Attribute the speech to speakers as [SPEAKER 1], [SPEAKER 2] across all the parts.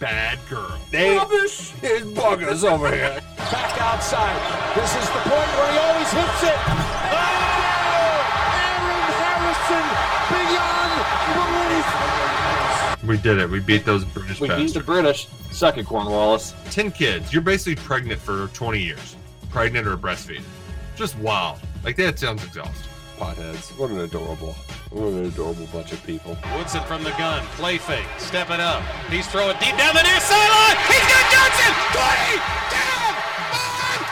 [SPEAKER 1] bad girl.
[SPEAKER 2] They
[SPEAKER 1] Rubbish! There's buggers over here.
[SPEAKER 2] back outside. This is the point where he always hits it. Oh! Aaron Harrison beyond belief.
[SPEAKER 1] We did it. We beat those British
[SPEAKER 3] We beat
[SPEAKER 1] bastards.
[SPEAKER 3] the British. Suck it, Cornwallis.
[SPEAKER 1] Ten kids. You're basically pregnant for 20 years. Pregnant or breastfeeding. Just wild. Like that sounds exhausting.
[SPEAKER 2] Potheads. What an adorable, what an adorable bunch of people.
[SPEAKER 4] Woodson from the gun, play fake, step it up. He's throwing deep down the near sideline. He's got Johnson. 20, down, five,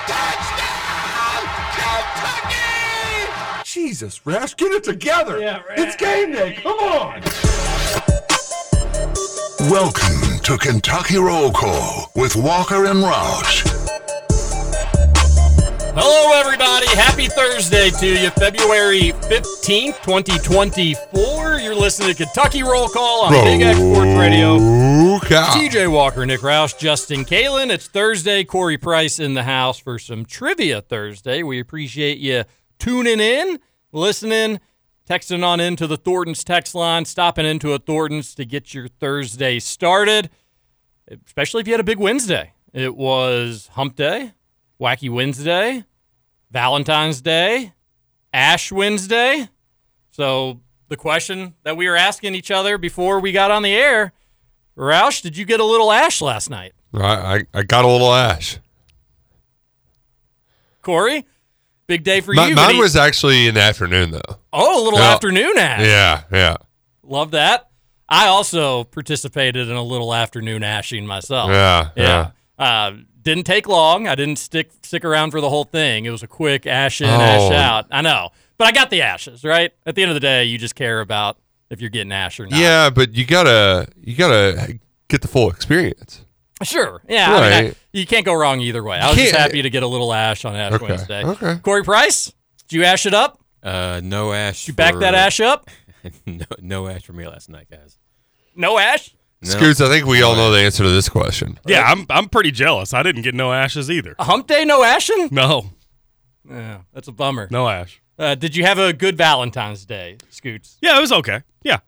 [SPEAKER 4] touchdown, Kentucky.
[SPEAKER 1] Jesus, Rash, get it together.
[SPEAKER 5] Yeah, Rash. It's
[SPEAKER 1] game day. Come on.
[SPEAKER 6] Welcome to Kentucky Roll Call with Walker and Roush.
[SPEAKER 5] Hello, everybody. Happy Thursday to you, February 15th, 2024. You're listening to Kentucky Roll Call on Big X Sports Radio. TJ Walker, Nick Roush, Justin Kalen. It's Thursday. Corey Price in the house for some trivia Thursday. We appreciate you tuning in, listening, texting on into the Thornton's text line, stopping into a Thornton's to get your Thursday started, especially if you had a big Wednesday. It was Hump Day, Wacky Wednesday, Valentine's Day, Ash Wednesday. So the question that we were asking each other before we got on the air. Roush, did you get a little ash last night?
[SPEAKER 7] I, I, I got a little ash.
[SPEAKER 5] Corey, big day for
[SPEAKER 7] Mi-
[SPEAKER 5] you.
[SPEAKER 7] mine
[SPEAKER 5] Any-
[SPEAKER 7] was actually in the afternoon, though.
[SPEAKER 5] oh, a little
[SPEAKER 7] Yeah.
[SPEAKER 5] afternoon ash.
[SPEAKER 7] Yeah, yeah,
[SPEAKER 5] Love that. I also participated in a little afternoon ashing myself.
[SPEAKER 7] yeah,
[SPEAKER 5] Oh. Yeah.
[SPEAKER 7] yeah.
[SPEAKER 5] Uh, didn't take long. I didn't stick stick around for the whole thing. It was a quick ash in,
[SPEAKER 7] Oh.
[SPEAKER 5] ash out. I know. But I got the ashes, right? At the end of the day, you just care about if you're getting ash or not.
[SPEAKER 7] Yeah, but you gotta you gotta get the full experience.
[SPEAKER 5] Sure. Yeah. I mean, I-
[SPEAKER 7] Right.
[SPEAKER 5] you can't go wrong either way. I was just
[SPEAKER 7] can't-
[SPEAKER 5] happy to get a little ash on Ash
[SPEAKER 7] Okay,
[SPEAKER 5] Wednesday.
[SPEAKER 7] okay.
[SPEAKER 5] Corey Price, did you ash it up?
[SPEAKER 4] Uh, no ash.
[SPEAKER 5] Did you back
[SPEAKER 4] for-
[SPEAKER 5] that ash up?
[SPEAKER 4] no, no ash for me last night, guys.
[SPEAKER 5] No ash?
[SPEAKER 4] No.
[SPEAKER 7] Scoots, I think we all know the answer to this question.
[SPEAKER 8] Yeah, I'm I'm pretty jealous. I didn't get no ashes either.
[SPEAKER 5] A hump day, no ashing?
[SPEAKER 8] No,
[SPEAKER 5] Yeah, that's a bummer.
[SPEAKER 8] no ash.
[SPEAKER 5] Uh, did you have a good Valentine's Day, Scoots?
[SPEAKER 8] Yeah, it was okay. Yeah,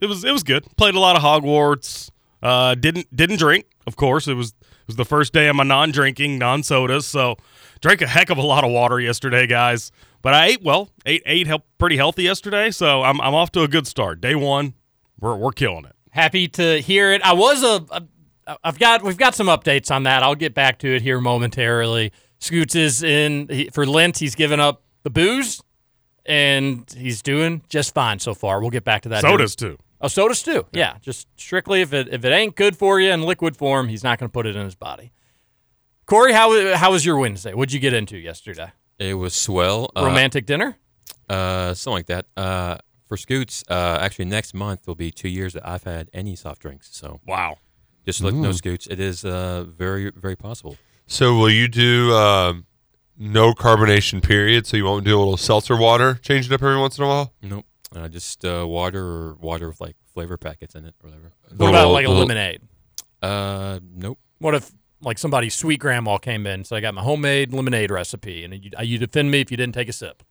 [SPEAKER 8] it was it was good. Played a lot of Hogwarts. Uh, didn't didn't drink. Of course, it was it was the first day of my non-drinking, non-sodas. So drank a heck of a lot of water yesterday, guys. But I ate well. Ate ate help, pretty healthy yesterday. So I'm I'm off to a good start. Day one, we're we're killing it.
[SPEAKER 5] Happy to hear it. I was a, a I've got we've got some updates on that. I'll get back to it here momentarily. Scoots is in he, for Lent. He's given up the booze, and he's doing just fine so far. We'll get back to that. here.
[SPEAKER 8] Sodas too.
[SPEAKER 5] Oh, sodas too. Yeah. just strictly if it if it ain't good for you in liquid form, he's not going to put it in his body. Corey, how how was your Wednesday? What'd you get into yesterday?
[SPEAKER 4] It was swell. Uh,
[SPEAKER 5] Romantic dinner?
[SPEAKER 4] Uh, something like that. Uh, for Scoots, uh, actually next month will be two years that I've had any soft drinks. So
[SPEAKER 8] Wow.
[SPEAKER 4] just like
[SPEAKER 5] Mm.
[SPEAKER 4] no Scoots, it is uh very very possible.
[SPEAKER 7] So will you do um, no carbonation period? So you won't do a little seltzer water, change it up every once in a while.
[SPEAKER 4] Nope. Uh, just uh, water or water with like flavor packets in it or whatever.
[SPEAKER 5] What about like a lemonade?
[SPEAKER 4] Uh, nope.
[SPEAKER 5] What if like somebody's sweet grandma came in, so I got my homemade lemonade recipe, and you, you defend me if you didn't take a sip?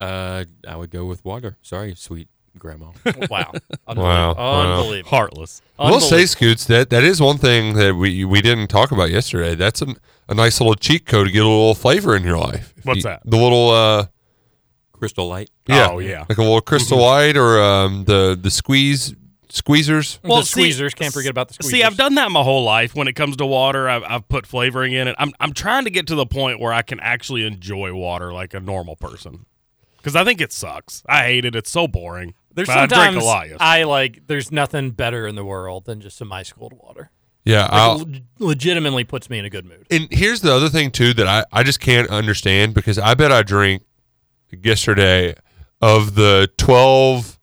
[SPEAKER 4] Uh, I would go with water. Sorry, sweet grandma.
[SPEAKER 5] Wow! Unbelievable.
[SPEAKER 7] Wow, wow.
[SPEAKER 5] Unbelievable.
[SPEAKER 8] Heartless.
[SPEAKER 7] We'll say,
[SPEAKER 5] Unbelievable.
[SPEAKER 7] Scoots, that that is one thing that we we didn't talk about yesterday. That's a, a nice little cheat code to get a little flavor in your life.
[SPEAKER 8] What's
[SPEAKER 7] You-
[SPEAKER 8] that?
[SPEAKER 7] The little uh,
[SPEAKER 4] Crystal light.
[SPEAKER 7] Yeah.
[SPEAKER 8] Oh, yeah.
[SPEAKER 7] Like a little crystal light or um, the the squeeze squeezers.
[SPEAKER 5] Well, the squeezers. Can't forget about the squeezers.
[SPEAKER 8] See, I've done that my whole life. When it comes to water, I've, I've put flavoring in it. I'm, I'm trying to get to the point where I can actually enjoy water like a normal person. Because I think it sucks. I hate it. It's so boring.
[SPEAKER 5] There's
[SPEAKER 8] But I
[SPEAKER 5] sometimes
[SPEAKER 8] drink a lot. yes.
[SPEAKER 5] I like. There's nothing better in the world than just some ice cold water.
[SPEAKER 7] Yeah.
[SPEAKER 5] Like,
[SPEAKER 7] I'll,
[SPEAKER 5] it le- legitimately puts me in a good mood.
[SPEAKER 7] and here's the other thing too that I, I just can't understand because I bet I drank yesterday of the twelve.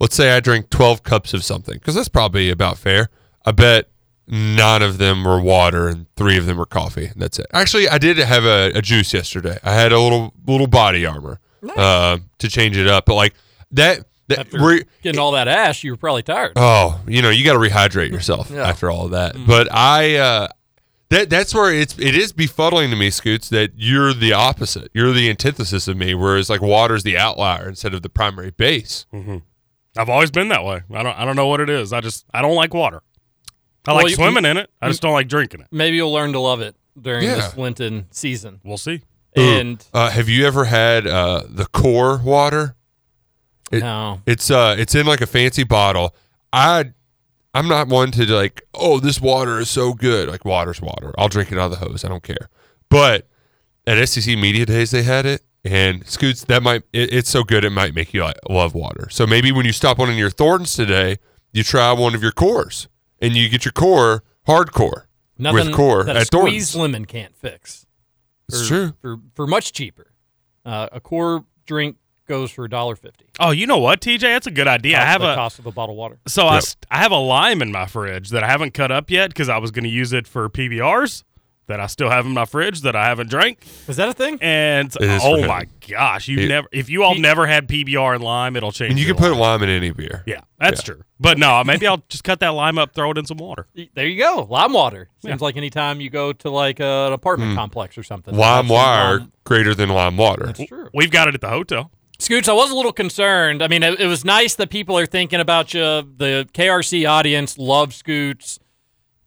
[SPEAKER 7] Let's say I drink twelve cups of something because that's probably about fair. I bet nine of them were water and three of them were coffee. That's it. Actually, I did have a, a juice yesterday. I had a little little body armor uh, to change it up, but like that. That
[SPEAKER 5] After
[SPEAKER 7] re-
[SPEAKER 5] getting all that ash, you were probably tired.
[SPEAKER 7] Oh, you know, you got to rehydrate yourself
[SPEAKER 5] Yeah.
[SPEAKER 7] after all of that. But I, uh, that that's where it's it is befuddling to me, Scoots, that you're the opposite. You're the antithesis of me, whereas like water's the outlier instead of the primary base.
[SPEAKER 8] Mm-hmm. I've always been that way. I don't. I don't know what it is. I just. I don't like water. I
[SPEAKER 5] Well,
[SPEAKER 8] like
[SPEAKER 5] you-
[SPEAKER 8] swimming in it. I just don't like drinking it.
[SPEAKER 5] Maybe you'll learn to love it during
[SPEAKER 7] Yeah.
[SPEAKER 5] this Linton season.
[SPEAKER 8] We'll see.
[SPEAKER 7] Ooh,
[SPEAKER 5] And
[SPEAKER 7] uh, have you ever had uh, the core water? It-
[SPEAKER 5] No.
[SPEAKER 7] it's uh, it's in like a fancy bottle. I, I'm not one to like. Oh, this water is so good. Like water's water. I'll drink it out of the hose. I don't care. But at SEC Media Days they had it, and Scoots, that might it, it's so good it might make you like, love water. So maybe when you stop on in your Thorntons today, you try one of your cores, and you get your core hardcore
[SPEAKER 5] nothing
[SPEAKER 7] with core
[SPEAKER 5] that a
[SPEAKER 7] at
[SPEAKER 5] squeezed
[SPEAKER 7] Thorntons.
[SPEAKER 5] lemon can't fix.
[SPEAKER 7] It's
[SPEAKER 5] For-
[SPEAKER 7] true.
[SPEAKER 5] For for much cheaper, uh, a core drink goes for a dollar fifty.
[SPEAKER 8] Oh, you know what, TJ? That's a good idea. I
[SPEAKER 5] Cost-
[SPEAKER 8] have
[SPEAKER 5] the
[SPEAKER 8] a
[SPEAKER 5] cost of a bottle of water.
[SPEAKER 8] So I, st- I have a lime in my fridge that I haven't cut up yet because I was going to use it for PBRs that I still have in my fridge that I haven't drank.
[SPEAKER 5] Is that a thing?
[SPEAKER 8] And
[SPEAKER 7] It is for
[SPEAKER 8] oh
[SPEAKER 7] him.
[SPEAKER 8] my gosh, you
[SPEAKER 7] It-
[SPEAKER 8] never if you all never had PBR and lime, it'll change.
[SPEAKER 7] And you
[SPEAKER 8] your
[SPEAKER 7] can put lime in any beer.
[SPEAKER 8] life. yeah, that's true. But no, maybe I'll just cut that lime up, throw it in some water.
[SPEAKER 5] There you go, lime water. Seems like any time you go to like uh, an apartment
[SPEAKER 7] Hmm.
[SPEAKER 5] complex or something.
[SPEAKER 7] Lime
[SPEAKER 5] That's
[SPEAKER 7] wire greater than lime water.
[SPEAKER 5] That's true.
[SPEAKER 8] We've got it at the hotel.
[SPEAKER 5] Scoots, I was a little concerned. I mean, it, it was nice that people are thinking about you. The KRC audience loves Scoots.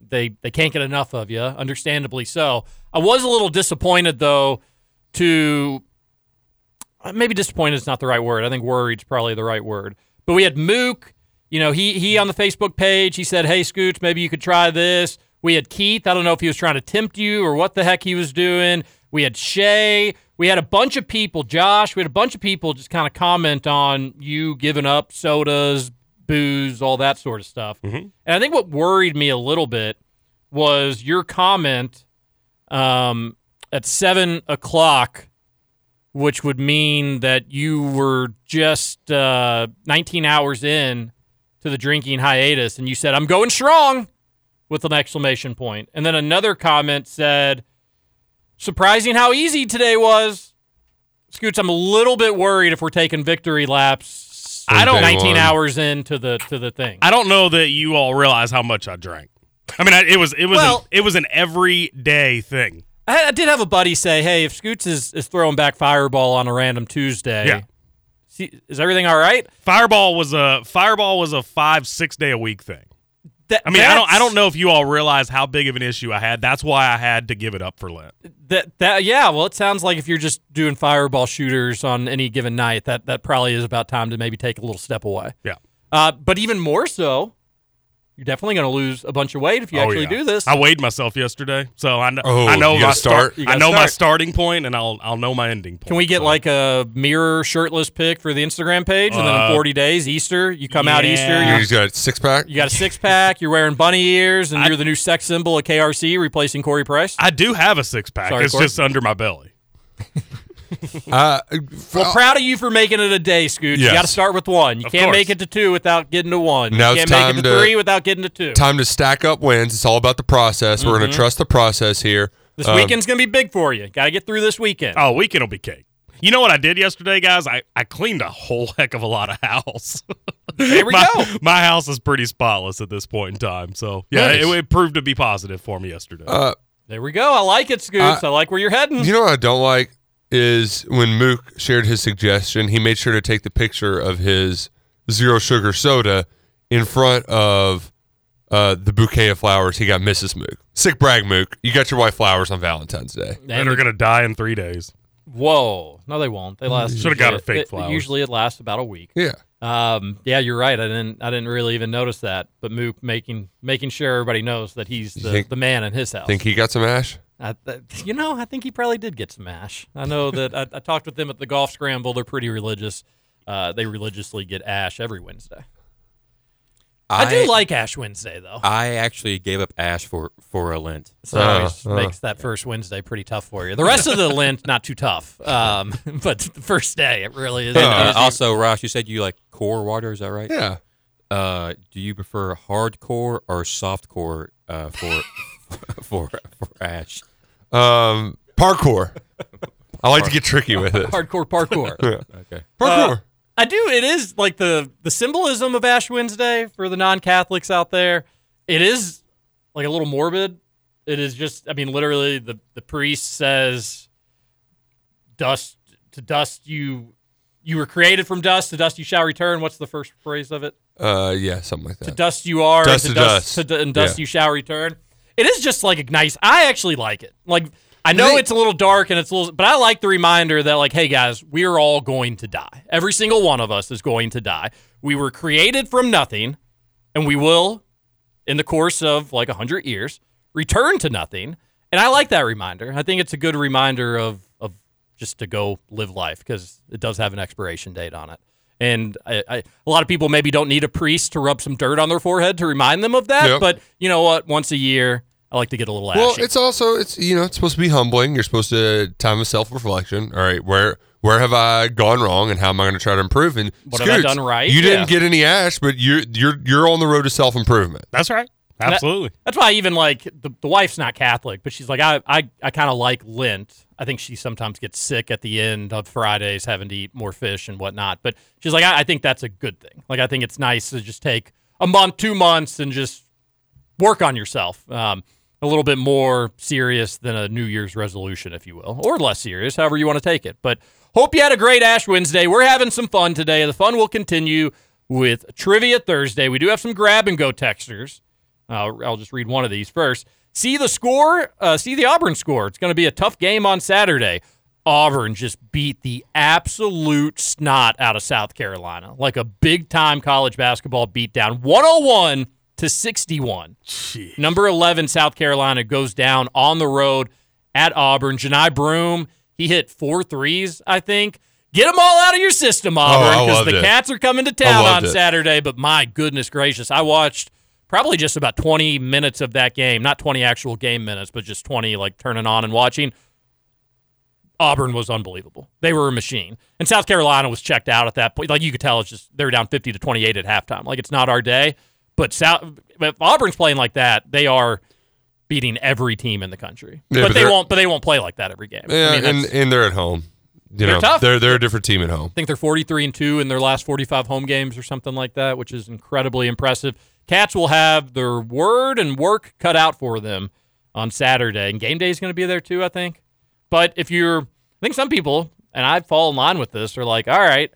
[SPEAKER 5] They they can't get enough of you, understandably so. I was a little disappointed though to uh, maybe disappointed is not the right word. I think worried's probably the right word. But we had Mook, you know, he he on the Facebook page, he said, "Hey Scoots, maybe you could try this." We had Keith, I don't know if he was trying to tempt you or what the heck he was doing. We had Shay, we had a bunch of people, Josh, we had a bunch of people just kind of comment on you giving up sodas, booze, all that sort of stuff. And I think what worried me a little bit was your comment um, at seven o'clock which would mean that you were just uh, 19 hours in to the drinking hiatus, and you said, "I'm going strong," with an exclamation point. And then another comment said, "Surprising how easy today was." Scoots, I'm a little bit worried if we're taking victory laps.
[SPEAKER 8] I don't-
[SPEAKER 5] 19
[SPEAKER 7] one.
[SPEAKER 5] hours into the to the thing.
[SPEAKER 8] I don't know that you all realize how much I drank. I mean, I, it was it was
[SPEAKER 5] Well-
[SPEAKER 8] an, it was an everyday thing.
[SPEAKER 5] I, I did have a buddy say, "Hey, if Scoots is, is throwing back Fireball on a random Tuesday,
[SPEAKER 8] Yeah.
[SPEAKER 5] see- is everything all right?"
[SPEAKER 8] Fireball was a fireball was a five six day a week thing.
[SPEAKER 5] That,
[SPEAKER 8] I mean, I don't, I
[SPEAKER 5] that's-
[SPEAKER 8] don't know if you all realize how big of an issue I had. That's why I had to give it up for Lent.
[SPEAKER 5] That that yeah, well, it sounds like if you're just doing fireball shooters on any given night, that that probably is about time to maybe take a little step away.
[SPEAKER 8] Yeah.
[SPEAKER 5] Uh, but even more so, you're definitely going to lose a bunch of weight if you
[SPEAKER 8] Oh,
[SPEAKER 5] actually
[SPEAKER 8] yeah.
[SPEAKER 5] do this.
[SPEAKER 8] I weighed myself yesterday, so I know
[SPEAKER 7] Oh,
[SPEAKER 8] I know
[SPEAKER 7] you gotta
[SPEAKER 8] my
[SPEAKER 7] start?
[SPEAKER 8] start.
[SPEAKER 7] You
[SPEAKER 8] I
[SPEAKER 5] gotta
[SPEAKER 8] know my
[SPEAKER 5] start.
[SPEAKER 8] starting point, and I'll I'll know my ending point.
[SPEAKER 5] Can we get
[SPEAKER 8] so.
[SPEAKER 5] like a mirror shirtless pic for the Instagram page, and then
[SPEAKER 8] Uh,
[SPEAKER 5] in 40 days, Easter, you come out Easter,
[SPEAKER 8] yeah.
[SPEAKER 5] you're,
[SPEAKER 7] You got a six pack.
[SPEAKER 5] you got a six pack, you're wearing bunny ears, and you're the new sex symbol at KRC, replacing Corey Price.
[SPEAKER 8] I do have a six pack.
[SPEAKER 5] Sorry,
[SPEAKER 8] It's
[SPEAKER 5] Court.
[SPEAKER 8] just under my belly.
[SPEAKER 7] Uh,
[SPEAKER 5] well, proud of you for making it a day, Scoot.
[SPEAKER 7] Yes.
[SPEAKER 5] You got to start with one. You
[SPEAKER 8] Of
[SPEAKER 5] can't
[SPEAKER 8] course.
[SPEAKER 5] make it to two without getting to one.
[SPEAKER 7] Now
[SPEAKER 5] you
[SPEAKER 7] it's
[SPEAKER 5] can't
[SPEAKER 7] time
[SPEAKER 5] make it
[SPEAKER 7] to-
[SPEAKER 5] to three without getting to two.
[SPEAKER 7] time to stack up wins. It's all about the process. We're going to trust the process here.
[SPEAKER 5] This
[SPEAKER 7] Um,
[SPEAKER 5] weekend's gonna be big for you. Got to get through this weekend.
[SPEAKER 8] Oh, weekend will be cake. You know what I did yesterday, guys? I, I cleaned a whole heck of a lot of house.
[SPEAKER 5] There we
[SPEAKER 8] my,
[SPEAKER 5] go.
[SPEAKER 8] My house is pretty spotless at this point in time. So yeah,
[SPEAKER 7] Nice.
[SPEAKER 8] it, it proved to be positive for me yesterday.
[SPEAKER 7] Uh,
[SPEAKER 5] There we go. I like it, Scoots. I like where you're heading.
[SPEAKER 7] you know what I don't like is when Mook shared his suggestion. He made sure to take the picture of his zero sugar soda in front of uh, the bouquet of flowers he got Mrs. Mook. Sick brag, Mook. You got your wife flowers on Valentine's Day.
[SPEAKER 8] that are gonna die in three days.
[SPEAKER 5] Whoa. No, they won't. They last.
[SPEAKER 8] Shoulda got
[SPEAKER 5] usually-
[SPEAKER 8] her fake
[SPEAKER 5] it-
[SPEAKER 8] flowers.
[SPEAKER 5] Usually, it lasts about a week.
[SPEAKER 7] Yeah.
[SPEAKER 5] Um. Yeah, you're right. I didn't. I didn't really even notice that. But Mook making making sure everybody knows that he's the,
[SPEAKER 7] think-
[SPEAKER 5] the man in his house.
[SPEAKER 7] Think he got some ash?
[SPEAKER 5] I, Uh, th- you know, I think he probably did get some ash. I know that I, I talked with them at the golf scramble. They're pretty religious. Uh, they religiously get ash every Wednesday. I, do like Ash Wednesday though.
[SPEAKER 4] I actually gave up ash for for a Lent.
[SPEAKER 5] So it always
[SPEAKER 7] Uh, uh.
[SPEAKER 5] makes that first Wednesday pretty tough for you. The rest of the Lent not too tough, um, but the first day it really is.
[SPEAKER 4] And, uh, also, Ross, you said you like core water. Is that right?
[SPEAKER 7] Yeah.
[SPEAKER 4] Uh, do you prefer hardcore or softcore uh, for, for for Ash.
[SPEAKER 7] Um, parkour. I like to get tricky with it.
[SPEAKER 5] Hardcore parkour.
[SPEAKER 7] Yeah.
[SPEAKER 4] Okay.
[SPEAKER 7] Parkour.
[SPEAKER 5] Uh, I do. It is like the the symbolism of Ash Wednesday for the non-Catholics out there. It is like a little morbid. It is just. I mean, literally, the the priest says, "Dust to dust you." You were created from dust. To dust you shall return. What's the first phrase of it?
[SPEAKER 7] Uh, yeah, something like that.
[SPEAKER 5] To dust you are,
[SPEAKER 7] Dust
[SPEAKER 5] and
[SPEAKER 7] to
[SPEAKER 5] to
[SPEAKER 7] dust.
[SPEAKER 5] dust, to d- and dust
[SPEAKER 7] Yeah.
[SPEAKER 5] you shall return. It is just like a nice. I actually like it. Like I know
[SPEAKER 7] They-
[SPEAKER 5] it's a little dark and it's a little, but I like the reminder that like, hey guys, we are all going to die. Every single one of us is going to die. We were created from nothing, and we will, in the course of like a hundred years, return to nothing. And I like that reminder. I think it's a good reminder of of just to go live life because it does have an expiration date on it. And I, I, a lot of people maybe don't need a priest to rub some dirt on their forehead to remind them of that.
[SPEAKER 7] Yep.
[SPEAKER 5] But you know what? Once a year, I like to get a little ashy.
[SPEAKER 7] Well, it's also it's you know it's supposed to be humbling. You're supposed to time of self reflection. All right, where where have I gone wrong, and how am I going to try to improve? And
[SPEAKER 5] What have I
[SPEAKER 7] Scoots,
[SPEAKER 5] done right?
[SPEAKER 7] You didn't
[SPEAKER 5] Yeah.
[SPEAKER 7] get any ash, but you're you're you're on the road to self improvement.
[SPEAKER 8] That's right.
[SPEAKER 5] And that-
[SPEAKER 8] Absolutely.
[SPEAKER 5] that's why even like the, the wife's not Catholic, but she's like I I, I kind of like Lent. I think she sometimes gets sick at the end of Fridays, having to eat more fish and whatnot. But she's like I, I think that's a good thing. Like I think it's nice to just take a month, two months, and just work on yourself. Um, a little bit more serious than a New Year's resolution, if you will, or less serious, however you want to take it. But hope you had a great Ash Wednesday. We're having some fun today. The fun will continue with Trivia Thursday. We do have some grab and go texters. Uh, I'll just read one of these first. See the score. Uh, see the Auburn score. It's going to be a tough game on Saturday. Auburn just beat the absolute snot out of South Carolina, like a big time college basketball beatdown, 101 to 61. Number 11, South Carolina goes down on the road at Auburn. Janai Broom, he hit four threes, I think. Get them all out of your system,
[SPEAKER 7] Oh, I
[SPEAKER 5] Auburn, because
[SPEAKER 7] loved
[SPEAKER 5] the
[SPEAKER 7] it.
[SPEAKER 5] Cats are coming to
[SPEAKER 7] I
[SPEAKER 5] town
[SPEAKER 7] loved
[SPEAKER 5] on
[SPEAKER 7] it.
[SPEAKER 5] Saturday. But my goodness gracious, I watched probably just about 20 minutes of that game, not 20 actual game minutes, but just 20 like turning on and watching. Auburn was unbelievable. They were a machine. And South Carolina was checked out at that point. Like you could tell it's just they were down 50 to 28 at halftime. Like it's not our day. But South if Auburn's playing like that, they are beating every team in the country.
[SPEAKER 7] Yeah,
[SPEAKER 5] but,
[SPEAKER 7] but
[SPEAKER 5] they
[SPEAKER 7] they're-
[SPEAKER 5] won't but they won't play like that every game.
[SPEAKER 7] Yeah,
[SPEAKER 5] I mean,
[SPEAKER 7] and
[SPEAKER 5] that's-
[SPEAKER 7] and they're at home. You
[SPEAKER 5] They're
[SPEAKER 7] know,
[SPEAKER 5] tough.
[SPEAKER 7] they're they're a different team at home.
[SPEAKER 5] I think they're 43 and 2 in their last 45 home games or something like that, which is incredibly impressive. Cats will have their word and work cut out for them on Saturday, and game day is going to be there too, I think. But if you're, I think some people, and I fall in line with this, are like, all right,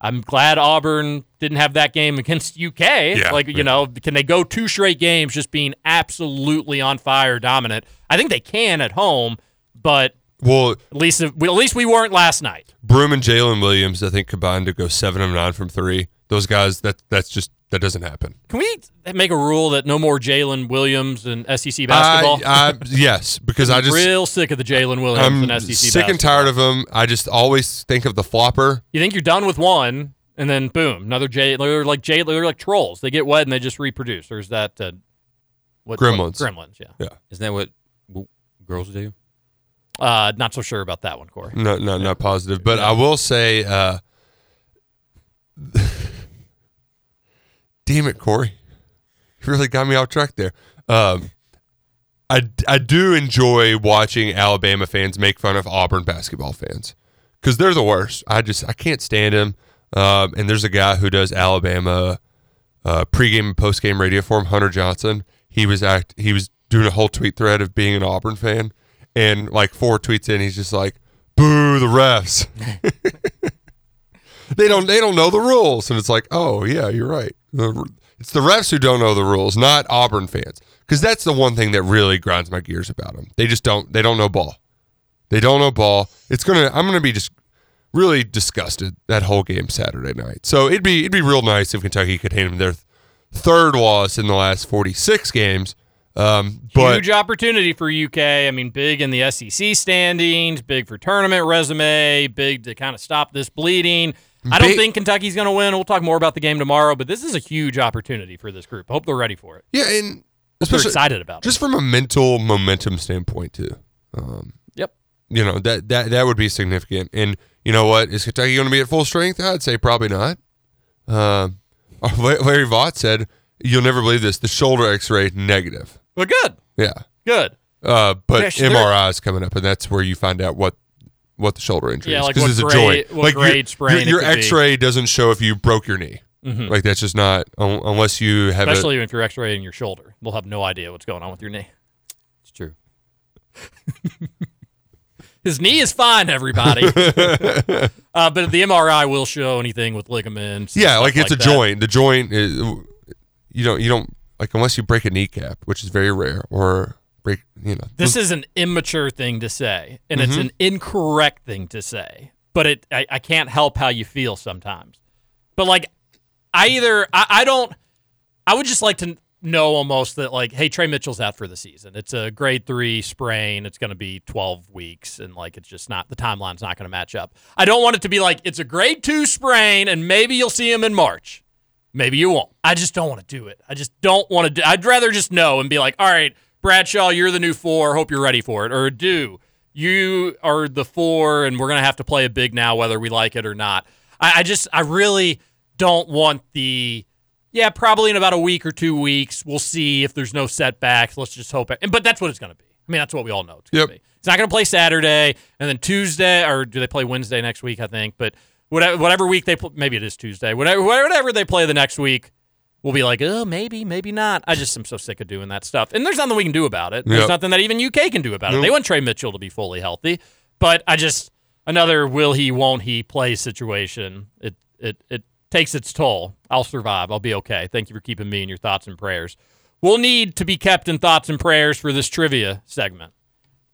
[SPEAKER 5] I'm glad Auburn didn't have that game against UK. like, you know, can they go two straight games just being absolutely on fire dominant? I think they can at home, but
[SPEAKER 7] Well,
[SPEAKER 5] at least, at least we weren't last night.
[SPEAKER 7] Broom and Jalen Williams, I think combined to go seven of nine from three. Those guys, that that's just that doesn't happen.
[SPEAKER 5] Can we make a rule that no more Jalen Williams and SEC basketball?
[SPEAKER 7] I, I, yes, because I
[SPEAKER 5] I'm
[SPEAKER 7] just
[SPEAKER 5] real sick of the Jalen Williams
[SPEAKER 7] I'm
[SPEAKER 5] and SEC
[SPEAKER 7] sick
[SPEAKER 5] basketball.
[SPEAKER 7] and tired of them. I just always think of the flopper.
[SPEAKER 5] you think you're done with one, and then boom, another J. They're like J. They're like trolls. They get wet and they just reproduce. Or is that uh, what,
[SPEAKER 7] Gremlins.
[SPEAKER 5] gremlins. Yeah.
[SPEAKER 7] Yeah.
[SPEAKER 4] Isn't that what w- girls do?
[SPEAKER 5] Uh, not so sure about that one, Corey.
[SPEAKER 7] No, no, not positive. But I will say, uh, damn it, Corey, you really got me off track there. Um, I I do enjoy watching Alabama fans make fun of Auburn basketball fans because they're the worst. I just I can't stand them. Um, and there's a guy who does Alabama uh, pregame and postgame radio for him, Hunter Johnson. He was act he was doing a whole tweet thread of being an Auburn fan, and like four tweets in, he's just like, "Boo the refs." they don't they don't know the rules, and it's like, oh yeah, you're right. The- It's the refs who don't know the rules, not Auburn fans, because that's the one thing that really grinds my gears about them. They just don't they don't know ball. They don't know ball. It's gonna. I'm gonna be just really disgusted that whole game Saturday night. So it'd be it'd be real nice if Kentucky could hand them their th- third loss in the last 46 games. Um, but
[SPEAKER 5] Huge opportunity for UK. I mean, big in the SEC standings, big for tournament resume, big to kind of stop this bleeding. I don't
[SPEAKER 7] Big-
[SPEAKER 5] think Kentucky's going to win. We'll talk more about the game tomorrow, but this is a huge opportunity for this group. I hope they're ready for it.
[SPEAKER 7] yeah, and
[SPEAKER 5] Hope they're
[SPEAKER 7] especially-
[SPEAKER 5] excited about it.
[SPEAKER 7] just from a mental momentum standpoint too. Um,
[SPEAKER 5] Yep.
[SPEAKER 7] you know that that that would be significant. And you know what is Kentucky going to be at full strength? I'd say probably not. Uh, Um, Larry Vaught said, "You'll never believe this. The shoulder X-ray negative."
[SPEAKER 5] Well, good.
[SPEAKER 7] Yeah.
[SPEAKER 5] Good.
[SPEAKER 7] Uh, but
[SPEAKER 5] Gosh, they're-
[SPEAKER 7] MRI is coming up, and that's where you find out what what the shoulder injury
[SPEAKER 5] Yeah,
[SPEAKER 7] is
[SPEAKER 5] like
[SPEAKER 7] because
[SPEAKER 5] what
[SPEAKER 7] it's a
[SPEAKER 5] grade-
[SPEAKER 7] joint.
[SPEAKER 5] what
[SPEAKER 7] like your-
[SPEAKER 5] grade sprain it
[SPEAKER 7] your, your
[SPEAKER 5] could be.
[SPEAKER 7] X-ray doesn't show if you broke your knee.
[SPEAKER 5] Mhm.
[SPEAKER 7] Like that's just not un- unless you have. a,
[SPEAKER 5] Especially if you're x-raying your shoulder. We'll have no idea what's going on with your knee. It's
[SPEAKER 4] true.
[SPEAKER 5] His knee is fine, everybody. uh, but the MRI will show anything with ligaments. and
[SPEAKER 7] yeah,
[SPEAKER 5] stuff
[SPEAKER 7] like it's a
[SPEAKER 5] that.
[SPEAKER 7] joint. The joint is you don't you don't like unless you break a kneecap, which is very rare, or break you know.
[SPEAKER 5] This is an immature thing to say, and it's
[SPEAKER 7] Mhm.
[SPEAKER 5] an incorrect thing to say. But it, I, I can't help how you feel sometimes. But like, I either I, I don't. I would just like to know almost that like, hey, Trey Mitchell's out for the season. It's a grade three sprain. It's going to be twelve weeks, and like, it's just not the timeline's not going to match up. I don't want it to be like it's a grade two sprain, and maybe you'll see him in March. Maybe you won't. I just don't want to do it. I just don't want to do I'd rather just know and be like, all right, Bradshaw, you're the new four. Hope you're ready for it. Or do you are the four and we're gonna have to play a big now whether we like it or not. I, I just I really don't want the yeah, probably in about a week or two weeks, we'll see if there's no setbacks. Let's just hope it, but that's what it's gonna be. I mean, that's what we all know. It's gonna be. It's not gonna play Saturday and then Tuesday or do they play Wednesday next week, I think, but whatever whatever week they pl- maybe it is Tuesday whatever whatever they play the next week we'll be like oh maybe maybe not I just am so sick of doing that stuff and there's nothing we can do about it there's
[SPEAKER 9] Yep.
[SPEAKER 5] nothing that even UK can do about it
[SPEAKER 9] Nope.
[SPEAKER 5] they want Trey Mitchell to be fully healthy but I just another will he won't he play situation it it it takes its toll I'll survive I'll be okay thank you for keeping me in your thoughts and prayers we'll need to be kept in thoughts and prayers for this trivia segment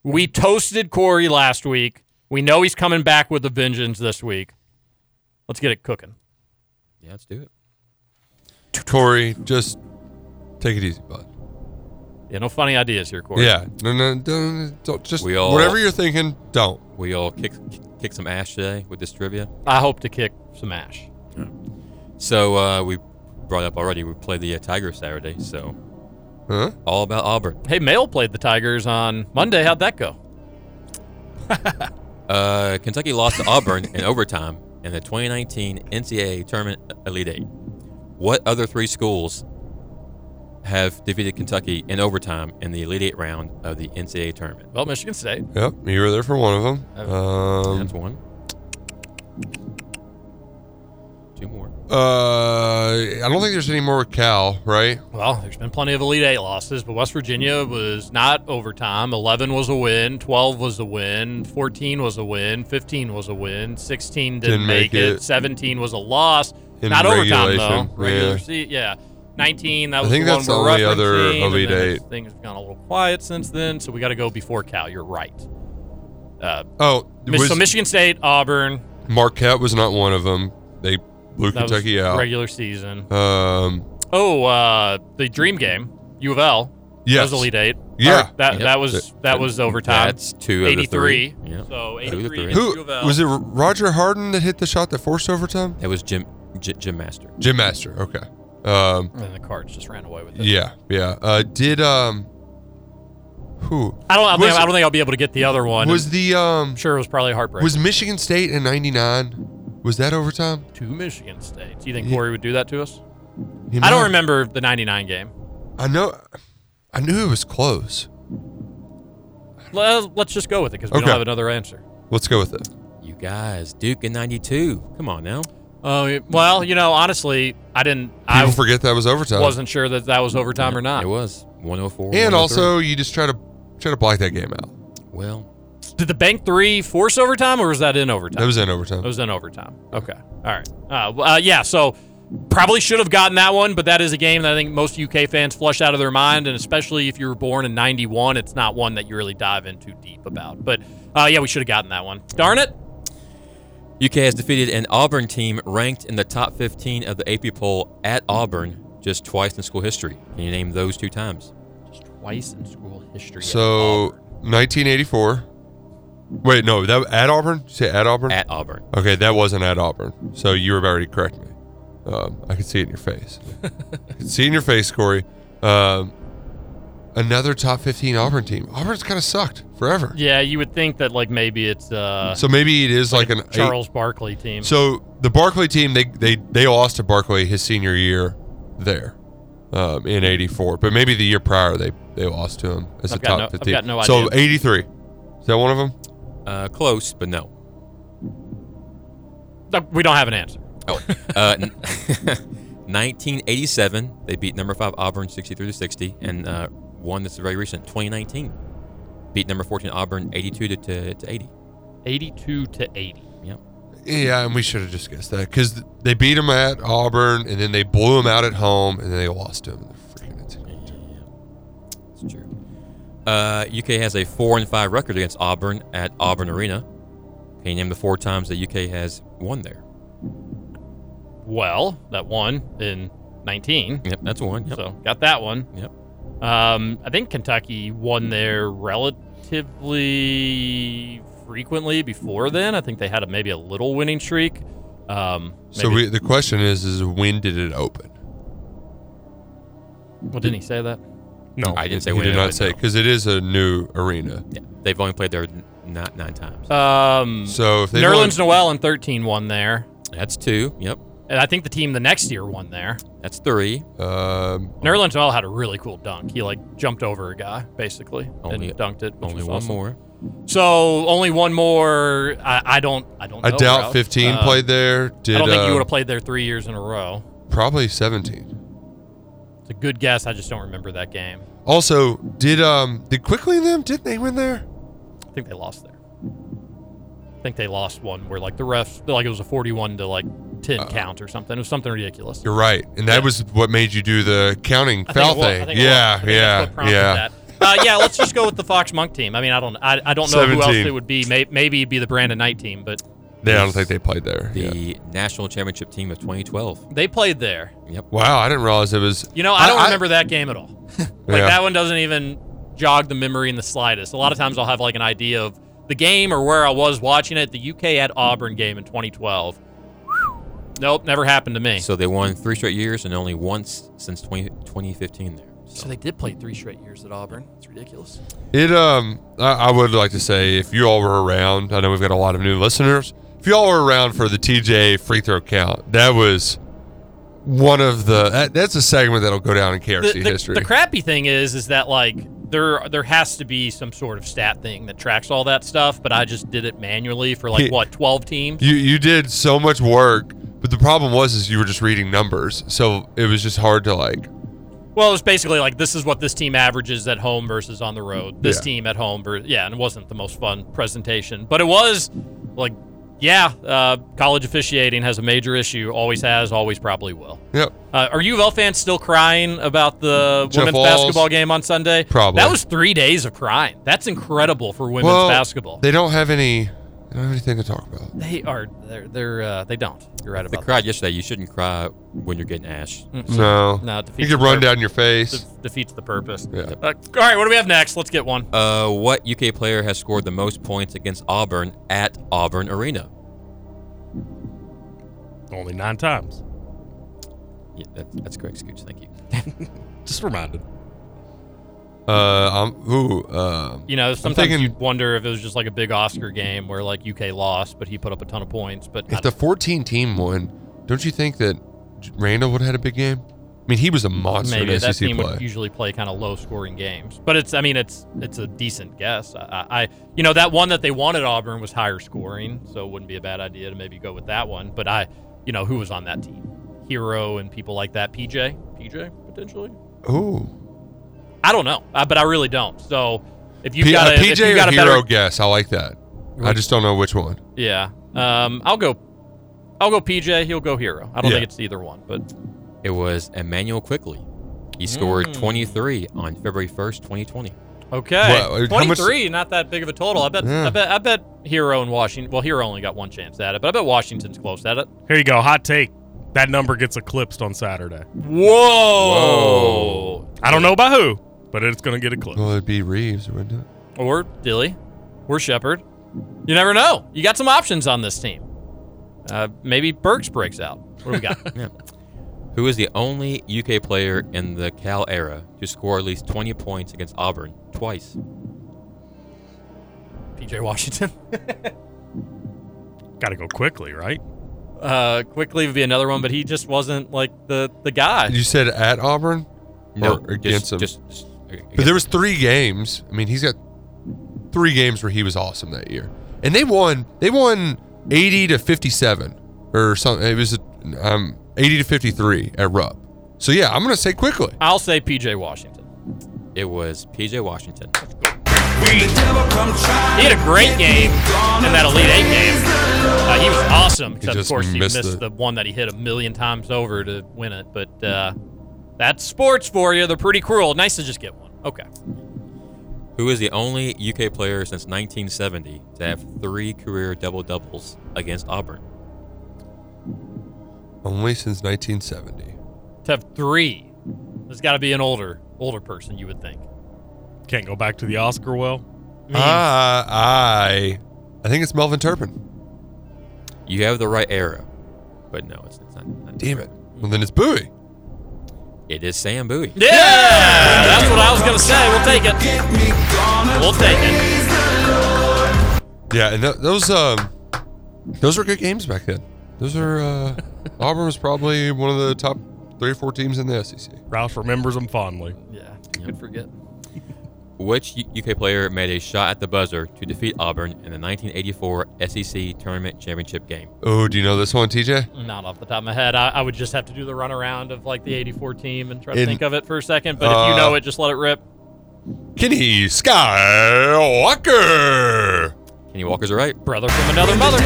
[SPEAKER 5] we toasted Corey last week. We know he's coming back with a vengeance this week. Let's get it cooking.
[SPEAKER 4] Yeah, let's do it.
[SPEAKER 7] Corey, just take it easy, bud.
[SPEAKER 5] Yeah, no funny ideas here, Corey.
[SPEAKER 7] Yeah, no, no, don't, don't just
[SPEAKER 4] We all-
[SPEAKER 7] whatever you're thinking, don't.
[SPEAKER 4] We all kick kick some ash today with this trivia.
[SPEAKER 5] I hope to kick some ash.
[SPEAKER 4] So uh, we brought up already. We played the uh, Tigers Saturday. So
[SPEAKER 7] Huh?
[SPEAKER 4] all about Auburn.
[SPEAKER 5] Hey, Mail played the Tigers on Monday. How'd that go?
[SPEAKER 4] Uh, Kentucky lost to Auburn in overtime in the 2019 NCAA tournament Elite Eight. What other three schools have defeated Kentucky in overtime in the Elite Eight round of the NCAA tournament?
[SPEAKER 5] Well, Michigan State.
[SPEAKER 7] Yep, you were there for one of them. Um,
[SPEAKER 4] That's one. Two more.
[SPEAKER 7] Uh, I don't think there's any more with Cal, right?
[SPEAKER 5] Well, there's been plenty of Elite Eight losses, but West Virginia was not overtime. 11 was a win, 12 was a win, 14 was a win, 15 was a win, 16 didn't,
[SPEAKER 7] Didn't make it.
[SPEAKER 5] 17 was a loss.
[SPEAKER 7] In
[SPEAKER 5] not overtime, though.
[SPEAKER 7] regulation,
[SPEAKER 5] Regular
[SPEAKER 7] yeah.
[SPEAKER 5] se- yeah. 19, that
[SPEAKER 7] I
[SPEAKER 5] was
[SPEAKER 7] think
[SPEAKER 5] the
[SPEAKER 7] that's
[SPEAKER 5] one
[SPEAKER 7] the
[SPEAKER 5] we're
[SPEAKER 7] only other
[SPEAKER 5] referencing, and
[SPEAKER 7] Elite
[SPEAKER 5] then
[SPEAKER 7] Eight.
[SPEAKER 5] Things have gone a little quiet since then, so we got to go before Cal. You're right. Uh,
[SPEAKER 7] Oh,
[SPEAKER 5] Mich- so
[SPEAKER 7] was-
[SPEAKER 5] Michigan State, Auburn,
[SPEAKER 7] Marquette was not one of them. They blew
[SPEAKER 5] That was
[SPEAKER 7] Kentucky out.
[SPEAKER 5] regular season.
[SPEAKER 7] Um,
[SPEAKER 5] Oh, uh, the dream game, U of L.
[SPEAKER 7] Yes.
[SPEAKER 5] That was Elite Eight.
[SPEAKER 7] Yeah.
[SPEAKER 5] Or that
[SPEAKER 7] Yep.
[SPEAKER 5] that was that was overtime.
[SPEAKER 4] That's two of the
[SPEAKER 5] Eighty-three.
[SPEAKER 4] three. Yep.
[SPEAKER 5] So
[SPEAKER 4] Two of the
[SPEAKER 5] eighty-three.
[SPEAKER 4] three.
[SPEAKER 5] against U
[SPEAKER 7] who
[SPEAKER 5] of L.
[SPEAKER 7] was it? Roger Harden that hit the shot that forced overtime.
[SPEAKER 4] That was Jim J- Jim Master.
[SPEAKER 7] Jim Master. Okay. Um,
[SPEAKER 5] And the Cards just ran away with it.
[SPEAKER 7] yeah, yeah. Uh, did um, who?
[SPEAKER 5] I don't. I,
[SPEAKER 7] Was-
[SPEAKER 5] think, I don't think I'll be able to get the other one.
[SPEAKER 7] Was the um?
[SPEAKER 5] sure it was probably heartbreaking.
[SPEAKER 7] Was Michigan State in '99? Was that overtime?
[SPEAKER 5] to Michigan State. Do you think Corey would do that to us?
[SPEAKER 7] He
[SPEAKER 5] I don't
[SPEAKER 7] might.
[SPEAKER 5] remember the '99 game.
[SPEAKER 7] I know. I knew it was close.
[SPEAKER 5] Le- Let's just go with it because we
[SPEAKER 7] Okay.
[SPEAKER 5] don't have another answer.
[SPEAKER 7] Let's go with it.
[SPEAKER 4] You guys, Duke in '92. Come on now.
[SPEAKER 5] Oh well, you know, honestly, I didn't. I
[SPEAKER 7] People forget that was overtime.
[SPEAKER 5] Wasn't sure that that was overtime or not.
[SPEAKER 4] It was 104.
[SPEAKER 7] and
[SPEAKER 4] 103.
[SPEAKER 7] also, you just try to try to block that game out.
[SPEAKER 4] well,
[SPEAKER 5] Did the bank three force overtime, or was that in overtime?
[SPEAKER 7] That was in overtime.
[SPEAKER 5] That was in overtime. Okay. All right. Uh, well, uh, yeah. So probably should have gotten that one, but that is a game that I think most UK fans flush out of their mind, and especially if you were born in '91, it's not one that you really dive into deep about. But uh, yeah, we should have gotten that one. Darn it.
[SPEAKER 4] UK has defeated an Auburn team ranked in the top 15 of the AP poll at Auburn just twice in school history. Can you name those two times?
[SPEAKER 5] Twice in school history.
[SPEAKER 7] So 1984. Wait, no, that at Auburn. Did you say at Auburn.
[SPEAKER 4] At Auburn.
[SPEAKER 7] Okay, that wasn't at Auburn. So you were about to correct me. Um, I could see it in your face. I could see it in your face, Corey. Um, another top 15 Auburn team. Auburn's kind of sucked forever.
[SPEAKER 5] Yeah, you would think that like maybe it's uh,
[SPEAKER 7] so maybe it is like, an eight-
[SPEAKER 5] Charles Barkley team.
[SPEAKER 7] So the Barkley team, they they they lost to Barkley his senior year there. um, in '84, but maybe the year prior they they lost to him as
[SPEAKER 5] I've
[SPEAKER 7] a
[SPEAKER 5] got
[SPEAKER 7] top
[SPEAKER 5] no- I've
[SPEAKER 7] 15.
[SPEAKER 5] got no
[SPEAKER 7] So
[SPEAKER 5] idea.
[SPEAKER 7] '83, is that one of them?
[SPEAKER 4] Uh, close, but no.
[SPEAKER 5] No, Uh, We don't have an answer.
[SPEAKER 4] Oh, uh, n- 1987, they beat number five Auburn 63 to 60, and uh, one that's very recent, 2019, beat number 14 Auburn 82 to, to, to 80.
[SPEAKER 5] 82 to 80.
[SPEAKER 4] Yep.
[SPEAKER 7] Yeah, and we should have just guessed that because they beat him at Auburn, and then they blew him out at home, and then they lost to him.
[SPEAKER 4] That's true. Uh, UK has a four and five record against Auburn at Auburn Arena. Can you name the four times that UK has won there?
[SPEAKER 5] Well, that one in 19.
[SPEAKER 4] Yep, that's one. Yep.
[SPEAKER 5] So got that one.
[SPEAKER 4] Yep.
[SPEAKER 5] Um, I think Kentucky won there relatively frequently before then. I think they had a, maybe a little winning streak. Um,
[SPEAKER 7] So
[SPEAKER 5] maybe-
[SPEAKER 7] we, the question is, is when did it open?
[SPEAKER 5] well, didn't he say that?
[SPEAKER 8] No,
[SPEAKER 4] I didn't say
[SPEAKER 7] he
[SPEAKER 4] when
[SPEAKER 7] did
[SPEAKER 4] it
[SPEAKER 7] not
[SPEAKER 4] opened,
[SPEAKER 7] say
[SPEAKER 4] no.
[SPEAKER 7] because it is a new arena.
[SPEAKER 5] Mm-hmm.
[SPEAKER 4] Yeah, they've only played there n- not nine times.
[SPEAKER 5] Um,
[SPEAKER 7] So if they
[SPEAKER 5] Nerlens Noel in 13 won there,
[SPEAKER 4] That's two. Yep.
[SPEAKER 5] and I think the team the next year won there.
[SPEAKER 4] That's three.
[SPEAKER 7] Um,
[SPEAKER 5] Nerlens Noel had a really cool dunk. He like jumped over a guy basically
[SPEAKER 4] Only-
[SPEAKER 5] and dunked it. which
[SPEAKER 4] only
[SPEAKER 5] was
[SPEAKER 4] one
[SPEAKER 5] awesome.
[SPEAKER 4] more.
[SPEAKER 5] So only one more. I, I don't. I don't.
[SPEAKER 7] I
[SPEAKER 5] know,
[SPEAKER 7] doubt
[SPEAKER 5] Ralph.
[SPEAKER 7] 15 played there. Did,
[SPEAKER 5] Uh, I don't think
[SPEAKER 7] uh,
[SPEAKER 5] you would have played there three years in a row.
[SPEAKER 7] Probably 17.
[SPEAKER 5] It's a good guess. I just don't remember that game.
[SPEAKER 7] Also, did um did quickly them did they win there?
[SPEAKER 5] I think they lost there. I think they lost one where like the refs like it was a forty-one to like ten count or something. It was something ridiculous.
[SPEAKER 7] You're right, and that was what made you do the counting
[SPEAKER 5] I think
[SPEAKER 7] foul
[SPEAKER 5] it was- I
[SPEAKER 7] thing.
[SPEAKER 5] think it was. I
[SPEAKER 7] yeah,
[SPEAKER 5] think that's what
[SPEAKER 7] yeah,
[SPEAKER 5] prompted
[SPEAKER 7] yeah.
[SPEAKER 5] that. Uh, yeah, let's just go with the Fox Monk team. I mean, I don't, I, I don't know who else
[SPEAKER 7] 17.
[SPEAKER 5] it would be. May, maybe it'd be the Brandon Knight team, but
[SPEAKER 7] Yeah, I don't think they played there.
[SPEAKER 4] The national championship team of 2012.
[SPEAKER 5] they played there.
[SPEAKER 4] Yep.
[SPEAKER 7] Wow, I didn't realize it was.
[SPEAKER 5] You know, I don't remember that game at all. like
[SPEAKER 7] Yeah.
[SPEAKER 5] that one doesn't even jog the memory in the slightest. A lot of times I'll have like an idea of the game or where I was watching it. The UK at Auburn game in 2012. nope, never happened to me.
[SPEAKER 4] So they won three straight years and only once since 20, 2015 there.
[SPEAKER 5] So they did play three straight years at Auburn. It's ridiculous.
[SPEAKER 7] It um, I, I would like to say if you all were around, I know we've got a lot of new listeners. If you all were around for the TJ free throw count, that was one of the that, that's a segment that'll go down in KRC
[SPEAKER 5] the, the-
[SPEAKER 7] history.
[SPEAKER 5] the crappy thing is, is that like there there has to be some sort of stat thing that tracks all that stuff. But I just did it manually for like what 12 teams.
[SPEAKER 7] you you did so much work, but the problem was is you were just reading numbers, so it was just hard to like.
[SPEAKER 5] Well, it's basically like this is what this team averages at home versus on the road. This
[SPEAKER 7] Yeah.
[SPEAKER 5] team at home, ver- yeah, and it wasn't the most fun presentation, but it was like, yeah, uh, college officiating has a major issue, always has, always probably will.
[SPEAKER 7] Yep.
[SPEAKER 5] Uh, are U of L fans still crying about the
[SPEAKER 7] Jeff
[SPEAKER 5] women's
[SPEAKER 7] Walls?
[SPEAKER 5] basketball game on Sunday?
[SPEAKER 7] Probably.
[SPEAKER 5] That was three days of crying. That's incredible for women's
[SPEAKER 7] well,
[SPEAKER 5] basketball.
[SPEAKER 7] They don't have any. They don't have anything to talk about.
[SPEAKER 5] They are they're they're uh, they don't. You're right
[SPEAKER 4] They
[SPEAKER 5] about that.
[SPEAKER 4] cried yesterday. You shouldn't cry when you're getting ash.
[SPEAKER 5] Mm-mm.
[SPEAKER 7] No.
[SPEAKER 5] No,
[SPEAKER 7] You
[SPEAKER 5] it defeats
[SPEAKER 7] could
[SPEAKER 5] the
[SPEAKER 7] run
[SPEAKER 5] purpose.
[SPEAKER 7] down your face.
[SPEAKER 5] Def- defeats the purpose.
[SPEAKER 7] Yeah.
[SPEAKER 5] Uh, all right, what do we have next? Let's get one.
[SPEAKER 4] Uh, what UK player has scored the most points against Auburn at Auburn Arena?
[SPEAKER 8] Only nine times.
[SPEAKER 4] Yeah, that, that's correct, Scooch. Thank you.
[SPEAKER 8] Just reminded.
[SPEAKER 7] Uh, I'm ooh. Um,
[SPEAKER 5] You know,
[SPEAKER 7] I'm
[SPEAKER 5] sometimes
[SPEAKER 7] thinking
[SPEAKER 5] you wonder if it was just like a big Oscar game where like UK lost, but he put up a ton of points. But I
[SPEAKER 7] if the 14 team won, don't you think that Randall would have had a big game? I mean, he was a monster
[SPEAKER 5] maybe
[SPEAKER 7] in
[SPEAKER 5] that
[SPEAKER 7] SEC
[SPEAKER 5] team
[SPEAKER 7] play.
[SPEAKER 5] would usually play kind of low scoring games. But it's, I mean, it's it's a decent guess. I, I, I- you know, that one that they wanted Auburn was higher scoring, so it wouldn't be a bad idea to maybe go with that one. But I, you know, who was on that team? Hero and people like that. PJ, PJ potentially.
[SPEAKER 7] Ooh,
[SPEAKER 5] I don't know, uh, but I really don't. So if you've
[SPEAKER 7] P-
[SPEAKER 5] got
[SPEAKER 7] a
[SPEAKER 5] a, if
[SPEAKER 7] PJ
[SPEAKER 5] you've got
[SPEAKER 7] or
[SPEAKER 5] a
[SPEAKER 7] Hero
[SPEAKER 5] better
[SPEAKER 7] guess. I like that. I just don't know which one.
[SPEAKER 5] Yeah. Um, I'll go. I'll go PJ. He'll go hero. I don't
[SPEAKER 4] Yeah.
[SPEAKER 5] think it's either one, but
[SPEAKER 4] It was Emmanuel Quickly. He scored
[SPEAKER 5] Mm.
[SPEAKER 4] 23 on February 1st, 2020.
[SPEAKER 5] okay.
[SPEAKER 4] Well, how much-
[SPEAKER 5] Twenty-three, not that big of a total. I bet.
[SPEAKER 4] Yeah.
[SPEAKER 5] I bet. I bet Hero and Washington. Well, Hero only got one chance at it, but I bet Washington's close at it.
[SPEAKER 8] Here you go. Hot take. That number gets eclipsed on Saturday.
[SPEAKER 5] Whoa.
[SPEAKER 8] I don't know by who, but it's going to get eclipsed.
[SPEAKER 7] Well, it'd be Reeves, wouldn't it?
[SPEAKER 5] Or Dilly, or Shepard. You never know. You got some options on this team. Uh, maybe Burks breaks out. What do we got?
[SPEAKER 4] yeah. Who is the only UK player in the Cal era to score at least 20 points against Auburn twice?
[SPEAKER 5] PJ Washington.
[SPEAKER 8] Got to go quickly, right?
[SPEAKER 5] Uh, quickly would be another one, but he just wasn't like the the guy.
[SPEAKER 7] You said at Auburn.
[SPEAKER 4] No,
[SPEAKER 7] or against
[SPEAKER 4] just-
[SPEAKER 7] him.
[SPEAKER 4] just- just against
[SPEAKER 7] but there was three games. I mean, he's got three games where he was awesome that year, and they won. They won eighty to fifty-seven or something. It was um, eighty to fifty-three at Rupp. So yeah, I'm gonna say quickly.
[SPEAKER 5] I'll say PJ Washington.
[SPEAKER 4] It was PJ Washington.
[SPEAKER 5] He had a great game in that Elite Eight game. Uh, he was awesome, except of
[SPEAKER 7] just
[SPEAKER 5] course he
[SPEAKER 7] missed
[SPEAKER 5] missed
[SPEAKER 7] it.
[SPEAKER 5] the one that he hit a million times over to win it. But uh, that's sports for you. They're pretty cruel. Nice to just get one. Okay.
[SPEAKER 4] Who is the only UK player since 1970 to have three career double doubles against Auburn?
[SPEAKER 7] Only since 1970.
[SPEAKER 5] To have three, there's got to be an older older person you would think.
[SPEAKER 8] Can't go back to the Oscar well.
[SPEAKER 7] Uh, I I think it's Melvin Turpin.
[SPEAKER 4] You have the right arrow, but no, it's, it's not, not.
[SPEAKER 7] Damn it. Well, then it's Bowie.
[SPEAKER 4] It is Sam Bowie.
[SPEAKER 5] Yeah, that's what I was gonna say. We'll take it. We'll take it.
[SPEAKER 7] Yeah, and th- those um, those were good games back then. Those are uh, Auburn was probably one of the top three or four teams in the E SEC.
[SPEAKER 8] Rouse remembers him fondly.
[SPEAKER 5] Yeah, could forget.
[SPEAKER 4] Which U- UK player made a shot at the buzzer to defeat Auburn in the 1984 SEC E Tournament Championship game?
[SPEAKER 7] Oh, do you know this one, TJ?
[SPEAKER 5] Not off the top of my head. I, I would just have to do the runaround of like the '84 team and try to
[SPEAKER 7] In-
[SPEAKER 5] think of it for a second. But if you know
[SPEAKER 7] uh,
[SPEAKER 5] it, just let it rip.
[SPEAKER 7] Kenny Skywalker.
[SPEAKER 4] Kenny Walker's right.
[SPEAKER 5] Brother from another mother.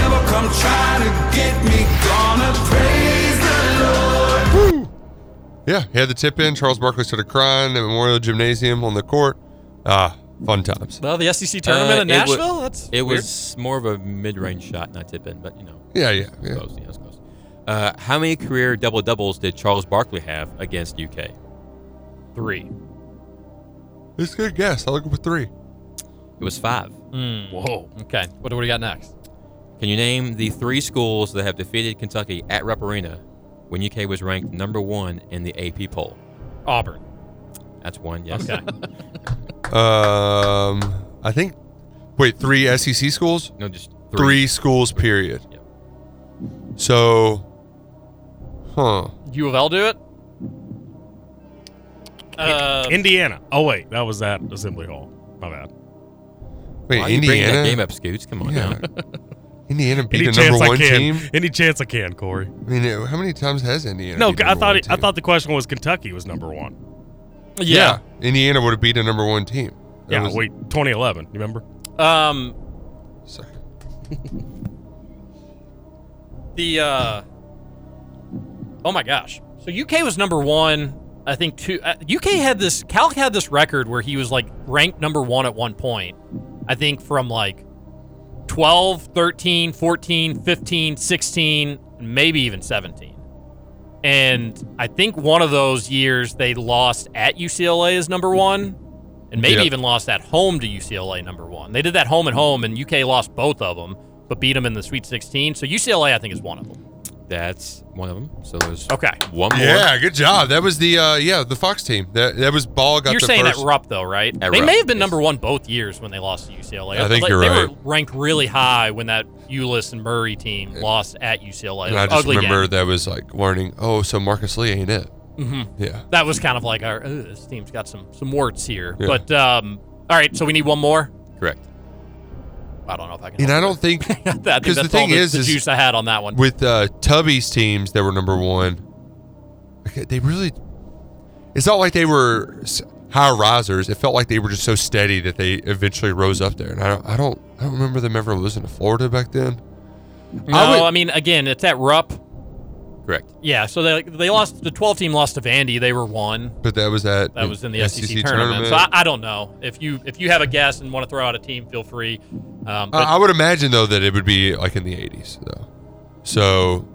[SPEAKER 7] Yeah, he had the tip in. Charles Barkley started crying at Memorial Gymnasium on the court. Ah, fun times.
[SPEAKER 5] Well, the SEC tournament
[SPEAKER 4] Uh,
[SPEAKER 5] in
[SPEAKER 4] it wa-
[SPEAKER 5] Nashville. That's
[SPEAKER 4] it
[SPEAKER 5] weird.
[SPEAKER 4] was more of a mid-range shot, not tip in, but you know.
[SPEAKER 7] Yeah, yeah,
[SPEAKER 4] it's
[SPEAKER 7] yeah.
[SPEAKER 4] Close, yeah, it's close. Uh, how many career double doubles did Charles Barkley have against UK?
[SPEAKER 5] three.
[SPEAKER 7] It's a good guess. I'll go with three.
[SPEAKER 4] It was five.
[SPEAKER 5] Whoa. Hmm. Okay. What do we got next?
[SPEAKER 4] Can you name the three schools that have defeated Kentucky at Rupp Arena when UK was ranked number one in the AP poll?
[SPEAKER 5] Auburn.
[SPEAKER 4] That's one, yes.
[SPEAKER 5] Okay.
[SPEAKER 7] Um, I think. Wait, three SEC schools?
[SPEAKER 4] No, just
[SPEAKER 7] three, schools. Period. So, huh?
[SPEAKER 5] U of L do it. Uh,
[SPEAKER 8] Indiana. Oh wait, that was at Assembly Hall. My bad.
[SPEAKER 7] Wait,
[SPEAKER 4] Why are you bringing that
[SPEAKER 7] Indiana.
[SPEAKER 4] game up, Scoots? Come on
[SPEAKER 7] Yeah.
[SPEAKER 4] now.
[SPEAKER 7] Indiana beat
[SPEAKER 8] Any
[SPEAKER 7] the number
[SPEAKER 8] chance I
[SPEAKER 7] one
[SPEAKER 8] can.
[SPEAKER 7] team.
[SPEAKER 8] Any chance I can, Corey.
[SPEAKER 7] I mean, uh, how many times has Indiana?
[SPEAKER 8] No,
[SPEAKER 7] beat a
[SPEAKER 8] I
[SPEAKER 7] number
[SPEAKER 8] thought
[SPEAKER 7] one
[SPEAKER 8] it, I
[SPEAKER 7] team?
[SPEAKER 8] thought the question was Kentucky was number one.
[SPEAKER 7] Yeah. Indiana would have beat a number one team. That
[SPEAKER 8] Yeah,
[SPEAKER 7] was-
[SPEAKER 8] wait, 2011. You remember?
[SPEAKER 5] Um,
[SPEAKER 7] Sorry.
[SPEAKER 5] the uh, oh my gosh. So UK was number one. I think two. Uh, UK had this. Cal had this record where he was like ranked number one at one point. I think from like 12, 13, 14, 15, 16, maybe even 17. And I think one of those years they lost at UCLA as number one, and maybe
[SPEAKER 7] Yeah.
[SPEAKER 5] even lost at home to UCLA number one. They did that home and home, and UK lost both of them, but beat them in the Sweet 16. So UCLA, I think, is one of them.
[SPEAKER 4] That's one of them. So there's
[SPEAKER 5] Okay.
[SPEAKER 4] one more.
[SPEAKER 7] Yeah, good job. That was the uh, yeah the Fox team. That that was Ball got
[SPEAKER 5] You're
[SPEAKER 7] the
[SPEAKER 5] saying
[SPEAKER 7] first.
[SPEAKER 5] at Rupp, though, right?
[SPEAKER 4] At
[SPEAKER 5] they
[SPEAKER 4] Rupp,
[SPEAKER 5] may have been
[SPEAKER 4] yes.
[SPEAKER 5] number one both years when they lost to UCLA.
[SPEAKER 7] I think
[SPEAKER 5] Like,
[SPEAKER 7] you're
[SPEAKER 5] they
[SPEAKER 7] right.
[SPEAKER 5] were ranked really high when that Euless and Murray team lost at UCLA.
[SPEAKER 7] and
[SPEAKER 5] It was
[SPEAKER 7] I
[SPEAKER 5] an
[SPEAKER 7] just
[SPEAKER 5] ugly game.
[SPEAKER 7] remember that was like learning. Oh, so Marcus Lee ain't it?
[SPEAKER 5] Mhm.
[SPEAKER 8] Mm-hmm.
[SPEAKER 7] Yeah.
[SPEAKER 5] that was kind of like our "Ugh, this team's got some some warts here.
[SPEAKER 7] Yeah.
[SPEAKER 5] But um, all right, so we need one more.
[SPEAKER 4] Correct.
[SPEAKER 5] I don't know if I can.
[SPEAKER 7] And I don't think
[SPEAKER 5] Because the
[SPEAKER 7] because the thing is,
[SPEAKER 5] the
[SPEAKER 7] is
[SPEAKER 5] juice I had on that one.
[SPEAKER 7] with uh, Tubby's teams that were number one. Okay, they really. It's not like they were s- high risers. It felt like they were just so steady that they eventually rose up there. And I don't, I don't, I don't remember them ever losing to Florida back then.
[SPEAKER 5] no,
[SPEAKER 7] I
[SPEAKER 5] I,
[SPEAKER 7] would-
[SPEAKER 5] mean again, it's at Rupp.
[SPEAKER 4] Correct.
[SPEAKER 5] Yeah, so they they lost the 12 team lost to Vandy. They were one.
[SPEAKER 7] But that was at
[SPEAKER 5] That was in the SEC,
[SPEAKER 7] E
[SPEAKER 5] tournament. So I, I don't know if you if you have a guess and want to throw out a team, feel free. Um,
[SPEAKER 7] I,
[SPEAKER 5] but
[SPEAKER 7] I would imagine though that it would be like in the eighties though. So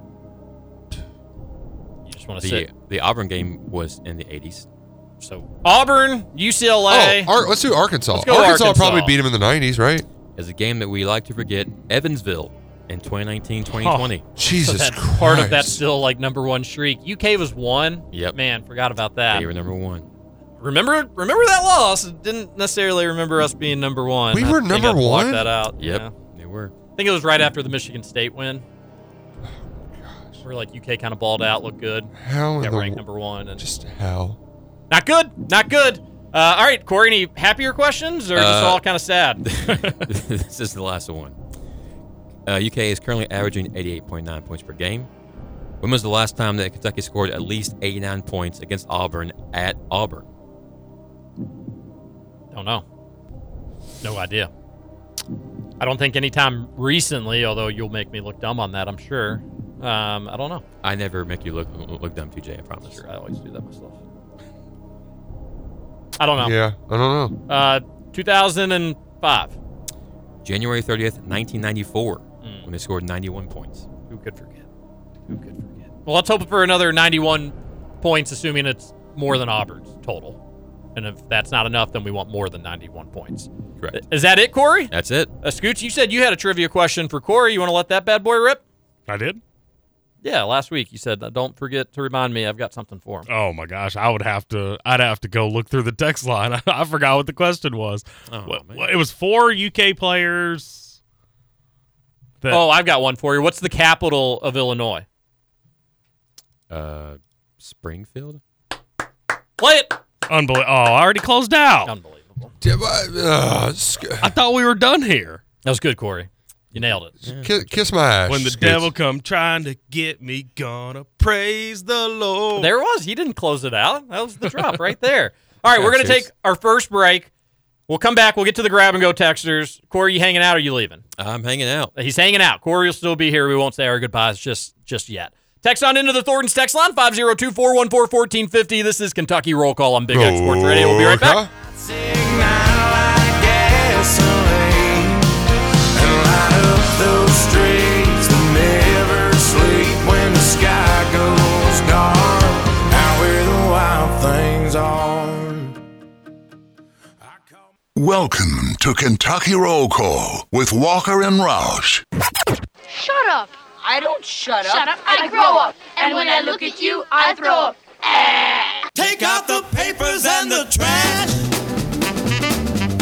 [SPEAKER 5] you just want to
[SPEAKER 4] The,
[SPEAKER 5] sit.
[SPEAKER 4] the Auburn game was in the 80s.
[SPEAKER 5] So Auburn, UCLA.
[SPEAKER 7] oh, Ar- let's do Arkansas.
[SPEAKER 5] Let's go
[SPEAKER 7] Arkansas,
[SPEAKER 5] Arkansas.
[SPEAKER 7] probably beat them in the nineties, right?
[SPEAKER 4] Is a game that we like to forget Evansville in 2019 2020.
[SPEAKER 5] so
[SPEAKER 7] Jesus
[SPEAKER 5] that's
[SPEAKER 7] Christ.
[SPEAKER 5] part of that still like number one streak. UK was one.
[SPEAKER 4] Yep.
[SPEAKER 5] Man, forgot about that.
[SPEAKER 4] They were number one.
[SPEAKER 5] remember remember that loss. Didn't necessarily remember us being number one.
[SPEAKER 7] We
[SPEAKER 5] I
[SPEAKER 7] were
[SPEAKER 5] think
[SPEAKER 7] number
[SPEAKER 5] I blocked
[SPEAKER 7] one?
[SPEAKER 5] That out.
[SPEAKER 4] Yep.
[SPEAKER 5] yeah.
[SPEAKER 4] They were.
[SPEAKER 5] I think it was right after the Michigan State win. Where like UK kind of balled out, looked good,
[SPEAKER 7] How in
[SPEAKER 5] got
[SPEAKER 7] the
[SPEAKER 5] ranked
[SPEAKER 7] wo-
[SPEAKER 5] number one, and
[SPEAKER 7] just how?
[SPEAKER 5] Not good. Not good. Uh, all right, Corey, any happier questions or just
[SPEAKER 4] Uh,
[SPEAKER 5] all kind of sad?
[SPEAKER 4] this is the last one. Uh, UK is currently averaging 88.9 points per game. When was the last time that Kentucky scored at least 89 points against Auburn at Auburn?
[SPEAKER 5] Don't know. No idea. I don't think any time recently, although you'll make me look dumb on that, I'm sure. Um, I don't know.
[SPEAKER 4] I never make you look look dumb, TJ. I promise.
[SPEAKER 5] I always do that myself. I don't know.
[SPEAKER 7] Yeah, I don't
[SPEAKER 5] know. Uh, 2005.
[SPEAKER 4] January
[SPEAKER 5] Mm.
[SPEAKER 4] 30th, 1994, when they scored 91 points.
[SPEAKER 5] Who could forget? Who could forget? Well, let's hope for another 91 points, assuming it's more than Auburn's total. And if that's not enough, then we want more than 91 points.
[SPEAKER 4] Correct.
[SPEAKER 5] Is that it, Corey?
[SPEAKER 4] That's it.
[SPEAKER 5] Uh, Scooch, you said you had a trivia question for Corey. You want to let that bad boy rip?
[SPEAKER 8] I did.
[SPEAKER 5] Yeah, last week you said, "Don't forget to remind me, I've got something for him."
[SPEAKER 8] Oh my gosh, I would have to. I'd have to go look through the text line. I, forgot what the question was. What- what- it was four UK players. that-
[SPEAKER 5] oh, I've got one for you. What's the capital of Illinois?
[SPEAKER 4] Uh, Springfield?
[SPEAKER 5] Play it.
[SPEAKER 8] Unbelievable. Oh, I already closed out.
[SPEAKER 5] Um, Unbelievable.
[SPEAKER 7] uh,
[SPEAKER 8] I thought we were done here.
[SPEAKER 5] That was good, Corey. You nailed it.
[SPEAKER 7] Kiss, kiss my ass.
[SPEAKER 8] When the
[SPEAKER 7] Scoots.
[SPEAKER 8] devil come trying to get me, gonna praise the Lord.
[SPEAKER 5] Oh. There it was. He didn't close it out. That was the drop right there. All right, we're going to
[SPEAKER 4] Cheers.
[SPEAKER 5] take our first break. We'll come back. We'll get to the grab and go texters. Corey, you hanging out or you leaving?
[SPEAKER 4] I'm hanging out.
[SPEAKER 5] He's hanging out. Corey will still be here. We won't say our goodbyes just just yet. Text on into the Thornton's text line 502 414 1450. This is Kentucky Roll Call on Big X Sports Radio. We'll be right back.
[SPEAKER 10] gasoline and light up those streets that never sleep when the sky goes dark. Out where the wild things are.
[SPEAKER 11] Welcome to Kentucky Roll Call with Walker and Roush.
[SPEAKER 12] Shut up. I don't shut
[SPEAKER 13] up.
[SPEAKER 12] Shut up.
[SPEAKER 13] I
[SPEAKER 12] I,
[SPEAKER 13] grow
[SPEAKER 12] grow
[SPEAKER 13] up.
[SPEAKER 12] up. And when I look at you, I throw up.
[SPEAKER 10] Take out the papers and the trash.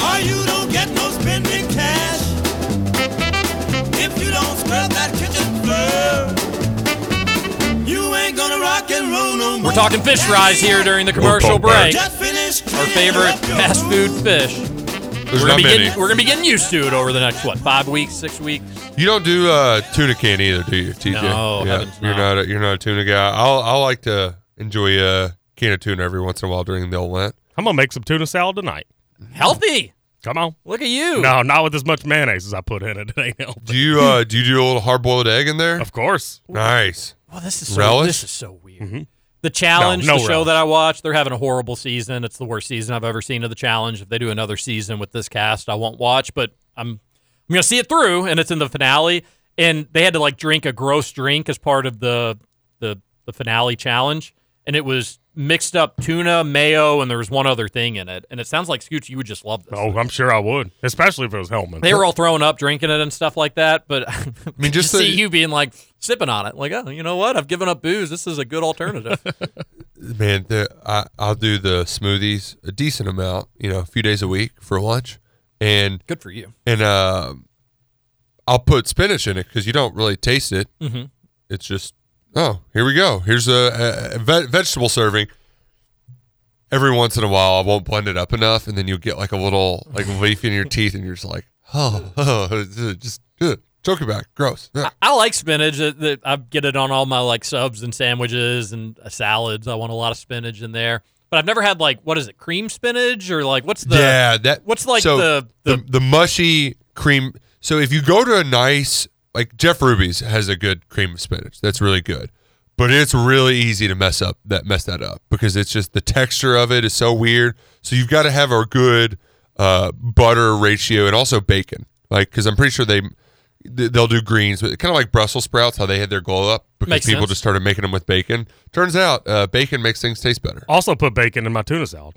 [SPEAKER 10] Or you don't get no spending cash. If you don't scrub that kitchen floor, you ain't gonna rock and roll no more.
[SPEAKER 5] We're talking fish fries here during the commercial break.
[SPEAKER 10] Just finished
[SPEAKER 5] Our favorite fast food fish.
[SPEAKER 7] There's
[SPEAKER 5] we're,
[SPEAKER 7] not
[SPEAKER 5] gonna be
[SPEAKER 7] many.
[SPEAKER 5] Getting, we're gonna be getting used to it over the next what five weeks, six weeks.
[SPEAKER 7] You don't do uh, tuna can either, do you, TJ?
[SPEAKER 5] No,
[SPEAKER 7] yeah,
[SPEAKER 5] heavens
[SPEAKER 7] you're not. a, you're not a tuna guy. I'll I like to enjoy a can of tuna every once in a while during the old Lent.
[SPEAKER 8] I'm gonna make some tuna salad tonight.
[SPEAKER 5] Healthy.
[SPEAKER 8] Come on.
[SPEAKER 5] Look at you.
[SPEAKER 8] No, not with as much mayonnaise as I put in it. It ain't healthy.
[SPEAKER 7] Do you uh, do you do a little hard boiled egg in there? Of
[SPEAKER 8] course.
[SPEAKER 7] Nice.
[SPEAKER 5] Well, this is so,
[SPEAKER 7] relish. Mm-hmm.
[SPEAKER 5] this is so weird. The challenge,
[SPEAKER 7] No, no
[SPEAKER 5] the show
[SPEAKER 7] relish.
[SPEAKER 5] that I watch, they're having a horrible season. It's the worst season I've ever seen of the challenge. If they do another season with this cast, I won't watch. But I'm I'm gonna see it through, and it's in the finale. And they had to like drink a gross drink as part of the the the finale challenge, and it was mixed up tuna, mayo, and there was one other thing in it. And it sounds like Scooch, you would just love this.
[SPEAKER 8] Oh, I'm sure I would, especially if it was Hellman.
[SPEAKER 5] They were all throwing up, drinking it, and stuff like that. But I mean,
[SPEAKER 7] just
[SPEAKER 5] just
[SPEAKER 7] the-
[SPEAKER 5] see you being like sipping on it, like, oh, you know what? I've given up booze. This is a good alternative.
[SPEAKER 7] Man, the, I I'll do the smoothies a decent amount, you know, a few days a week for lunch, and
[SPEAKER 5] Good for you.
[SPEAKER 7] And um, I'll put spinach in it because you don't really taste it.
[SPEAKER 5] Mhm.
[SPEAKER 7] It's just oh, here we go. Here's a, a ve- vegetable serving. Every once in a while, I won't blend it up enough, and then you'll get like a little like leaf in your teeth, and you're just like, oh, oh just ugh, choke it back, gross. Ugh.
[SPEAKER 5] I like spinach. Uh, the- I get it on all my like subs and sandwiches and uh, salads. I want a lot of spinach in there. But I've never had like what is it, cream spinach or like what's the
[SPEAKER 7] yeah that
[SPEAKER 5] what's like
[SPEAKER 7] so
[SPEAKER 5] the
[SPEAKER 7] the, the mushy cream so if you go to a nice like jeff ruby's has a good cream of spinach that's really good but it's really easy to mess up that mess that up because it's just the texture of it is so weird so you've got to have a good uh, butter ratio and also bacon like because i'm pretty sure they th- they'll do greens but kind of like brussels sprouts how they had their glow up because
[SPEAKER 8] Makes
[SPEAKER 7] people
[SPEAKER 8] sense.
[SPEAKER 7] just started making them with bacon turns out uh, bacon makes things taste better Oh,
[SPEAKER 8] Also put bacon in my tuna salad.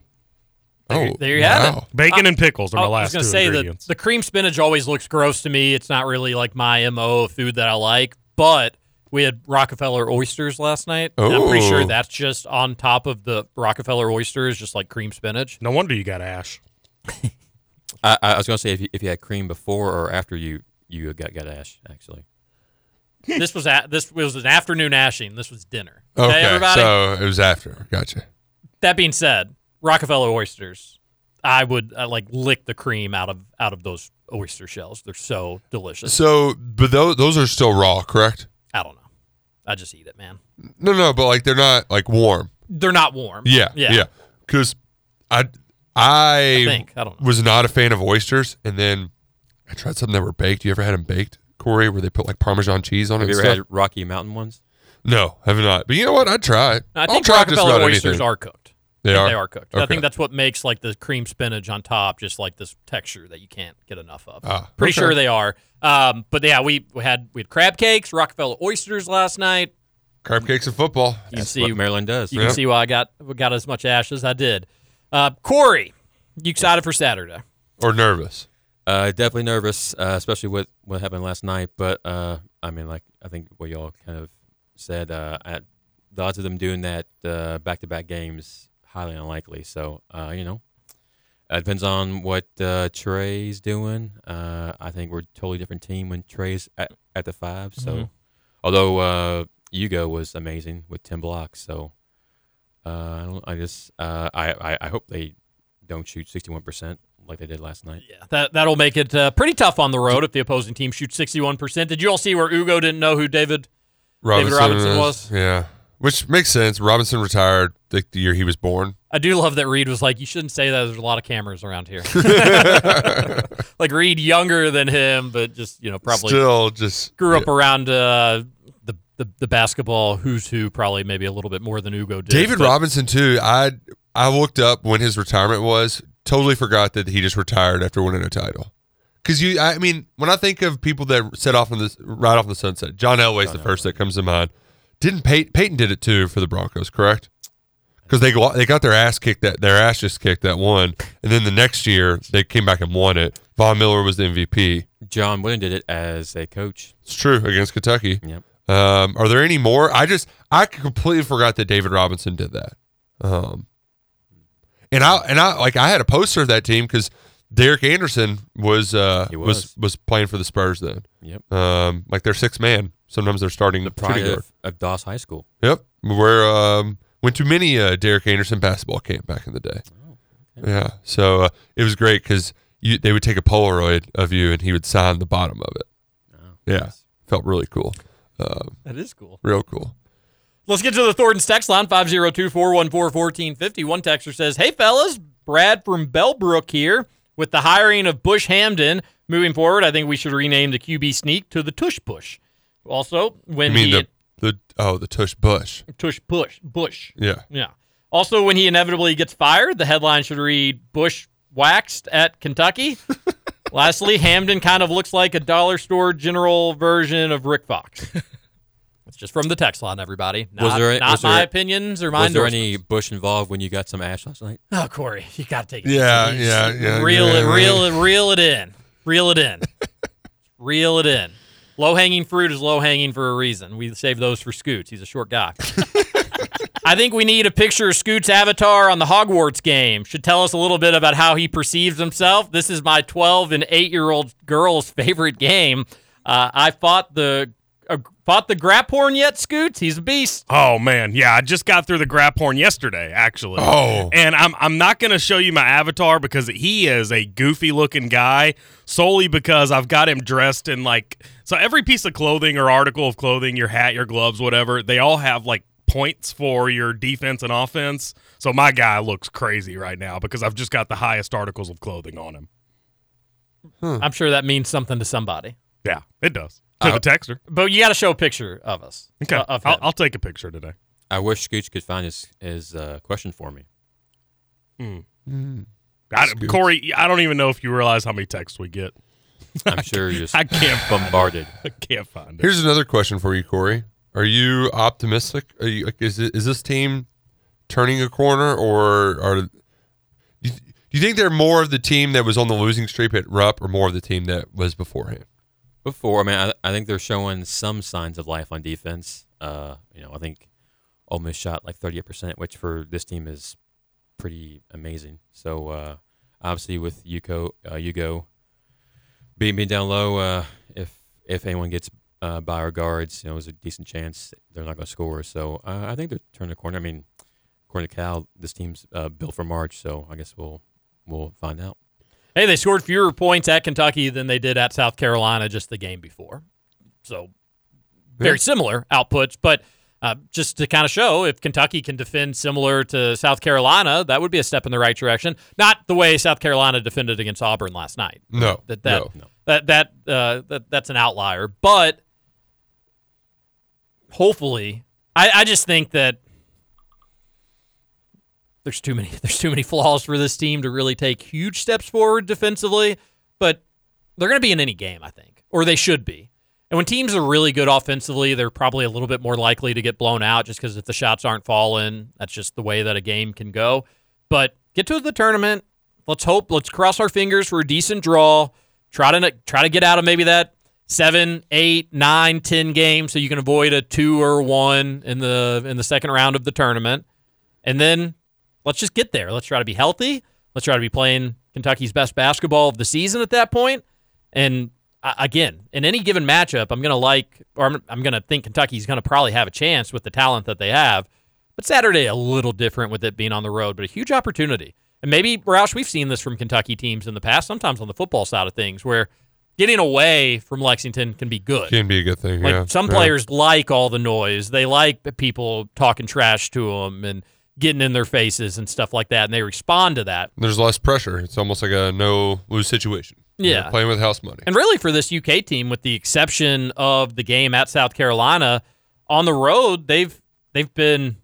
[SPEAKER 7] There
[SPEAKER 5] you- there you have it.
[SPEAKER 8] Bacon
[SPEAKER 5] I-
[SPEAKER 8] and pickles are my
[SPEAKER 5] Uh, oh, I was
[SPEAKER 8] last
[SPEAKER 5] gonna
[SPEAKER 8] two
[SPEAKER 5] say that
[SPEAKER 8] ingredients.
[SPEAKER 5] the cream spinach always looks gross to me. It's not really like my mo of food that I like. But we had Rockefeller oysters last night. and I'm pretty sure
[SPEAKER 8] Ooh.
[SPEAKER 5] that's just on top of the Rockefeller oysters, just like cream spinach.
[SPEAKER 8] No wonder you got ash.
[SPEAKER 4] I, I was going to say if you, if you had cream before or after you you got got ash actually.
[SPEAKER 5] this was a, this was an afternoon ashing. This was dinner.
[SPEAKER 7] okay
[SPEAKER 5] everybody.
[SPEAKER 7] so it was after gotcha
[SPEAKER 5] That being said, Rockefeller oysters. I would uh, like lick the cream out of out of those oyster shells. They're so delicious.
[SPEAKER 7] So, but those those are still raw, correct?
[SPEAKER 5] I don't know. I just eat it, man.
[SPEAKER 7] No, no, but like they're not like warm.
[SPEAKER 5] They're not warm.
[SPEAKER 7] Yeah,
[SPEAKER 5] yeah.
[SPEAKER 7] yeah. Because I I,
[SPEAKER 5] I think. I don't
[SPEAKER 7] was not a fan of oysters, and then I tried something that were baked. You ever had them baked, Corey, where they put like Parmesan cheese on
[SPEAKER 4] Have
[SPEAKER 7] it?
[SPEAKER 4] you
[SPEAKER 7] and
[SPEAKER 4] ever had
[SPEAKER 7] stuff?
[SPEAKER 4] Rocky Mountain ones?
[SPEAKER 7] No, have not. But you know what? I'd try it.
[SPEAKER 5] I
[SPEAKER 7] I'll
[SPEAKER 5] think
[SPEAKER 7] try just
[SPEAKER 5] Rockefeller
[SPEAKER 7] about
[SPEAKER 5] oysters
[SPEAKER 7] anything.
[SPEAKER 5] are cooked.
[SPEAKER 7] They
[SPEAKER 5] I think
[SPEAKER 7] are?
[SPEAKER 5] They are cooked. I
[SPEAKER 7] Okay.
[SPEAKER 5] think that's what makes like the cream spinach on top, just like this texture that you can't get enough of.
[SPEAKER 7] Ah,
[SPEAKER 5] Pretty
[SPEAKER 7] okay.
[SPEAKER 5] sure they are. Um, but yeah, we, we had we had crab cakes, Rockefeller oysters last night.
[SPEAKER 7] Crab cakes and football.
[SPEAKER 5] You can see
[SPEAKER 4] Maryland does.
[SPEAKER 5] You
[SPEAKER 7] Yeah.
[SPEAKER 5] can see why I got got as much ash as I did. Uh, Corey, you excited for Saturday?
[SPEAKER 7] Or nervous?
[SPEAKER 4] Uh, definitely nervous, uh, especially with what happened last night. But uh, I mean, like I think what y'all kind of said, uh, at the odds of them doing that uh, back-to-back games highly unlikely. So uh, you know, it depends on what uh, Trey's doing. Uh, I think we're a totally different team when Trey's at, at the five. So,
[SPEAKER 5] Mhm.
[SPEAKER 4] although uh, Hugo was amazing with ten blocks, so uh, I don't. I just uh, I, I I hope they don't shoot sixty-one percent like they did last night.
[SPEAKER 5] Yeah, That that'll make it uh, pretty tough on the road if the opposing team shoots sixty one percent. Did you all see where Ugo didn't know who David David Robinson
[SPEAKER 7] is-
[SPEAKER 5] was?
[SPEAKER 7] Yeah, which makes sense. Robinson retired like the year he was born.
[SPEAKER 5] I do love that Reed was like, "You shouldn't say that. There's a lot of cameras around here." like Reed, younger than him, but just you know, probably
[SPEAKER 7] Still just-
[SPEAKER 5] grew up around uh, the, the the basketball who's who, probably maybe a little bit more than Ugo did.
[SPEAKER 7] David
[SPEAKER 5] but-
[SPEAKER 7] Robinson too. I I looked up when his retirement was. Totally forgot that he just retired after winning a title. Because you, I mean, when I think of people that set off on this right off the sunset, John Elway's the first that comes to mind. Didn't Peyton, Peyton did it too for the Broncos, correct? Because they got they got their ass kicked that their ass just kicked that one, and then the next year they came back and won it. Von Miller was the MVP.
[SPEAKER 4] John Wooden did it as a coach.
[SPEAKER 7] It's true against Kentucky.
[SPEAKER 4] Yep.
[SPEAKER 7] Um, are there any more? I just I completely forgot that David Robinson did that. Um, and I and I like I had a poster of that team because Derek Anderson was uh was. was
[SPEAKER 4] was.
[SPEAKER 7] playing for the Spurs then.
[SPEAKER 4] Yep.
[SPEAKER 7] Um, like their sixth man. Sometimes they're starting the
[SPEAKER 4] Pride of, of Doss High School.
[SPEAKER 7] Yep. Where um went to many uh, Derek Anderson basketball camp back in the day. Yeah. So uh, it was great because you they would take a Polaroid of you and he would sign the bottom of it. yeah. Felt really cool. Um,
[SPEAKER 5] That is cool.
[SPEAKER 7] Real cool.
[SPEAKER 5] Let's get to the Thornton's text line 502 414 1450. One texter says, Hey, fellas, Brad from Bellbrook here. With the hiring of Bush Hamden moving forward, I think we should rename the QB sneak to the Tush Push. Also,
[SPEAKER 7] I
[SPEAKER 5] when
[SPEAKER 7] mean
[SPEAKER 5] he
[SPEAKER 7] the, the oh the Tush Bush.
[SPEAKER 5] Tush Push Bush.
[SPEAKER 7] Yeah.
[SPEAKER 5] Yeah. Also, when he inevitably gets fired, the headline should read Bush waxed at Kentucky. Lastly, Hamden kind of looks like a dollar store general version of Rick Fox. It's just from the text line, everybody. Not, not my opinions or my
[SPEAKER 4] Was there
[SPEAKER 5] endorsements.
[SPEAKER 4] any Bush involved when you got some ash last night?
[SPEAKER 5] Oh, Corey, you got to take it.
[SPEAKER 4] Yeah,
[SPEAKER 5] easy.
[SPEAKER 4] yeah, yeah,
[SPEAKER 5] Reel
[SPEAKER 4] yeah,
[SPEAKER 5] it,
[SPEAKER 4] right.
[SPEAKER 5] reel it, reel it in. Reel it in. reel it in. Low hanging fruit is low hanging for a reason. We save those for Scoots. He's a short guy. I think we need a picture of Scoot's avatar on the Hogwarts game. Should tell us a little bit about how he perceives himself. This is my 12 and 8 year old girl's favorite game. Uh, I fought the uh, fought the Graphorn yet, Scoots? He's a beast.
[SPEAKER 8] Oh man, yeah, I just got through the grab horn yesterday, actually.
[SPEAKER 7] Oh.
[SPEAKER 8] and I'm I'm not gonna show you my avatar because he is a goofy looking guy solely because I've got him dressed in like so every piece of clothing or article of clothing, your hat, your gloves, whatever, they all have like points for your defense and offense. So my guy looks crazy right now because I've just got the highest articles of clothing on him.
[SPEAKER 4] Hmm.
[SPEAKER 5] I'm sure that means something to somebody.
[SPEAKER 8] Yeah, it does. To
[SPEAKER 4] Uh,
[SPEAKER 8] the texter.
[SPEAKER 5] But you got to show a picture of us.
[SPEAKER 8] Okay.
[SPEAKER 5] Uh, of
[SPEAKER 8] I'll,
[SPEAKER 5] him.
[SPEAKER 8] I'll take a picture today.
[SPEAKER 4] I wish Scooch could find his his uh, question for me.
[SPEAKER 8] I,
[SPEAKER 4] Scoots.
[SPEAKER 8] Corey, I don't even know if you realize how many texts we get.
[SPEAKER 4] I'm sure you're just
[SPEAKER 8] I can't find it.
[SPEAKER 4] bombarded.
[SPEAKER 8] I can't find it.
[SPEAKER 7] Here's another question for you, Corey. Are you optimistic? Are you like, is it, is this team turning a corner, or are do you, do you think they're more of the team that was on the losing streak at Rupp, or more of the team that was beforehand?
[SPEAKER 4] Before, I mean, I, I think they're showing some signs of life on defense. Uh, you know, I think Ole Miss shot like 38%, which for this team is pretty amazing. So uh, obviously with Yuko, uh, Yugo being, being down low, uh, if if anyone gets uh, by our guards, you know, there's a decent chance they're not going to score. So uh, I think they're turning the corner. I mean, according to Cal, this team's uh, built for March, so I guess we'll we'll find out.
[SPEAKER 5] Hey, they scored fewer points at Kentucky than they did at South Carolina just the game before. So very
[SPEAKER 4] Yeah.
[SPEAKER 5] similar outputs, but uh, just to kind of show if Kentucky can defend similar to South Carolina, that would be a step in the right direction. Not the way South Carolina defended against Auburn last night.
[SPEAKER 7] No,
[SPEAKER 5] that that
[SPEAKER 7] no.
[SPEAKER 5] that that, uh, that that's an outlier, but hopefully, I, I just think that there's too many there's too many flaws for this team to really take huge steps forward defensively, but they're going to be in any game, I think, or they should be. And when teams are really good offensively, they're probably a little bit more likely to get blown out just because if the shots aren't falling, that's just the way that a game can go. But get to the tournament. Let's hope. Let's cross our fingers for a decent draw. Try to try to get out of maybe that seven, eight, nine, ten game, so you can avoid a two or one in the in the second round of the tournament. And then let's just get there. Let's try to be healthy. Let's try to be playing Kentucky's best basketball of the season at that point. And uh, again, in any given matchup, I'm going to like, or I'm, I'm going to think Kentucky's going to probably have a chance with the talent that they have. But Saturday, a little different with it being on the road, but a huge opportunity. And maybe, Roush, we've seen this from Kentucky teams in the past, sometimes on the football side of things, where getting away from Lexington can be good.
[SPEAKER 7] Can be a good thing.
[SPEAKER 5] Like
[SPEAKER 7] yeah.
[SPEAKER 5] some
[SPEAKER 7] Yeah.
[SPEAKER 5] players like all the noise. They like the people talking trash to them and getting in their faces and stuff like that, and they respond to that.
[SPEAKER 7] There's less pressure. It's almost like a no lose situation. You're
[SPEAKER 5] Yeah.
[SPEAKER 7] playing with house money.
[SPEAKER 5] And really, for this UK team, with the exception of the game at South Carolina, on the road they've they've been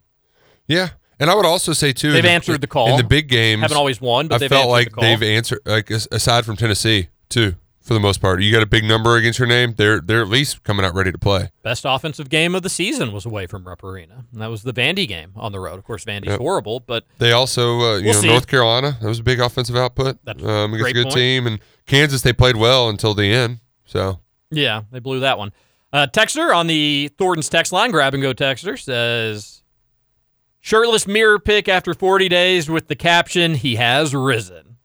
[SPEAKER 7] Yeah. And I would also say too,
[SPEAKER 5] They've
[SPEAKER 7] in
[SPEAKER 5] answered the call.
[SPEAKER 7] in the big games.
[SPEAKER 5] Haven't always won, but
[SPEAKER 7] I
[SPEAKER 5] they've
[SPEAKER 7] felt
[SPEAKER 5] answered
[SPEAKER 7] like
[SPEAKER 5] the call.
[SPEAKER 7] they've answered, like as- aside from Tennessee too, for the most part. You got a big number against your name. They're they're at least coming out ready to play.
[SPEAKER 5] best offensive game of the season was away from Rupp Arena, and that was the Vandy game on the road. Of course, Vandy's
[SPEAKER 7] Yep.
[SPEAKER 5] horrible, but
[SPEAKER 7] They also, uh, you
[SPEAKER 5] We'll
[SPEAKER 7] know,
[SPEAKER 5] see.
[SPEAKER 7] North Carolina. That was a big offensive output.
[SPEAKER 5] That's
[SPEAKER 7] um, against
[SPEAKER 5] great
[SPEAKER 7] a good
[SPEAKER 5] point.
[SPEAKER 7] team, and Kansas they played well until the end. So
[SPEAKER 5] Yeah, they blew that one. Uh, texter on the Thornton's text line, grab and go texter says, "Shirtless mirror pick after 40 days with the caption he has risen."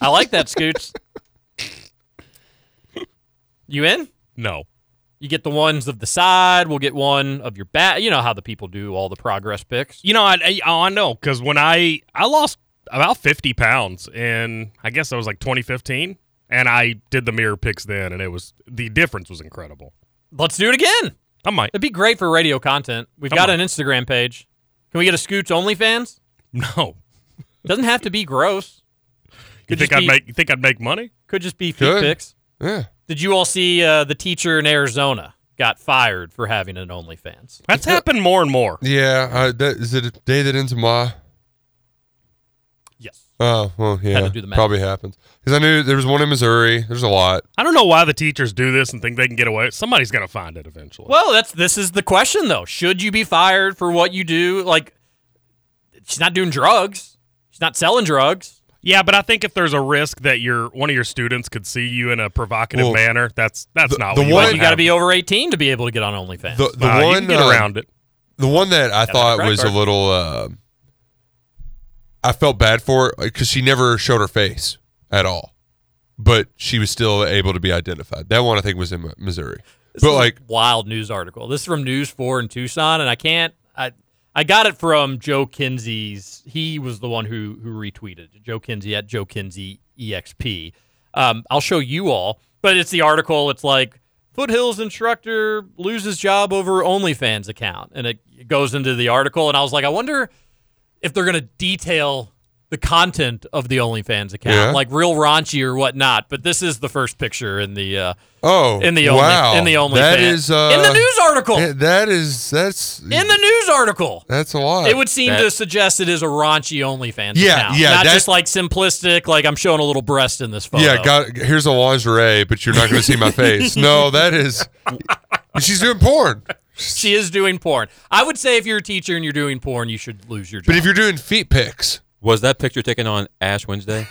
[SPEAKER 5] I like that, Scoots. you in?
[SPEAKER 8] No.
[SPEAKER 5] You get the ones of the side. We'll get one of your bat. You know how the people do all the progress picks.
[SPEAKER 8] You know, I, I, oh, I know because when I I lost about fifty pounds in I guess that was like 2015, and I did the mirror picks then, and it was the difference was incredible.
[SPEAKER 5] Let's do it again.
[SPEAKER 8] I might.
[SPEAKER 5] It'd be great for radio content. We've
[SPEAKER 8] I
[SPEAKER 5] got
[SPEAKER 8] might.
[SPEAKER 5] an Instagram page. Can we get a Scoots OnlyFans?
[SPEAKER 8] No.
[SPEAKER 5] Doesn't have to be gross.
[SPEAKER 8] You
[SPEAKER 5] Could
[SPEAKER 8] think
[SPEAKER 5] just
[SPEAKER 8] I'd
[SPEAKER 5] be-
[SPEAKER 8] make? You think I'd make money?
[SPEAKER 5] Could just be feet
[SPEAKER 8] Could.
[SPEAKER 5] pics.
[SPEAKER 7] Yeah.
[SPEAKER 5] Did you all see uh, the teacher in Arizona got fired for having an OnlyFans?
[SPEAKER 8] That's happened more and more.
[SPEAKER 7] yeah, uh, that, is it a day that ends in Y?
[SPEAKER 5] Yes.
[SPEAKER 7] Oh well, yeah,
[SPEAKER 8] to do the math.
[SPEAKER 7] probably happens because I knew there was one in Missouri. There's a lot.
[SPEAKER 8] I don't know why the teachers do this and think they can get away. Somebody's gonna find it eventually.
[SPEAKER 5] Well, that's this is the question though. Should you be fired for what you do? Like, she's not doing drugs. She's not selling drugs.
[SPEAKER 8] Yeah, but I think if there's a risk that your one of your students could see you in a provocative
[SPEAKER 5] Well,
[SPEAKER 8] manner, that's that's not
[SPEAKER 7] the
[SPEAKER 8] what you
[SPEAKER 7] one-
[SPEAKER 8] want
[SPEAKER 5] You got to
[SPEAKER 8] to
[SPEAKER 5] be over eighteen to be able to get on OnlyFans.
[SPEAKER 7] The, the
[SPEAKER 8] Nah, you
[SPEAKER 7] one
[SPEAKER 8] can get
[SPEAKER 7] uh,
[SPEAKER 8] around it.
[SPEAKER 7] The one that I
[SPEAKER 8] Gotta have a
[SPEAKER 7] thought
[SPEAKER 8] credit
[SPEAKER 7] was
[SPEAKER 8] card.
[SPEAKER 7] a little. Uh, I felt bad for because she never showed her face at all, but she was still able to be identified. That one I think was in Mi- Missouri.
[SPEAKER 5] This
[SPEAKER 7] but
[SPEAKER 5] is a
[SPEAKER 7] like,
[SPEAKER 5] wild news article. This is from News Four in Tucson, and I can't. I I got it from Joe Kinsey's. He was the one who who retweeted it. Joe Kinsey at Joe Kinsey exp. Um, I'll show you all, but it's the article. It's like Foothills instructor loses job over OnlyFans account, and it goes into the article. And I was like, I wonder if they're going to detail the content of the OnlyFans account,
[SPEAKER 7] Yeah.
[SPEAKER 5] like real raunchy or whatnot. But this is the first picture in the. Uh,
[SPEAKER 7] oh,
[SPEAKER 5] in the only
[SPEAKER 7] wow,
[SPEAKER 5] in the only
[SPEAKER 7] that
[SPEAKER 5] fan.
[SPEAKER 7] is, uh,
[SPEAKER 5] in the news article
[SPEAKER 7] yeah, That is that's
[SPEAKER 5] in the news article.
[SPEAKER 7] that's a lot.
[SPEAKER 5] It would seem
[SPEAKER 7] That-
[SPEAKER 5] to suggest it is a raunchy OnlyFans
[SPEAKER 7] Yeah,
[SPEAKER 5] account,
[SPEAKER 7] yeah,
[SPEAKER 5] not
[SPEAKER 7] that-
[SPEAKER 5] just like simplistic. Like I'm showing a little breast in this photo.
[SPEAKER 7] Yeah, got here's a lingerie, but you're not going to see my face. No, that is. She's doing porn.
[SPEAKER 5] she is doing porn. I would say if you're a teacher and you're doing porn, you should lose your job.
[SPEAKER 7] But if you're doing feet pics,
[SPEAKER 4] Was that picture taken on Ash Wednesday?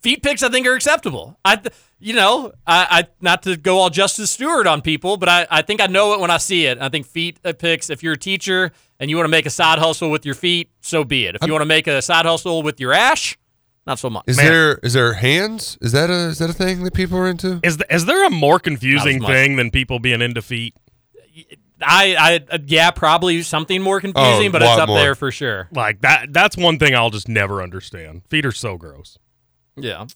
[SPEAKER 5] feet pics I think are acceptable. I, th- you know, I, I not to go all Justice Stewart on people, but I, I think I know it when I see it. I think feet uh, pics. If you're a teacher and you want to make a side hustle with your feet, so be it. If you want to make a side hustle with your ash, not so much.
[SPEAKER 7] is there is there hands? Is that a is that a thing that people are into?
[SPEAKER 8] Is, th- is there a more confusing
[SPEAKER 5] much.
[SPEAKER 8] thing than people being into feet?
[SPEAKER 5] I, I, yeah, probably something more confusing, but it's up there for sure.
[SPEAKER 8] Like that. That's one thing I'll just never understand. Feet are so gross.
[SPEAKER 5] Yeah.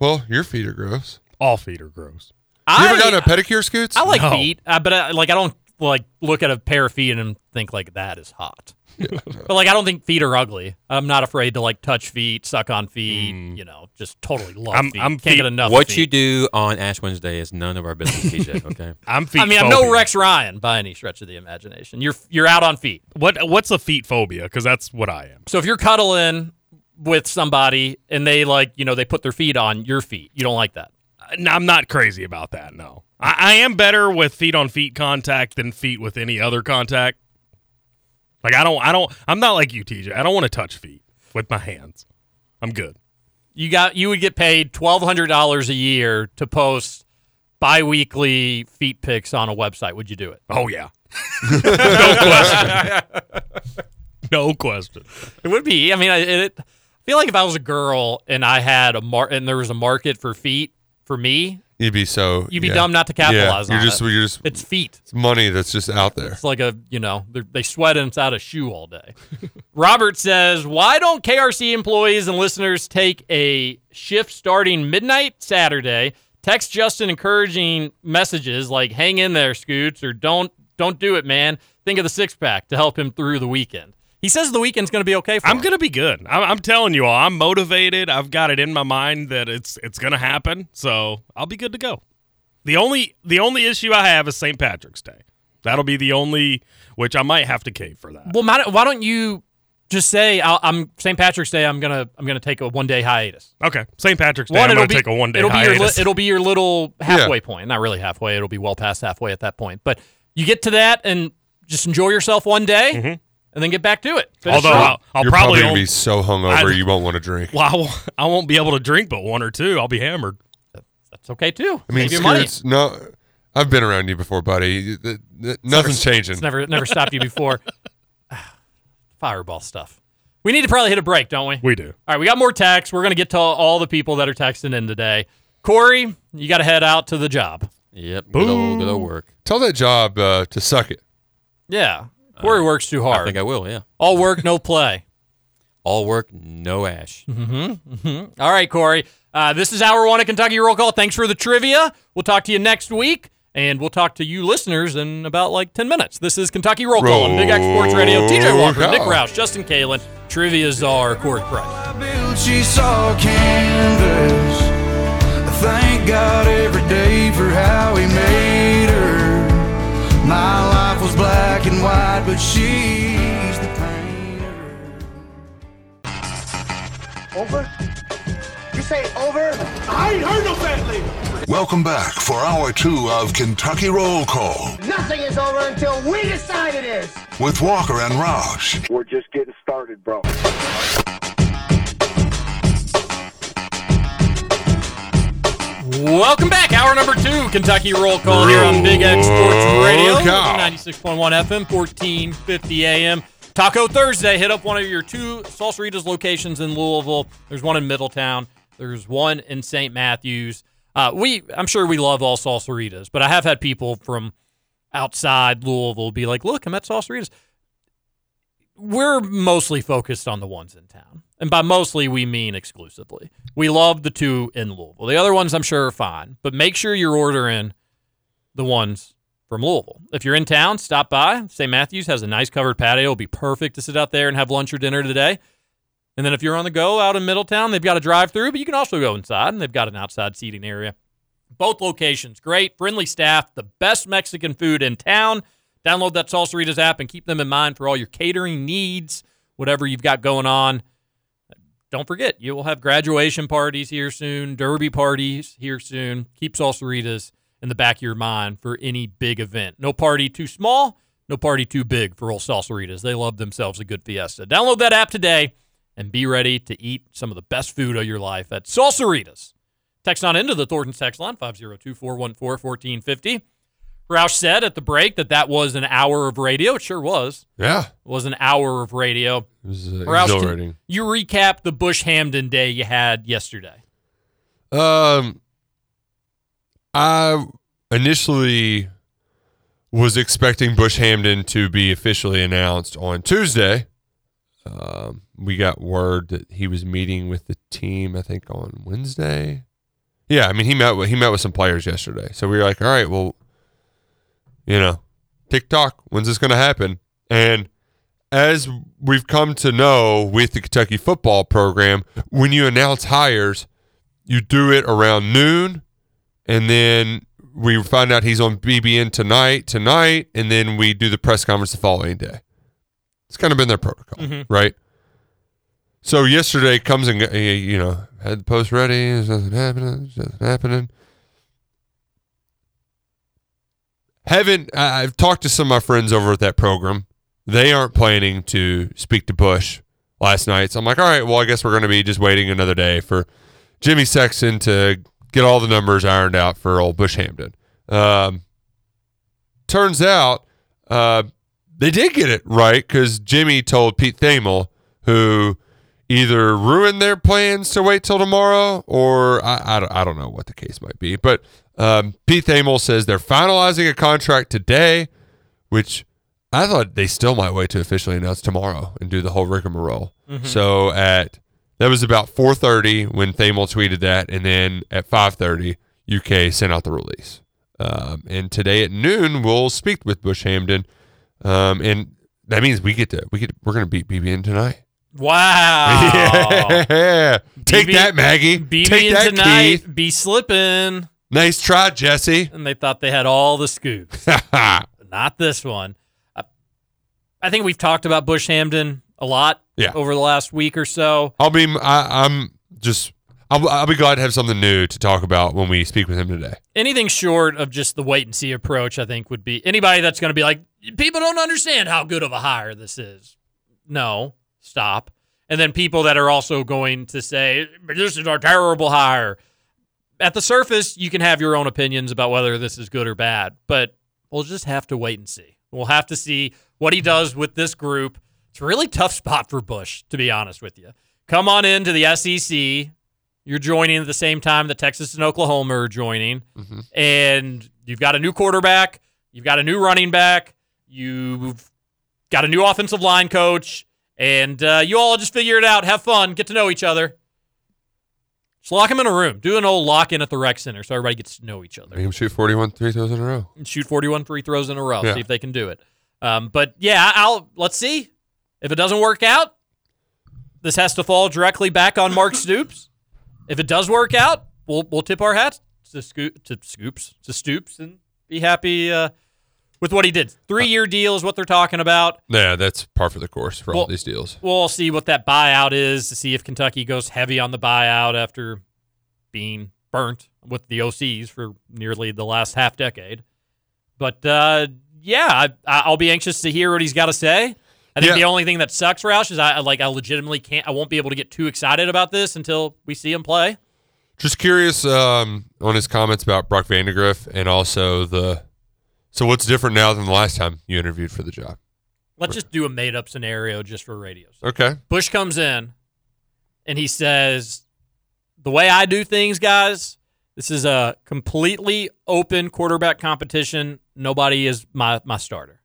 [SPEAKER 7] Well, your feet are gross.
[SPEAKER 8] All feet are gross.
[SPEAKER 7] You ever gotten a pedicure, Scoots?
[SPEAKER 5] I like
[SPEAKER 7] No.
[SPEAKER 5] feet, uh, but I, like I don't like look at a pair of feet and think like that is hot. but like I don't think feet are ugly. I'm not afraid to like touch feet, suck on feet. You know, just totally love feet. Can't get enough.
[SPEAKER 4] What
[SPEAKER 5] of
[SPEAKER 4] you
[SPEAKER 5] feet.
[SPEAKER 4] do on Ash Wednesday is none of our business, TJ. Okay.
[SPEAKER 5] I mean, I'm no Rex Ryan by any stretch of the imagination. You're you're out on feet.
[SPEAKER 8] What what's a feet phobia? Because that's what I am.
[SPEAKER 5] So if you're cuddling with somebody and they like you know they put their feet on your feet, you don't like that.
[SPEAKER 8] No, I'm not crazy about that. No, I, I am better with feet on feet contact than feet with any other contact. Like I don't, I don't, I'm not like you, TJ. I don't want to touch feet with my hands. I'm good.
[SPEAKER 5] you got you would get paid twelve hundred dollars a year to post biweekly feet pics on a website. Would you do it?
[SPEAKER 8] Oh yeah, no question. No question.
[SPEAKER 5] It would be. I mean, I, it, I feel like if I was a girl and I had a mar- and there was a market for feet for me,
[SPEAKER 7] You'd be so.
[SPEAKER 5] You'd be dumb not to capitalize
[SPEAKER 7] you're
[SPEAKER 5] on
[SPEAKER 7] just,
[SPEAKER 5] it.
[SPEAKER 7] You're just.
[SPEAKER 5] It's feet.
[SPEAKER 7] It's money that's just out there.
[SPEAKER 5] It's like a you know they're- they sweat inside a shoe all day. Robert says, "Why don't KRC employees and listeners take a shift starting midnight Saturday? Text Justin encouraging messages like "Hang in there, Scoots" or "Don't don't do it, man." Think of the six pack to help him through the weekend. He says the weekend's going to be okay for
[SPEAKER 8] I'm
[SPEAKER 5] him.
[SPEAKER 8] gonna be good. I'm, I'm telling you all. I'm motivated. I've got it in my mind that it's it's gonna happen. So I'll be good to go. The only the only issue I have is St. Patrick's Day. That'll be the only which I might have to cave for that.
[SPEAKER 5] Well, Matt, why don't you just say I'll, I'm St. Patrick's Day? I'm gonna I'm gonna take a one day hiatus.
[SPEAKER 8] Okay, St. Patrick's Day. I'm gonna take a one day
[SPEAKER 5] it'll Be your,
[SPEAKER 8] hiatus.
[SPEAKER 5] li- it'll be your little halfway
[SPEAKER 8] Yeah.
[SPEAKER 5] point. Not really halfway. It'll be well past halfway at that point. But you get to that and just enjoy yourself one day, and then get back to it. Finish
[SPEAKER 8] Mm-hmm. Although uh,
[SPEAKER 5] strong.
[SPEAKER 8] I'll, I'll
[SPEAKER 7] you're
[SPEAKER 8] probably,
[SPEAKER 7] gonna
[SPEAKER 8] only-
[SPEAKER 7] be so hungover
[SPEAKER 8] I-
[SPEAKER 7] you won't want to drink.
[SPEAKER 8] well, I won't, I won't be able to drink but one or two. I'll be hammered.
[SPEAKER 5] That's okay too.
[SPEAKER 7] I mean,
[SPEAKER 5] Save your money.
[SPEAKER 7] Scoots. No, I've been around you before, buddy. Th- th- Nothing's
[SPEAKER 5] never,
[SPEAKER 7] changing.
[SPEAKER 5] It's never never stopped you before. Fireball stuff. We need to probably hit a break, don't we?
[SPEAKER 8] We do.
[SPEAKER 5] All right, we got more texts. We're gonna get to all the people that are texting in today. Corey, you got to head out to the job.
[SPEAKER 4] Yep.
[SPEAKER 5] good old- good old
[SPEAKER 7] Boo. Tell that job uh, to suck it.
[SPEAKER 5] Yeah, Corey works too hard.
[SPEAKER 4] Uh, I think I will. Yeah.
[SPEAKER 5] All work, no play.
[SPEAKER 4] All work, no ash.
[SPEAKER 5] Mm-hmm. Mm-hmm. All right, Corey. Uh, this is hour one of Kentucky Roll Call. Thanks for the trivia. We'll talk to you next week, and we'll talk to you listeners in about like 10 minutes. This is Kentucky Roll Call on Big X Sports Radio. TJ Walker, Nick
[SPEAKER 10] Call.
[SPEAKER 5] Roush, Justin Kalen, Trivia Czar, Corey Price.
[SPEAKER 10] She saw canvas. Thank God every day for how he made her. My life was black and white, but she's the painter.
[SPEAKER 2] Over? You say over? I ain't heard no bad label.
[SPEAKER 11] Welcome back for hour two of Kentucky Roll Call
[SPEAKER 2] Nothing is over until we decide it is.
[SPEAKER 11] with Walker and Roush.
[SPEAKER 2] We're just getting started, bro.
[SPEAKER 5] Welcome back. Hour number two, Kentucky Roll Call here on Big X Sports Radio.
[SPEAKER 14] Call.
[SPEAKER 5] 96.1 FM, 1450 AM. Taco Thursday. Hit up one of your two Salsaritas locations in Louisville. There's one in Middletown. There's one in St. Matthews. Uh, we, I'm sure we love all Salsaritas, but I have had people from outside Louisville be like, look, I'm at Salsaritas. We're mostly focused on the ones in town. And by mostly, we mean exclusively. We love the two in Louisville. The other ones, I'm sure, are fine, but make sure you're ordering the ones from Louisville. If you're in town, stop by. St. Matthews has a nice covered patio. It'll be perfect to sit out there and have lunch or dinner today. And then if you're on the go out in Middletown, they've got a drive through, but you can also go inside and they've got an outside seating area. Both locations, great, friendly staff, the best Mexican food in town. Download that Salsaritas app and keep them in mind for all your catering needs, whatever you've got going on. Don't forget, you will have graduation parties here soon, derby parties here soon. Keep Salsaritas in the back of your mind for any big event. No party too small, no party too big for old Salsaritas. They love themselves a good fiesta. Download that app today and be ready to eat some of the best food of your life at Salsaritas. Text on into the Thornton text line, 502 414 1450. Roush said at the break that that was an hour of radio. It sure was.
[SPEAKER 7] Yeah.
[SPEAKER 5] It was an hour of radio. It
[SPEAKER 7] was uh, exhilarating.
[SPEAKER 5] you recap the Bush Hamden day you had yesterday.
[SPEAKER 7] Um, I initially was expecting Bush Hamden to be officially announced on Tuesday. Um, we got word that he was meeting with the team, I think, on Wednesday. Yeah, I mean he met with he met with some players yesterday. So we were like, all right, well, you know, TikTok, when's this gonna happen? And as we've come to know with the Kentucky football program, when you announce hires, you do it around noon, and then we find out he's on BBN tonight, tonight, and then we do the press conference the following day. It's kind of been their protocol,
[SPEAKER 13] Mhm.
[SPEAKER 7] right? So yesterday comes and go- you know had the post ready. There's nothing happening. There's nothing happening. Haven't I- I've talked to some of my friends over at that program. They aren't planning to speak to Bush last night, so I'm like, all right, well, I guess we're going to be just waiting another day for Jimmy Sexton to get all the numbers ironed out for old Bush Hampton. Um, turns out uh, they did get it right because Jimmy told Pete Thamel, who either ruined their plans to wait till tomorrow or I, I, don't, I don't know what the case might be. But um, Pete Thamel says they're finalizing a contract today, which I thought they still might wait to officially announce tomorrow and do the whole rigmarole.
[SPEAKER 13] Mhm.
[SPEAKER 7] So at that was about 4:30 when Thamel tweeted that, and then at 5:30 UK sent out the release. Um, and today at noon we'll speak with Bush Hamden, um, and that means we get to we get we're gonna beat BBN tonight.
[SPEAKER 5] Wow. Oh.
[SPEAKER 7] Yeah. Take
[SPEAKER 5] BB
[SPEAKER 7] that, Maggie.
[SPEAKER 5] BB
[SPEAKER 7] Take
[SPEAKER 5] and
[SPEAKER 7] that,
[SPEAKER 5] tonight
[SPEAKER 7] Keith.
[SPEAKER 5] be slipping.
[SPEAKER 7] Nice try, Jesse.
[SPEAKER 5] And they thought they had all the scoops. Not this one. I, I think we've talked about Bush Hamden a lot
[SPEAKER 7] Yeah.
[SPEAKER 5] over the last week or so.
[SPEAKER 7] I'll be I, I'm just I'll, I'll be glad to have something new to talk about when we speak with him today.
[SPEAKER 5] Anything short of just the wait and see approach, I think, would be anybody that's going to be like, people don't understand how good of a hire this is. No, stop. And then people that are also going to say, "But this is a terrible hire. At the surface, you can have your own opinions about whether this is good or bad, but we'll just have to wait and see. We'll have to see what he does with this group. It's a really tough spot for Bush, to be honest with you. Come on into the SEC. You're joining at the same time that Texas and Oklahoma are joining, and you've got a new quarterback, you've got a new running back, you've got a new offensive line coach, and uh, you all just figure it out. Have fun, get to know each other. Just lock them in a room. Do an old lock in at the rec center so everybody gets to know each other.
[SPEAKER 7] Make him shoot 41 three throws in a row.
[SPEAKER 5] And shoot 41 free throws in a row.
[SPEAKER 7] Yeah.
[SPEAKER 5] See if they can do it. Um, but yeah, I'll let's see if it doesn't work out. This has to fall directly back on Mark Stoops. If it does work out, we'll we'll tip our hats to scoop to Scoops to Stoops and be happy uh, with what he did. Three year deal is what they're talking about.
[SPEAKER 7] Yeah, that's par for the course for all
[SPEAKER 5] Well-
[SPEAKER 7] these deals.
[SPEAKER 5] We'll see what that buyout is to see if Kentucky goes heavy on the buyout after being burnt with the OCs for nearly the last half decade. But uh, yeah, I, I'll be anxious to hear what he's got to say. I think
[SPEAKER 7] Yeah.
[SPEAKER 5] the only thing that sucks, Roush, is I I, like I legitimately can't. I won't be able to get too excited about this until we see him play.
[SPEAKER 7] Just curious um, on his comments about Brock Vandegrift and also the. So what's different now than the last time you interviewed for the job?
[SPEAKER 5] Let's just do a made up scenario just for radio.
[SPEAKER 7] Okay.
[SPEAKER 5] Bush comes in and he says, The way I do things, guys, this is a completely open quarterback competition. Nobody is my, my starter.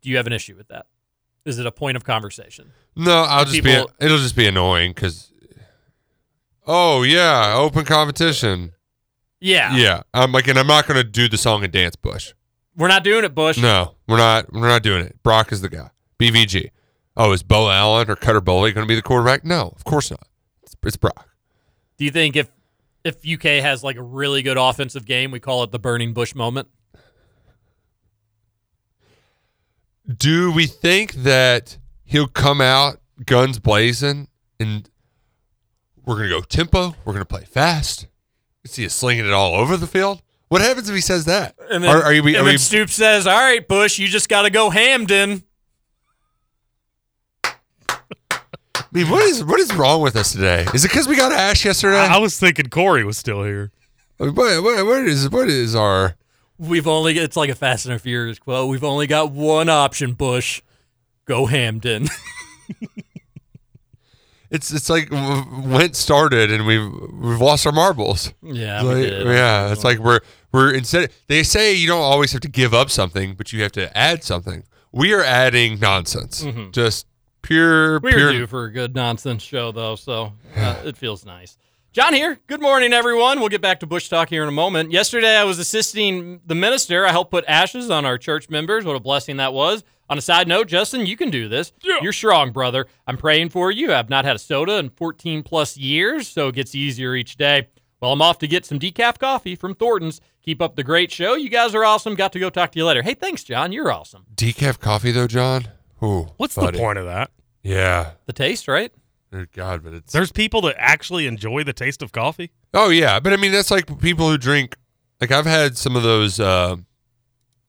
[SPEAKER 5] Do you have an issue with that? Is it a point of conversation?
[SPEAKER 7] No, I'll just
[SPEAKER 5] People-
[SPEAKER 7] be. It'll just be annoying because. Oh yeah, open competition.
[SPEAKER 5] Yeah.
[SPEAKER 7] Yeah, I'm like, and I'm not gonna do the song and dance Bush.
[SPEAKER 5] We're not doing it, Bush.
[SPEAKER 7] No, we're not. We're not doing it. Brock is the guy. BVG. Oh, is Bo Allen or Cutter Bowley going to be the quarterback? No, of course not. It's, it's Brock.
[SPEAKER 5] Do you think if if UK has like a really good offensive game, we call it the burning Bush moment?
[SPEAKER 7] Do we think that he'll come out guns blazing and we're going to go tempo? We're going to play fast. See us slinging it all over the field. What happens if he says that?
[SPEAKER 5] And then,
[SPEAKER 7] are, are you?
[SPEAKER 5] and
[SPEAKER 7] Are
[SPEAKER 5] then
[SPEAKER 7] you
[SPEAKER 5] Stoops says, All right, Bush, you just got to go Hamden.
[SPEAKER 7] I mean, what is what is wrong with us today? Is it because we got Ash yesterday?
[SPEAKER 8] Eh.
[SPEAKER 7] I, was thinking Corey was still here. What, what, what is what is our?
[SPEAKER 5] We've only it's like a Fast and Furious quote. We've only got one option, Bush. Go Hamden.
[SPEAKER 7] It's it's like w- Wentz started and we've we've lost our marbles.
[SPEAKER 5] Yeah,
[SPEAKER 7] It's
[SPEAKER 5] we
[SPEAKER 7] like-
[SPEAKER 5] did.
[SPEAKER 7] yeah. It's like we're We're instead they say you don't always have to give up something, but you have to add something. We are adding nonsense,
[SPEAKER 5] Mhm.
[SPEAKER 7] just pure,
[SPEAKER 5] We
[SPEAKER 7] pure
[SPEAKER 5] are due for a good nonsense show, though, so uh, it feels nice. John here. Good morning, everyone. We'll get back to Bush Talk here in a moment. Yesterday, I was assisting the minister. I helped put ashes on our church members. What a blessing that was. On a side note, Justin, you can do this. You're strong, brother. I'm praying for you. I've not had a soda in 14 plus years, so it gets easier each day. Well, I'm off to get some decaf coffee from Thornton's. Keep up the great show. You guys are awesome. Got to go talk to you later. Hey, thanks, John. You're awesome.
[SPEAKER 7] decaf coffee, though, John. Ooh,
[SPEAKER 8] What's
[SPEAKER 7] buddy.
[SPEAKER 8] the point of that?
[SPEAKER 7] Yeah,
[SPEAKER 5] The taste, right?
[SPEAKER 7] Dear God, but it's
[SPEAKER 8] There's people that actually enjoy the taste of coffee.
[SPEAKER 7] oh yeah, but I mean that's like people who drink. Like I've had some of those, uh,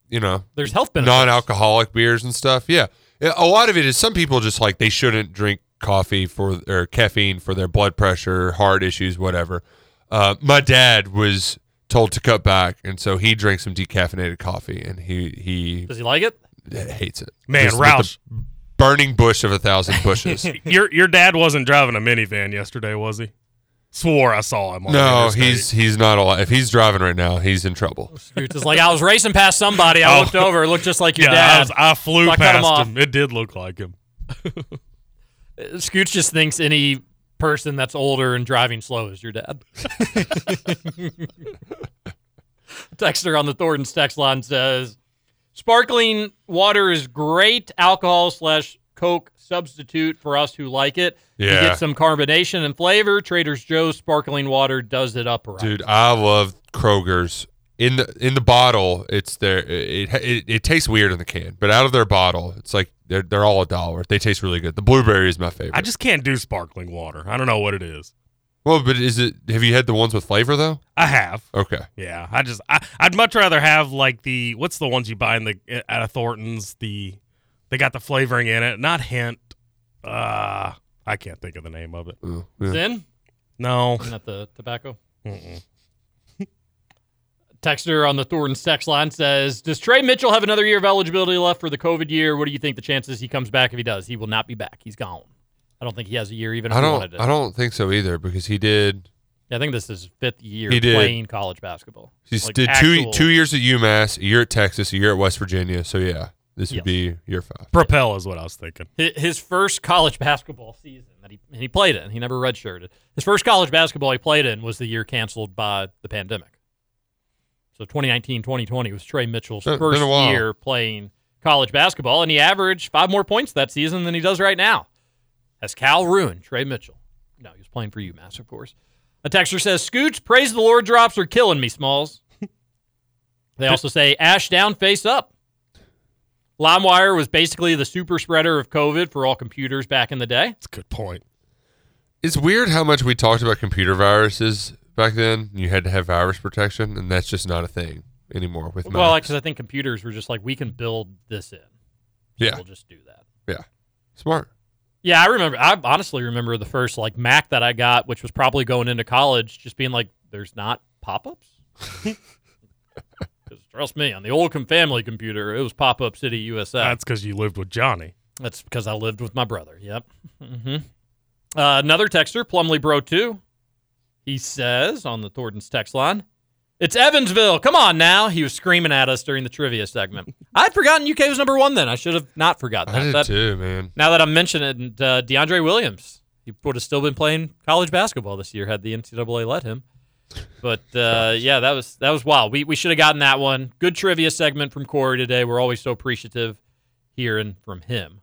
[SPEAKER 7] you know,
[SPEAKER 5] There's health benefits.
[SPEAKER 7] non-alcoholic beers and stuff. Yeah, Yeah, a lot of it is some people just like they shouldn't drink coffee for or caffeine for their blood pressure, heart issues, whatever. Uh, my dad was told to cut back, and so he drank some decaffeinated coffee, and he he
[SPEAKER 5] Does he like it?
[SPEAKER 7] hates it.
[SPEAKER 8] Man,
[SPEAKER 7] Just with
[SPEAKER 8] Roush.
[SPEAKER 7] the burning bush of a thousand bushes.
[SPEAKER 8] your your dad wasn't driving a minivan yesterday, was he? Swore I saw him. On the
[SPEAKER 7] no,
[SPEAKER 8] interstate.
[SPEAKER 7] he's he's not alive. If he's driving right now, he's in trouble.
[SPEAKER 5] Scoots is like, I was racing past somebody. I
[SPEAKER 8] Oh.
[SPEAKER 5] looked over. It looked just like your
[SPEAKER 8] Yeah, I,
[SPEAKER 5] dad.
[SPEAKER 8] was- I flew
[SPEAKER 5] So I cut him
[SPEAKER 8] past
[SPEAKER 5] off.
[SPEAKER 8] him. It did look like him.
[SPEAKER 5] Uh, Scoots just thinks any person that's older and driving slow is your dad. Texter on the Thornton's text line says, "Sparkling water is great alcohol slash Coke substitute for us who like it. You
[SPEAKER 7] Yeah.
[SPEAKER 5] get some carbonation and flavor. Trader Joe's sparkling water does it up right.
[SPEAKER 7] Dude, I love Kroger's. In the in the bottle, it's their it, it it tastes weird in the can, but out of their bottle, it's like they're they're all a dollar. They taste really good. The blueberry is my favorite.
[SPEAKER 8] I just can't do sparkling water. I don't know what it is.
[SPEAKER 7] well, but is it? Have you had the ones with flavor though?
[SPEAKER 8] I have.
[SPEAKER 7] Okay,
[SPEAKER 8] Yeah, I just I, I'd much rather have like the what's the ones you buy in the out of Thornton's the they got the flavoring in it, not hint. Uh I can't think of the name of it.
[SPEAKER 7] yeah.
[SPEAKER 5] Zen,
[SPEAKER 8] No.
[SPEAKER 5] isn't that the tobacco?"
[SPEAKER 8] Mm-mm.
[SPEAKER 5] Texter on the Thornton's text line says, "Does Trey Mitchell have another year of eligibility left for the COVID year? What do you think the chances he comes back? If he does, he will not be back. He's gone. I don't think he has a year even. If
[SPEAKER 7] I
[SPEAKER 5] he wanted
[SPEAKER 7] don't
[SPEAKER 5] to.
[SPEAKER 7] I don't think so either because he did
[SPEAKER 5] I think this is his fifth year
[SPEAKER 7] He did.
[SPEAKER 5] playing college basketball.
[SPEAKER 7] he
[SPEAKER 5] Like
[SPEAKER 7] did two
[SPEAKER 5] actual-
[SPEAKER 7] two years at UMass, a year at Texas, a year at West Virginia. So yeah, this would be year five.
[SPEAKER 8] Propel is what I was thinking.
[SPEAKER 5] hi- His first college basketball season that he and he played in. He never redshirted. His first college basketball he played in was the year canceled by the pandemic. So 2019-2020 was Trey Mitchell's
[SPEAKER 7] Been- been
[SPEAKER 5] first
[SPEAKER 7] a while.
[SPEAKER 5] year playing college basketball, and he averaged five more points that season than he does right now. Has Cal ruined Trey Mitchell? No, he was playing for UMass, of course. A texter says, "Scooch, praise the Lord, drops are killing me, Smalls." they also say, "Ash down, face up." LimeWire was basically the super spreader of COVID for all computers back in the day.
[SPEAKER 8] That's a good point.
[SPEAKER 7] It's weird how much we talked about computer viruses back then. You had to have virus protection, and that's just not a thing anymore with
[SPEAKER 5] Well,
[SPEAKER 7] Macs.
[SPEAKER 5] because I think computers were just like, we can build this in.
[SPEAKER 7] Yeah.
[SPEAKER 5] We'll just do that.
[SPEAKER 7] Yeah. Smart.
[SPEAKER 5] Yeah, I remember. I honestly remember the first like Mac that I got, which was probably going into college, just being like, "There's not pop-ups." Because trust me, on the Oldcom family computer, it was pop-up city USA.
[SPEAKER 8] That's because you lived with Johnny.
[SPEAKER 5] That's because I lived with my brother. Yep. hmm Uh, another texter, Plumley Bro 2. He says on the Thornton's text line, It's Evansville. Come on now. He was screaming at us during the trivia segment. I'd forgotten UK was number one then. I should have not forgotten
[SPEAKER 7] I
[SPEAKER 5] that.
[SPEAKER 7] did
[SPEAKER 5] That-
[SPEAKER 7] too, man.
[SPEAKER 5] Now that I'm mentioning uh, DeAndre Williams, he would have still been playing college basketball this year had the NCAA let him. But uh, yeah, that was that was wild. We we should have gotten that one. Good trivia segment from Corey today. We're always so appreciative hearing from him.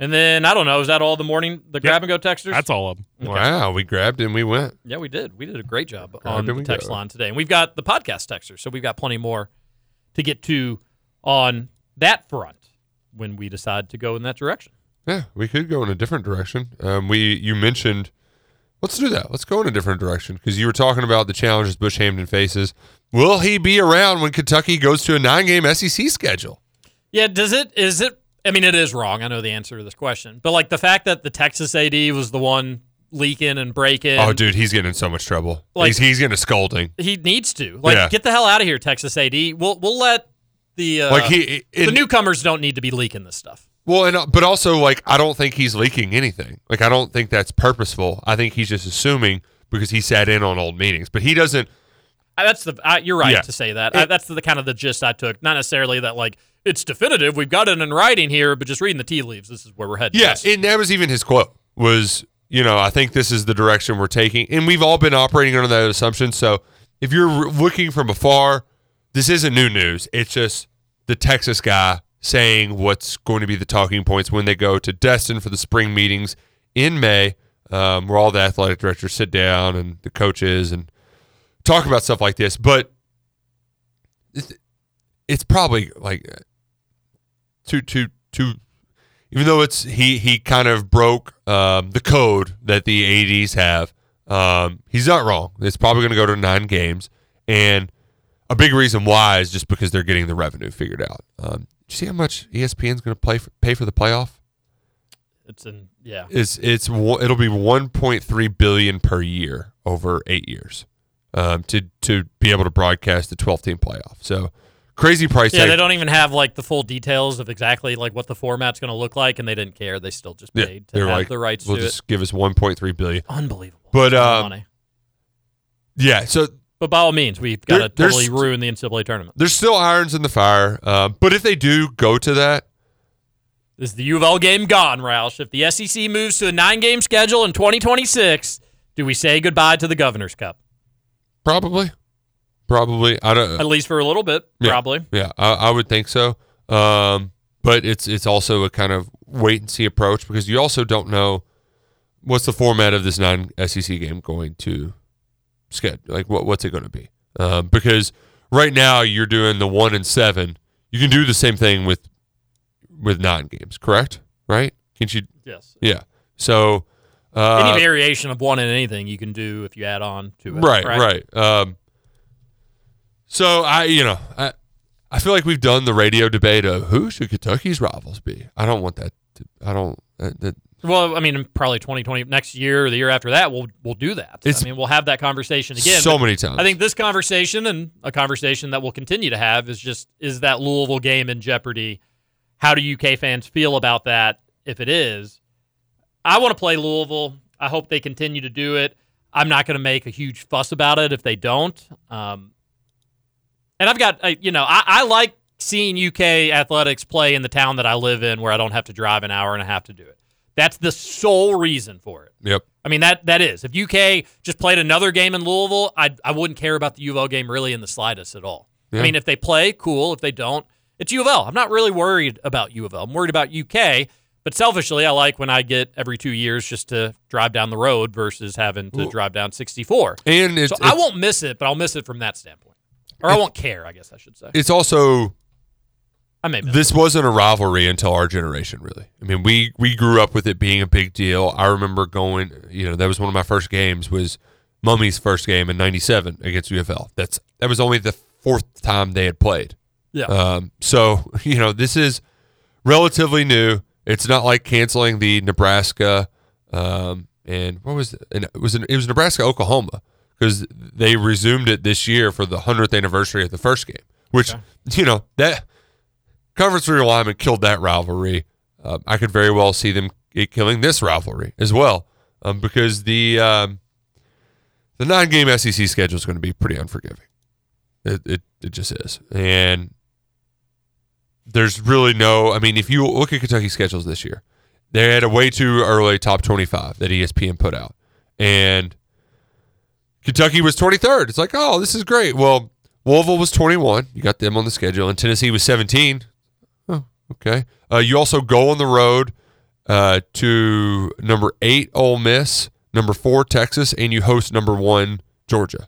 [SPEAKER 5] And then I don't know, is that all the morning the grab and go texters?
[SPEAKER 8] That's all of them.
[SPEAKER 5] Mm.
[SPEAKER 7] Wow, we grabbed and we went.
[SPEAKER 5] Yeah, we did. We did a great job
[SPEAKER 7] God,
[SPEAKER 5] on
[SPEAKER 7] did
[SPEAKER 5] the
[SPEAKER 7] we
[SPEAKER 5] text
[SPEAKER 7] go.
[SPEAKER 5] line today. And we've got the podcast texters, so we've got plenty more to get to on that front when we decide to go in that direction.
[SPEAKER 7] Yeah, we could go in a different direction. Um, we you mentioned let's do that. Let's go in a different direction because you were talking about the challenges Bush Hampton faces. Will he be around when Kentucky goes to a nine-game SEC schedule?
[SPEAKER 5] Yeah, does it is it I mean it is wrong. I know the answer to this question. But like the fact that the Texas AD was the one leaking and breaking
[SPEAKER 7] oh, dude, he's getting in so much trouble.
[SPEAKER 5] Like-
[SPEAKER 7] he's he's getting a scolding.
[SPEAKER 5] he needs to. Like
[SPEAKER 7] Yeah.
[SPEAKER 5] get the hell out of here Texas AD. We'll we'll let the uh,
[SPEAKER 7] Like, he-
[SPEAKER 5] the
[SPEAKER 7] in-
[SPEAKER 5] newcomers don't need to be leaking this stuff.
[SPEAKER 7] Well, and uh, but also like I don't think he's leaking anything. Like I don't think that's purposeful. I think he's just assuming because he sat in on old meetings. But he doesn't
[SPEAKER 5] I- that's the I, you're right
[SPEAKER 15] Yeah.
[SPEAKER 5] to say that. I, that's the kind of the gist I took. Not necessarily that like it's definitive. We've got it in writing here, but just reading the tea leaves, this is where we're headed.
[SPEAKER 7] Yes, and that was even his quote was, you know, I think this is the direction we're taking, and we've all been operating under that assumption. So if you're r- looking from afar, this isn't new news. It's just the Texas guy saying what's going to be the talking points when they go to Destin for the spring meetings in May, um, where all the athletic directors sit down and the coaches and talk about stuff like this. But it's, it's probably like uh, too too too even though it's he he kind of broke um, the code that the ads have um, he's not wrong it's probably going to go to nine games and a big reason why is just because they're getting the revenue figured out um, do you see how much espn's going to play for, pay for the playoff
[SPEAKER 5] It's in yeah.
[SPEAKER 7] it's it's wo- it'll be 1.3 billion per year over eight years um, to to be able to broadcast the 12 team playoff so crazy price
[SPEAKER 5] yeah,
[SPEAKER 7] tag.
[SPEAKER 5] they don't even have like the full details of exactly like what the format's going to look like, and they didn't care. They still just paid to
[SPEAKER 7] they're
[SPEAKER 5] have
[SPEAKER 7] like,
[SPEAKER 5] the rights
[SPEAKER 7] We'll
[SPEAKER 5] to
[SPEAKER 7] just
[SPEAKER 5] it.
[SPEAKER 7] give us 1.3 billion.
[SPEAKER 5] Unbelievable.
[SPEAKER 7] But
[SPEAKER 5] That's a lot of
[SPEAKER 7] um, yeah, so
[SPEAKER 5] But by all means, we've got to
[SPEAKER 7] There-
[SPEAKER 5] totally
[SPEAKER 7] there's-
[SPEAKER 5] ruin the NCAA tournament.
[SPEAKER 7] there's still irons in the fire. Uh, but if they do go to that,
[SPEAKER 5] Is the U of L game gone, Roush? If the SEC moves to a nine-game schedule in 2026, do we say goodbye to the Governor's Cup?
[SPEAKER 7] probably, probably I don't.
[SPEAKER 5] At least for a little bit,
[SPEAKER 7] yeah,
[SPEAKER 5] probably.
[SPEAKER 7] Yeah, I, I would think so. Um, but it's it's also a kind of wait and see approach because you also don't know what's the format of this non SEC game going to schedule. Like what what's it going to be? Um, because right now you're doing the one and seven. You can do the same thing with with nine games, correct? Right? Can't you?
[SPEAKER 5] Yes.
[SPEAKER 7] Yeah. So uh,
[SPEAKER 5] Any variation of one in anything you can do if you add on to it.
[SPEAKER 7] right, right. Um, so I, you know, I, I feel like we've done the radio debate of who should Kentucky's rivals be. I don't want that. To, I don't. Uh, that
[SPEAKER 5] Well, I mean, probably 2020 next year or the year after that, we'll we'll do that.
[SPEAKER 7] It's-
[SPEAKER 5] I mean, we'll have that conversation again.
[SPEAKER 7] So
[SPEAKER 5] but
[SPEAKER 7] many times.
[SPEAKER 5] I think this conversation and a conversation that we'll continue to have is just is that Louisville game in jeopardy? How do UK fans feel about that? If it is, I want to play Louisville. I hope they continue to do it. I'm not going to make a huge fuss about it if they don't. Um, and I've got, uh, you know, I, I like seeing UK athletics play in the town that I live in where I don't have to drive an hour and a half to do it. That's the sole reason for it.
[SPEAKER 7] Yep.
[SPEAKER 5] I mean, that that is. If UK just played another game in Louisville, I, I wouldn't care about the U of L game really in the slightest at all. I
[SPEAKER 7] Yeah.
[SPEAKER 5] mean, if they play, cool. If they don't, it's U of L. I'm not really worried about U of L. I'm worried about UK. But selfishly, I like when I get every two years just to drive down the road versus having to
[SPEAKER 7] Well-
[SPEAKER 5] drive down 64.
[SPEAKER 7] And it's-
[SPEAKER 5] so I
[SPEAKER 7] it's-
[SPEAKER 5] won't miss it, but I'll miss it from that standpoint, or I won't care. I guess I should say.
[SPEAKER 7] It's also
[SPEAKER 5] I may miss
[SPEAKER 7] this wasn't a rivalry until our generation, really. I mean, we we grew up with it being a big deal. I remember going, you know, that was one of my first games was Mummy's first game in '97 against UFL. That's that was only the fourth time they had played.
[SPEAKER 5] Yeah.
[SPEAKER 7] Um, so you know, this is relatively new. It's not like canceling the Nebraska um, and what was it? And it was it was Nebraska Oklahoma because they resumed it this year for the hundredth anniversary of the first game, which you know that conference realignment killed that rivalry. Um, I could very well see them it killing this rivalry as well, um, because the um, the nine game SEC schedule is going to be pretty unforgiving. It, it it just is, and there's really no. I mean, if you look at Kentucky's schedules this year, they had a way too early top twenty five that E ESPN put out, and Kentucky was 23rd. It's like, oh, this is great. Well, Louisville was 21. You got them on the schedule, and Tennessee was 17. Oh, okay. Uh, you also go on the road uh, to number eight Ole Miss, number four Texas, and you host number one Georgia.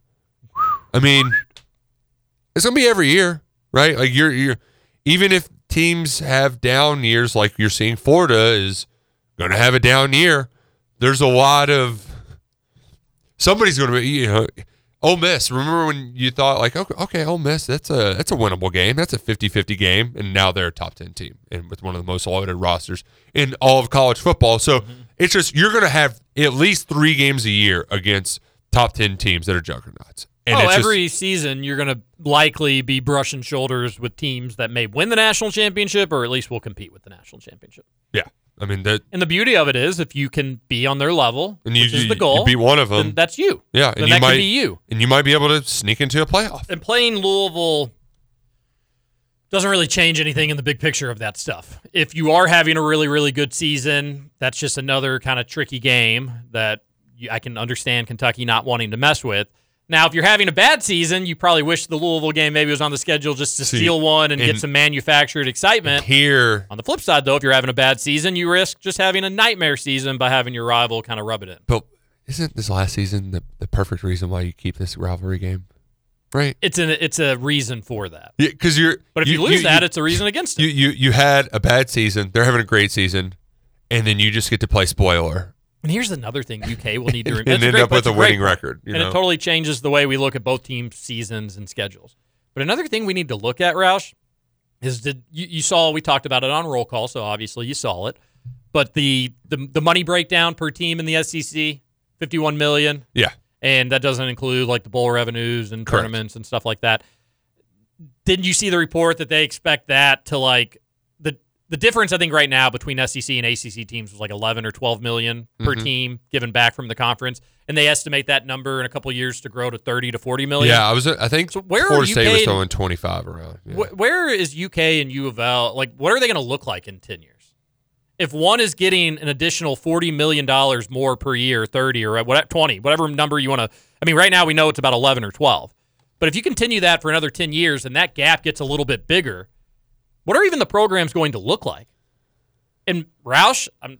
[SPEAKER 7] I mean, it's gonna be every year, right? Like you're you're even if teams have down years, like you're seeing Florida is gonna have a down year. There's a lot of somebody's going to be you know Ole Miss. Remember when you thought like okay, okay Ole Miss that's a that's a winnable game. That's a 50-50 game and now they're a top 10 team and with one of the most loaded rosters in all of college football. So
[SPEAKER 5] Mm-hmm.
[SPEAKER 7] it's just you're going to have at least 3 games a year against top 10 teams that are juggernauts. And
[SPEAKER 5] oh,
[SPEAKER 7] it's just-
[SPEAKER 5] every season you're going to likely be brushing shoulders with teams that may win the national championship or at least will compete with the national championship.
[SPEAKER 7] yeah. I mean, that
[SPEAKER 5] And the beauty of it is, if you can be on their level,
[SPEAKER 7] and you,
[SPEAKER 5] which is
[SPEAKER 7] you-
[SPEAKER 5] the goal,
[SPEAKER 7] you beat one of
[SPEAKER 5] then
[SPEAKER 7] them.
[SPEAKER 5] that's you.
[SPEAKER 7] Yeah, and
[SPEAKER 5] Then that
[SPEAKER 7] you
[SPEAKER 5] could
[SPEAKER 7] might
[SPEAKER 5] be you.
[SPEAKER 7] and you might be able to sneak into a playoff.
[SPEAKER 5] And playing Louisville doesn't really change anything in the big picture of that stuff. If you are having a really, really good season, that's just another kind of tricky game that you, I can understand Kentucky not wanting to mess with. Now, if you're having a bad season, you probably wish the Louisville game maybe was on the schedule just to
[SPEAKER 7] See,
[SPEAKER 5] steal one and, get
[SPEAKER 7] and-
[SPEAKER 5] some manufactured excitement.
[SPEAKER 7] Here,
[SPEAKER 5] on the flip side, though, if you're having a bad season, you risk just having a nightmare season by having your rival kind of rub it in.
[SPEAKER 7] but isn't this last season the, the perfect reason why you keep this rivalry game? Right.
[SPEAKER 5] It's an it's a reason for that.
[SPEAKER 7] Because you're.
[SPEAKER 5] But if you, lose that, it's a reason against it.
[SPEAKER 7] You, you you had a bad season. They're having a great season, and then you just get to play spoiler.
[SPEAKER 5] And here's another thing UK will need to
[SPEAKER 7] And
[SPEAKER 5] remember.
[SPEAKER 7] end up with a winning record, you
[SPEAKER 5] and
[SPEAKER 7] know?
[SPEAKER 5] it totally changes the way we look at both teams' seasons and schedules. But another thing we need to look at, Roush, is did you, you saw we talked about it on roll call, so obviously you saw it. But the the, the money breakdown per team in the SEC, fifty one million.
[SPEAKER 7] Yeah.
[SPEAKER 5] And that doesn't include like the bowl revenues and
[SPEAKER 7] Correct.
[SPEAKER 5] tournaments and stuff like that. Didn't you see the report that they expect that to like the the difference I think right now between SEC and ACC teams was like 11 or 12 million per
[SPEAKER 7] Mhm.
[SPEAKER 5] team given back from the conference, and they estimate that number in a couple years to grow to 30 to 40 million.
[SPEAKER 7] Yeah, I was. I think
[SPEAKER 5] where are
[SPEAKER 7] Florida
[SPEAKER 5] you
[SPEAKER 7] State was
[SPEAKER 5] paid-
[SPEAKER 7] throwing twenty five around. Yeah.
[SPEAKER 5] Wh- where is UK and U of L like? What are they going to look like in 10 years? If one is getting an additional 40 million dollars more per year, 30 or whatever, 20, whatever number you want to. I mean, right now we know it's about 11 or 12, but if you continue that for another 10 years and that gap gets a little bit bigger, what are even the programs going to look like? And Roush, I'm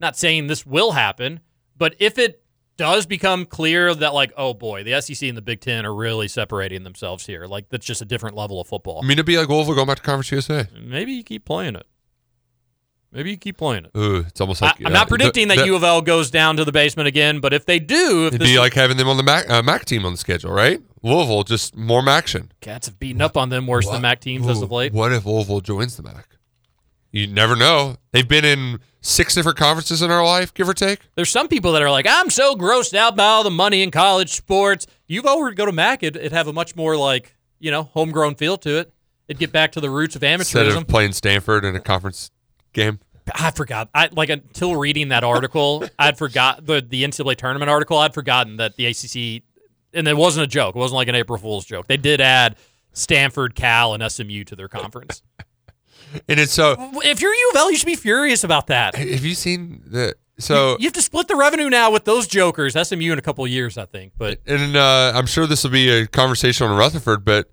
[SPEAKER 5] not saying this will happen, but if it does become clear that like, oh boy, the SEC and the Big Ten are really separating themselves here, like that's just a different level of football.
[SPEAKER 7] I mean, it'd be like Louisville going back to Conference USA.
[SPEAKER 5] Maybe you keep playing it. Maybe you keep playing it.
[SPEAKER 7] Ooh, it's almost like
[SPEAKER 5] I, am
[SPEAKER 7] uh,
[SPEAKER 5] not predicting
[SPEAKER 7] the-
[SPEAKER 5] that
[SPEAKER 7] the-
[SPEAKER 5] U of L goes down to the basement again, but if they do, if
[SPEAKER 7] It'd
[SPEAKER 5] this
[SPEAKER 7] be like having them on the Mac, uh, Mac team on the schedule, right? Louisville just more action.
[SPEAKER 5] Cats have beaten up on them worse
[SPEAKER 7] What-
[SPEAKER 5] than MAC teams as of
[SPEAKER 7] ooh,
[SPEAKER 5] late.
[SPEAKER 7] What if Louisville joins the MAC? You never know. They've been in six different conferences in our life, give or take.
[SPEAKER 5] There's some people that are like, I'm so grossed out by all the money in college sports. You over go to MAC, it'd, it'd have a much more like you know homegrown feel to it. It'd get back to the roots of
[SPEAKER 7] Instead
[SPEAKER 5] amateurism.
[SPEAKER 7] of playing Stanford in a conference game.
[SPEAKER 5] I forgot. I like until reading that article, I'd forgot the the NCAA tournament article. I'd forgotten that the ACC, and it wasn't a joke. It wasn't like an April Fool's joke. They did add Stanford, Cal, and SMU to their conference.
[SPEAKER 7] And it's so.
[SPEAKER 5] if you're U of L, you should be furious about that.
[SPEAKER 7] Have you seen the so?
[SPEAKER 5] you have to split the revenue now with those jokers. SMU in a couple years, I think. But
[SPEAKER 7] and uh, I'm sure this will be a conversation on Rutherford, but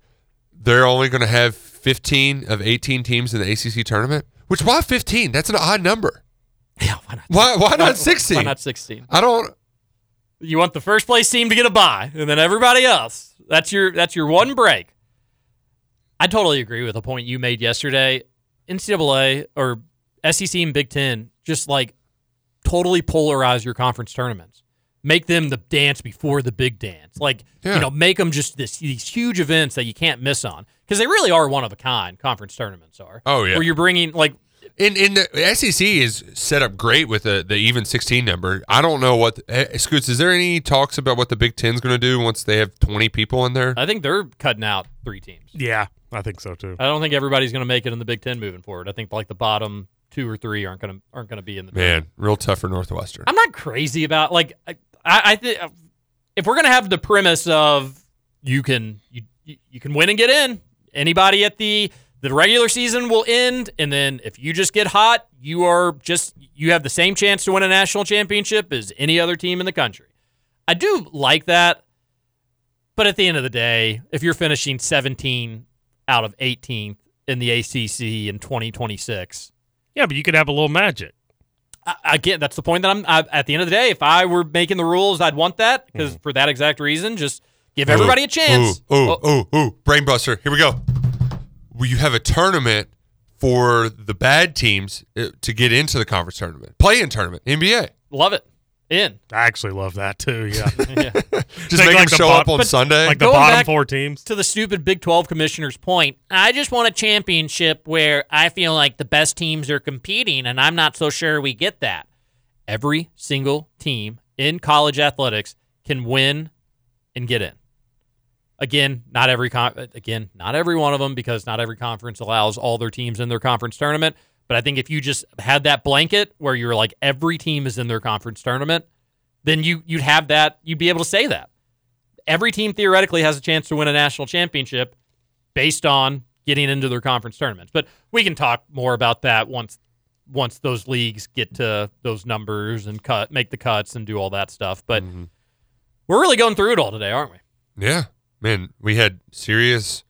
[SPEAKER 7] they're only going to have 15 of 18 teams in the ACC tournament. Which why 15? That's an odd number. Yeah, why not? Why, not 16?
[SPEAKER 5] Why not 16?
[SPEAKER 7] I don't.
[SPEAKER 5] You want the first place team to get a bye, and then everybody else. That's your that's your one break. I totally agree with the point you made yesterday. NCAA or SEC and Big Ten just like totally polarize your conference tournaments. Make them the dance before the big dance. Like
[SPEAKER 7] Yeah.
[SPEAKER 5] you know, make them just this these huge events that you can't miss on because they really are one of a kind. Conference tournaments are.
[SPEAKER 7] Oh, yeah.
[SPEAKER 5] Where you're bringing like
[SPEAKER 7] In in the SEC is set up great with the, the even 16 number. I don't know what eh, Scoots. Is there any talks about what the Big Ten's going to do once they have 20 people in there?
[SPEAKER 5] I think they're cutting out three teams.
[SPEAKER 8] Yeah, I think so too.
[SPEAKER 5] I don't think everybody's going to make it in the Big Ten moving forward. I think like the bottom two or three aren't going to aren't going to be in the.
[SPEAKER 7] Man, real tough for Northwestern.
[SPEAKER 5] I'm not crazy about like I I, I think if we're going to have the premise of you can you you you can win and get in anybody at the the regular season will end and then if you just get hot you are just you have the same chance to win a national championship as any other team in the country. I do like that. But at the end of the day, if you're finishing 17 out of 18th in the ACC in 2026,
[SPEAKER 8] yeah, but you could have a little magic.
[SPEAKER 5] again, that's the point that I'm. I, at the end of the day, if I were making the rules, I'd want that because for that exact reason, just give everybody
[SPEAKER 7] Mm. Ooh,
[SPEAKER 5] a chance. Oh,
[SPEAKER 7] Ooh, ooh, ooh, ooh. Brainbuster. Here we go. Well, you have a tournament for the bad teams uh, to get into the conference tournament, play-in tournament, NBA.
[SPEAKER 5] Love it. In.
[SPEAKER 8] I actually love that too. Yeah.
[SPEAKER 7] Just make them show up on Sunday.
[SPEAKER 8] Like the
[SPEAKER 5] Going
[SPEAKER 8] bottom
[SPEAKER 5] back
[SPEAKER 8] four teams.
[SPEAKER 5] To the stupid Big 12 commissioner's point, I just want a championship where I feel like the best teams are competing, and I'm not so sure we get that. Every single team in college athletics can win and get in. Again, not every con- again, not every one of them because not every conference allows all their teams in their conference tournament, But I think if you just had that blanket where you're like every team is in their conference tournament, then you you'd have that you'd be able to say that. Every team theoretically has a chance to win a national championship based on getting into their conference tournaments. But we can talk more about that once once those leagues get to those numbers and cut make the cuts and do all that stuff. But we're really going through it all today, aren't we?
[SPEAKER 7] Yeah, man, we had serious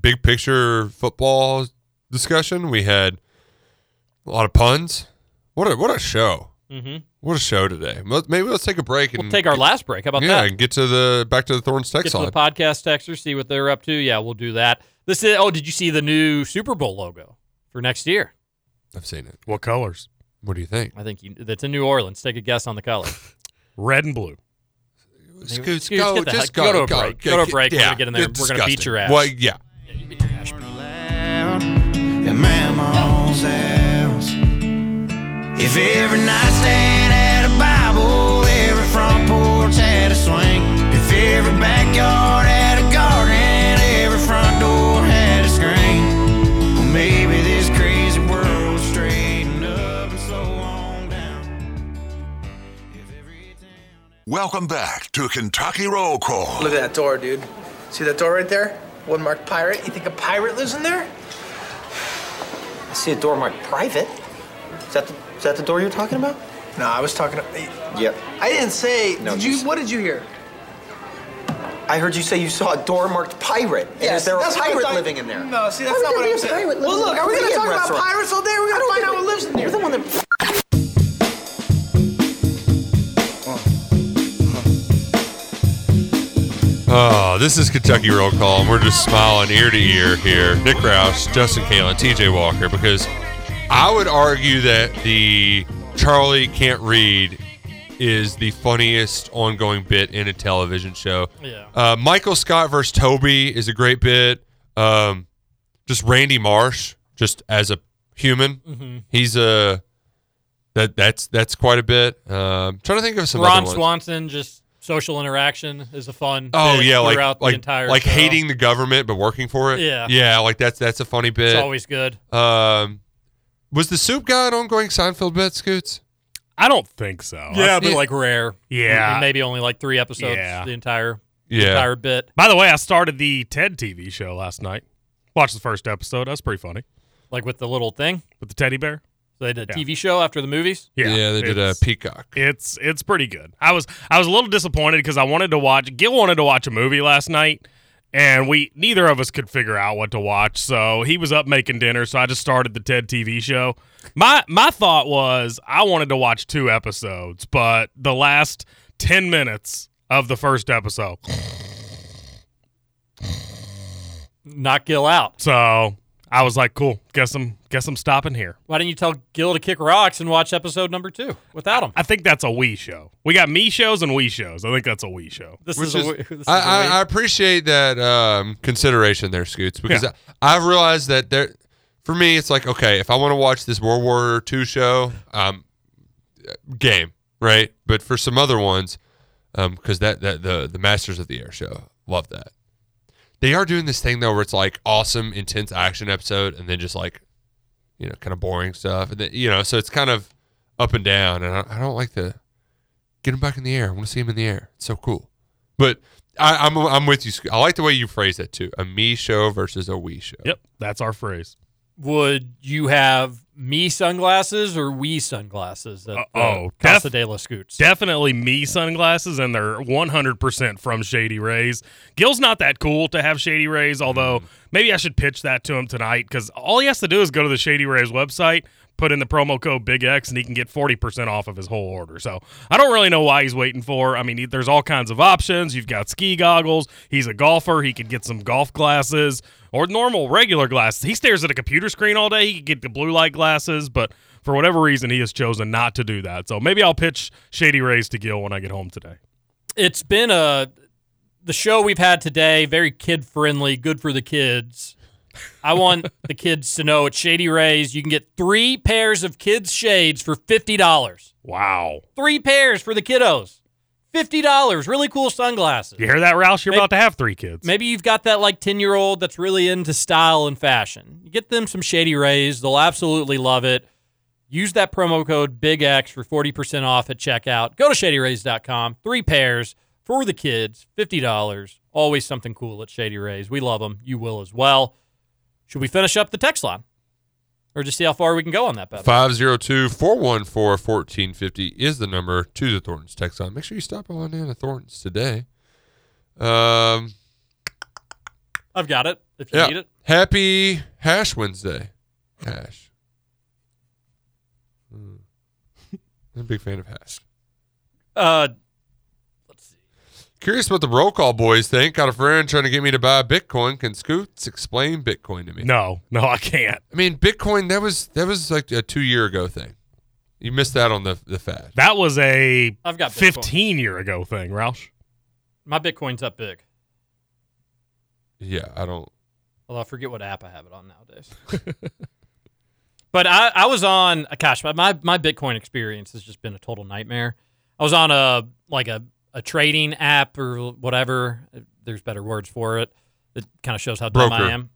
[SPEAKER 7] big picture football discussion. We had a lot of puns. What a what a show!
[SPEAKER 5] Mhm.
[SPEAKER 7] What a show today. Let- Maybe let's take a break and
[SPEAKER 5] We'll take our last break. How about
[SPEAKER 7] yeah,
[SPEAKER 5] that?
[SPEAKER 7] and get to the back to the Thorns
[SPEAKER 5] Get
[SPEAKER 7] text
[SPEAKER 5] to
[SPEAKER 7] line.
[SPEAKER 5] the podcast texter, see what they're up to. Yeah, we'll do that. This is oh, did you see the new Super Bowl logo for next year?
[SPEAKER 7] I've seen it.
[SPEAKER 8] What colors?
[SPEAKER 7] What do you think?
[SPEAKER 5] I think you, that's in New Orleans. Take a guess on the color.
[SPEAKER 8] Red and blue.
[SPEAKER 7] Scoot,
[SPEAKER 5] Scoot,
[SPEAKER 7] go,
[SPEAKER 5] get the
[SPEAKER 7] just
[SPEAKER 5] heck-
[SPEAKER 7] go,
[SPEAKER 5] go to a
[SPEAKER 7] go,
[SPEAKER 5] break.
[SPEAKER 7] go,
[SPEAKER 5] Go to a
[SPEAKER 7] get-
[SPEAKER 5] break. We're
[SPEAKER 7] yeah,
[SPEAKER 5] gonna get in there.
[SPEAKER 7] it's
[SPEAKER 5] We're gonna beat
[SPEAKER 7] disgusting.
[SPEAKER 5] your ass.
[SPEAKER 7] Well, yeah.
[SPEAKER 10] Your mama's house. If every nightstand had a Bible, every front porch had a swing, if every backyard had a garden, every front door had a screen, well, maybe this crazy world straightened up and so on down.
[SPEAKER 11] Welcome back to Kentucky Roll Call.
[SPEAKER 13] Look at that door, dude. See that door right there? One marked pirate. You think a pirate lives in there?
[SPEAKER 16] I see a door marked private. Is that the, is that the door you're talking about?
[SPEAKER 13] No, I was talking.
[SPEAKER 16] Yep.
[SPEAKER 13] I didn't say.
[SPEAKER 16] No,
[SPEAKER 13] did
[SPEAKER 16] you
[SPEAKER 13] you?
[SPEAKER 16] said-
[SPEAKER 13] What did you hear?
[SPEAKER 16] I heard you say you saw a door marked pirate. And is there a
[SPEAKER 13] that's what I
[SPEAKER 16] pirate
[SPEAKER 13] thought-
[SPEAKER 16] living in there?
[SPEAKER 13] No, Oh, see, that's
[SPEAKER 16] Why would
[SPEAKER 13] not what
[SPEAKER 16] there be
[SPEAKER 13] I'm
[SPEAKER 16] a
[SPEAKER 13] saying.
[SPEAKER 16] pirate living
[SPEAKER 13] well,
[SPEAKER 16] in
[SPEAKER 13] look,
[SPEAKER 16] a
[SPEAKER 13] are we gonna
[SPEAKER 16] Korean
[SPEAKER 13] talk about
[SPEAKER 16] restaurant?
[SPEAKER 13] pirates all day? We're gonna find out what lives in there.
[SPEAKER 16] You're the one that
[SPEAKER 7] Oh, this is Kentucky Roll Call, and we're just smiling ear to ear here. Nick Roush, Justin Kalen, TJ Walker, because I would argue that the Charlie Can't Read is the funniest ongoing bit in a television show.
[SPEAKER 5] Yeah.
[SPEAKER 7] Uh, Michael Scott versus Toby is a great bit. Um, just Randy Marsh, just as a human,
[SPEAKER 5] Mhm.
[SPEAKER 7] he's a that that's that's quite a bit. Um, trying to think of some other
[SPEAKER 5] Ron
[SPEAKER 7] ones.
[SPEAKER 5] Swanson, just social interaction is a fun.
[SPEAKER 7] Oh
[SPEAKER 5] bit
[SPEAKER 7] yeah, like
[SPEAKER 5] throughout
[SPEAKER 7] like
[SPEAKER 5] the entire
[SPEAKER 7] like
[SPEAKER 5] show.
[SPEAKER 7] hating the government but working for it.
[SPEAKER 5] Yeah.
[SPEAKER 7] yeah, like that's that's a funny bit.
[SPEAKER 5] It's always good.
[SPEAKER 7] Um, was the soup guy an ongoing Seinfeld bit, Scoots?
[SPEAKER 8] I don't think so.
[SPEAKER 5] Yeah, but like rare.
[SPEAKER 8] Yeah.
[SPEAKER 5] And maybe only like three episodes.
[SPEAKER 8] Yeah.
[SPEAKER 5] The entire the
[SPEAKER 7] Yeah.
[SPEAKER 5] entire bit.
[SPEAKER 8] By the way, I started the TED TV show last night. Watched the first episode. That's pretty funny.
[SPEAKER 5] Like with the little thing
[SPEAKER 8] with the teddy bear.
[SPEAKER 5] So they did a
[SPEAKER 8] Yeah.
[SPEAKER 5] TV show after the movies.
[SPEAKER 8] Yeah,
[SPEAKER 7] Yeah, they did a
[SPEAKER 8] it's-
[SPEAKER 7] peacock.
[SPEAKER 8] It's it's pretty good. I was I was a little disappointed because I wanted to watch Gil wanted to watch a movie last night, and we neither of us could figure out what to watch. So he was up making dinner, so I just started the TED TV show. My my thought was I wanted to watch two episodes, but the last ten minutes of the first episode,
[SPEAKER 5] knock Gil out.
[SPEAKER 8] So I was like, cool. Guess I'm guess I'm stopping here.
[SPEAKER 5] Why didn't you tell Gil to kick rocks and watch episode number two without him?
[SPEAKER 8] I think that's a we show. We got me shows and we shows. I think that's a we show.
[SPEAKER 5] This
[SPEAKER 7] Which
[SPEAKER 5] a
[SPEAKER 7] is,
[SPEAKER 5] w- this is
[SPEAKER 7] I,
[SPEAKER 5] a
[SPEAKER 7] I, I appreciate that um, consideration there, Scoots, because I, I've realized that there, for me, it's like okay, if I want to watch this World War II show, um, game right, but for some other ones, um, because that that the the Masters of the Air show, love that. They are doing this thing though, where it's like awesome, intense action episode, and then just like, you know, kind of boring stuff, and then you know, so it's kind of up and down, and I, I don't like the get him back in the air. I want to see him in the air. It's so cool. But I, I'm I'm with you. Sc- I like the way you phrase that too. A me show versus a we show.
[SPEAKER 8] Yep, that's our phrase.
[SPEAKER 5] Would you have me sunglasses or we sunglasses at the
[SPEAKER 8] oh,
[SPEAKER 5] Casa
[SPEAKER 8] def-
[SPEAKER 5] de los Scoots?
[SPEAKER 8] Definitely me sunglasses, and they're 100% from Shady Rays. Gil's not that cool to have Shady Rays, although maybe I should pitch that to him tonight because all he has to do is go to the Shady Rays website, put in the promo code Big X, and he can get 40% off of his whole order. So I don't really know why he's waiting for. I mean, he- there's all kinds of options. You've got ski goggles. He's a golfer. He could get some golf glasses or normal, regular glasses. He stares at a computer screen all day. He could get the blue light glasses, but for whatever reason, he has chosen not to do that. So maybe I'll pitch Shady Rays to Gil when I get home today.
[SPEAKER 5] it's been a the show we've had today very kid friendly good for the kids i want the kids to know at shady rays you can get three pairs of kids shades for $50
[SPEAKER 8] wow three
[SPEAKER 5] pairs for the kiddos Fifty dollars, really cool sunglasses.
[SPEAKER 8] You hear that, Roush? You're about to have three kids.
[SPEAKER 5] Maybe you've got that like ten year old that's really into style and fashion. You get them some Shady Rays; they'll absolutely love it. Use that promo code Big X for forty percent off at checkout. Go to ShadyRays.com. Three pairs for the kids, fifty dollars. Always something cool at Shady Rays. We love them. You will as well. Should we finish up the text line, or just see how far we can go on that? Bet?
[SPEAKER 7] 502 414 1450 is the number to the Thorntons text line. Make sure you stop on in to Thorntons today. Um,
[SPEAKER 5] I've got it. If you
[SPEAKER 7] yeah.
[SPEAKER 5] need it,
[SPEAKER 7] Happy Hash Wednesday. Hash. Hmm. I'm a big fan of hash.
[SPEAKER 5] Uh,
[SPEAKER 7] Curious what the roll call boys think. Got a friend trying to get me to buy Bitcoin. Can Scoots explain Bitcoin to me?
[SPEAKER 8] No, no, I can't.
[SPEAKER 7] I mean, Bitcoin that was that was like a two year ago thing. You missed out on the the fad.
[SPEAKER 8] That was a
[SPEAKER 5] I've got Bitcoin.
[SPEAKER 8] 15 year ago thing, Roush.
[SPEAKER 5] my Bitcoin's up big.
[SPEAKER 7] Yeah, I don't.
[SPEAKER 5] Although I forget what app I have it on nowadays. but I, I was on uh, gosh, my, my my Bitcoin experience has just been a total nightmare. I was on a like a, a trading app or whatever. There's better words for it. It kind of shows how dumb I
[SPEAKER 7] Broker.
[SPEAKER 5] am.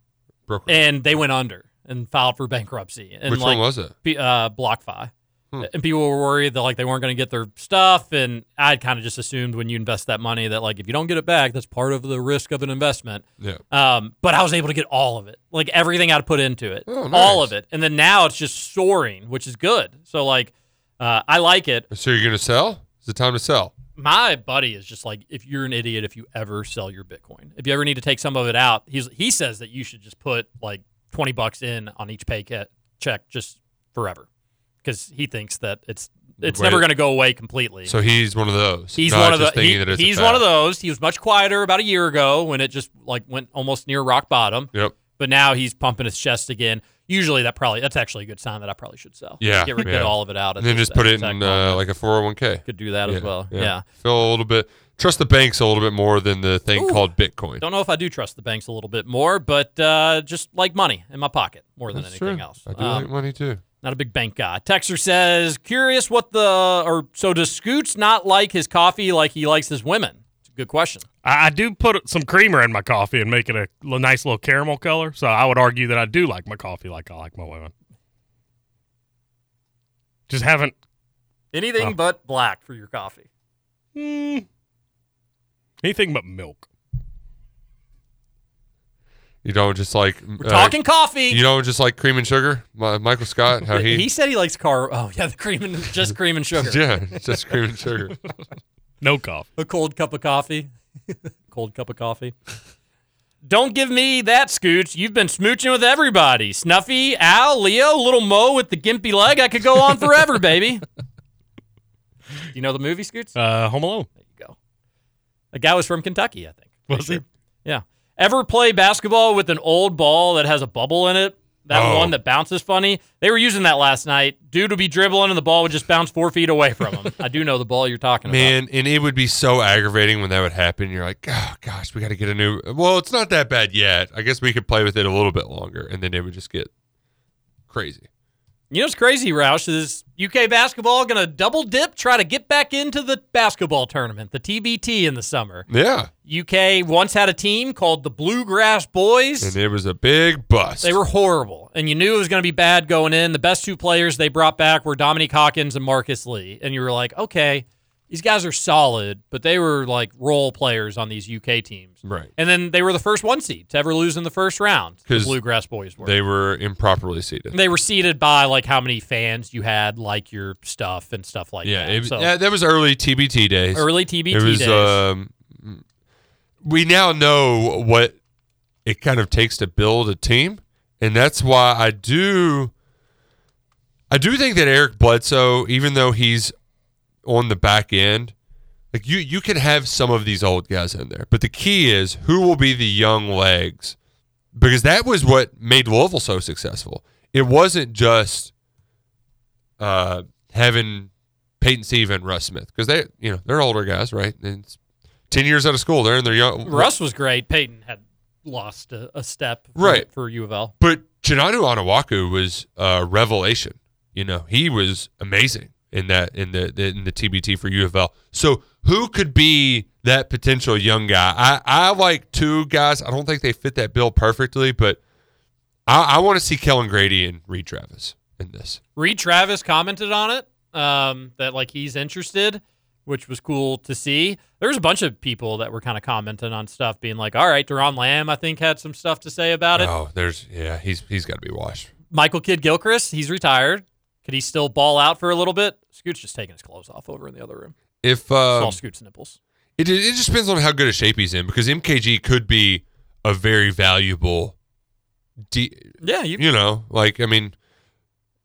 [SPEAKER 7] Broker.
[SPEAKER 5] And they went under and filed for bankruptcy. And
[SPEAKER 7] Which
[SPEAKER 5] like,
[SPEAKER 7] one was Hmm. it?
[SPEAKER 5] pe- Uh, BlockFi. And people were worried that like they weren't going to get their stuff, and I kind of just assumed when you invest that money that like if you don't get it back, that's part of the risk of an investment.
[SPEAKER 7] Yeah.
[SPEAKER 5] Um, but I was able to get all of it, like everything I'd put into it,
[SPEAKER 7] Oh,
[SPEAKER 5] all
[SPEAKER 7] nice.
[SPEAKER 5] of it, and then now it's just soaring, which is good. So like, uh, I like it.
[SPEAKER 7] So you're gonna sell? Is it time to sell?
[SPEAKER 5] My buddy is just like, if you're an idiot, if you ever sell your Bitcoin, if you ever need to take some of it out, he's he says that you should just put like twenty bucks in on each pay ca- check just forever, because he thinks that it's it's
[SPEAKER 7] Wait.
[SPEAKER 5] never going to go away completely.
[SPEAKER 7] So he's one of those.
[SPEAKER 5] He's
[SPEAKER 7] Not
[SPEAKER 5] one of the,
[SPEAKER 7] just thinking
[SPEAKER 5] he-
[SPEAKER 7] that it's a
[SPEAKER 5] he's
[SPEAKER 7] fad.
[SPEAKER 5] one of those. He was much quieter about a year ago when it just like went almost near rock bottom.
[SPEAKER 7] Yep.
[SPEAKER 5] But now he's pumping his chest again. Usually that probably that's actually a good sign that I probably should sell.
[SPEAKER 7] Yeah,
[SPEAKER 5] Just get, rid-
[SPEAKER 7] yeah.
[SPEAKER 5] get all of it out. at
[SPEAKER 7] and then
[SPEAKER 5] this-
[SPEAKER 7] just put
[SPEAKER 5] at
[SPEAKER 7] it
[SPEAKER 5] this exact
[SPEAKER 7] in
[SPEAKER 5] moment.
[SPEAKER 7] uh, like a four hundred one k.
[SPEAKER 5] Could do that as well. Yeah.
[SPEAKER 7] feel a little bit. Trust the banks a little bit more than the thing
[SPEAKER 5] Ooh.
[SPEAKER 7] called Bitcoin.
[SPEAKER 5] Don't know if I do trust the banks a little bit more, but uh, just like money in my pocket more than
[SPEAKER 7] That's
[SPEAKER 5] anything
[SPEAKER 7] true.
[SPEAKER 5] else.
[SPEAKER 7] I do
[SPEAKER 5] Um,
[SPEAKER 7] like money too.
[SPEAKER 5] Not a big bank guy. Texter says, curious what the or so does Scoots not like his coffee like he likes his women? It's a good question.
[SPEAKER 8] I, I do put some creamer in my coffee and make it a l- nice little caramel color. So I would argue that I do like my coffee like I like my women. Just haven't.
[SPEAKER 5] Anything
[SPEAKER 8] Oh.
[SPEAKER 5] but black for your coffee.
[SPEAKER 8] Mm, anything but milk.
[SPEAKER 7] You don't just like uh,
[SPEAKER 5] We're talking coffee.
[SPEAKER 7] You don't just like cream and sugar. My, Michael Scott, how he,
[SPEAKER 5] he said he likes car. Oh yeah, the cream and just cream and sugar.
[SPEAKER 7] yeah, just cream and sugar.
[SPEAKER 8] No coffee.
[SPEAKER 5] A cold cup of coffee. cold cup of coffee. Don't give me that, Scooch. You've been smooching with everybody. Snuffy, Al, Leo, little Mo with the gimpy leg. I could go on forever, baby. You know the movie, Scoots?
[SPEAKER 8] Uh, Home Alone.
[SPEAKER 5] There you go. The guy was from Kentucky, I think.
[SPEAKER 8] Was he?
[SPEAKER 5] Yeah. Ever play basketball with an old ball that has a bubble in it? That
[SPEAKER 7] Oh.
[SPEAKER 5] one that bounces funny. They were using that last night. Dude would be dribbling and the ball would just bounce four feet away from him. I do know the ball you're talking about.
[SPEAKER 7] Man, and it would be so aggravating when that would happen. You're like, oh gosh, we got to get a new. Well, it's not that bad yet. I guess we could play with it a little bit longer, and then it would just get crazy.
[SPEAKER 5] You know what's crazy, Roush, is UK basketball going to double dip, try to get back into the basketball tournament, the TBT in the summer.
[SPEAKER 7] Yeah,
[SPEAKER 5] UK once had a team called the Bluegrass Boys.
[SPEAKER 7] and it was a big bust.
[SPEAKER 5] They were horrible, and you knew it was going to be bad going in. The best two players they brought back were Dominique Hawkins and Marcus Lee, and you were like, okay, these guys are solid, but they were like role players on these UK teams.
[SPEAKER 7] Right.
[SPEAKER 5] And then they were the first one seed to ever lose in the first round. The
[SPEAKER 7] 'Cause
[SPEAKER 5] Bluegrass Boys were.
[SPEAKER 7] They were improperly seated.
[SPEAKER 5] They were seeded by like how many fans you had, like your stuff and stuff like
[SPEAKER 7] yeah,
[SPEAKER 5] that.
[SPEAKER 7] it,
[SPEAKER 5] so
[SPEAKER 7] yeah, that was early TBT days.
[SPEAKER 5] Early TBT
[SPEAKER 7] It was.
[SPEAKER 5] days.
[SPEAKER 7] Um, we now know what it kind of takes to build a team, and that's why I do. I do think that Eric Bledsoe, even though he's on the back end, like you, you can have some of these old guys in there, but the key is who will be the young legs, because that was what made Louisville so successful. It wasn't just uh, having Peyton Sieve and Russ Smith because they, you know, they're older guys, right? And it's ten years out of school, they're in their young.
[SPEAKER 5] Russ was great. Peyton had lost a, a step for,
[SPEAKER 7] Right.
[SPEAKER 5] for U of L.
[SPEAKER 7] But Chinadu Anawaku was a revelation. You know, he was amazing. in that in the in the TBT for UFL. So who could be that potential young guy? I I like two guys. I don't think they fit that bill perfectly, but I, I want to see Kellen Grady and Reed Travis in this.
[SPEAKER 5] Reed Travis commented on it um, that like he's interested, which was cool to see. There was a bunch of people that were kind of commenting on stuff, being like, "All right, Deron Lamb, I think had some stuff to say about it."
[SPEAKER 7] Oh, there's yeah, he's he's got to be washed.
[SPEAKER 5] Michael Kidd Gilchrist, he's retired. Could he still ball out for a little bit? Scoot's just taking his clothes off over in the other room.
[SPEAKER 7] If uh,
[SPEAKER 5] it's all Scoot's nipples.
[SPEAKER 7] It it just depends on how good a shape he's in because MKG could be a very valuable. De-
[SPEAKER 5] yeah, you,
[SPEAKER 7] you know, like I mean,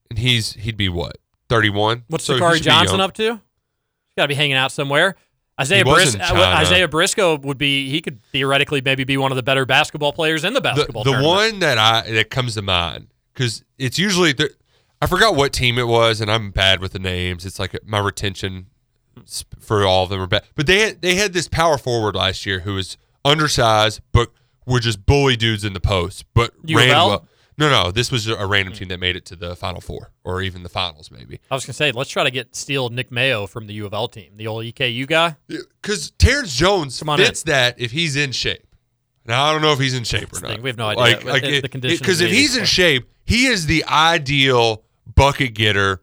[SPEAKER 7] and he's he'd be what thirty one.
[SPEAKER 5] What's so Sakari Johnson up to? He's got to be hanging out somewhere. Isaiah, Bris- uh, Isaiah Briscoe would be he could theoretically maybe be one of the better basketball players in the basketball.
[SPEAKER 7] The, the
[SPEAKER 5] tournament.
[SPEAKER 7] one that I that comes to mind because it's usually th- I forgot what team it was, and I'm bad with the names. It's like my retention sp- for all of them are bad. But they had, they had this power forward last year who was undersized, but were just bully dudes in the post, but ran
[SPEAKER 5] UofL?
[SPEAKER 7] well. No, no, this was a random team that made it to the final four or even the finals, maybe.
[SPEAKER 5] I was gonna say let's try to get steal Nick Mayo from the U of L team, the old EKU guy.
[SPEAKER 7] Because Terrence Jones
[SPEAKER 5] on
[SPEAKER 7] fits that if he's in shape. Now I don't know if he's in shape or
[SPEAKER 5] the
[SPEAKER 7] not.
[SPEAKER 5] thing, we have no idea
[SPEAKER 7] Like,
[SPEAKER 5] what
[SPEAKER 7] like
[SPEAKER 5] the-
[SPEAKER 7] it-
[SPEAKER 5] the
[SPEAKER 7] it-
[SPEAKER 5] conditions
[SPEAKER 7] because if
[SPEAKER 5] needed,
[SPEAKER 7] he's
[SPEAKER 5] so.
[SPEAKER 7] in shape, he is the ideal bucket getter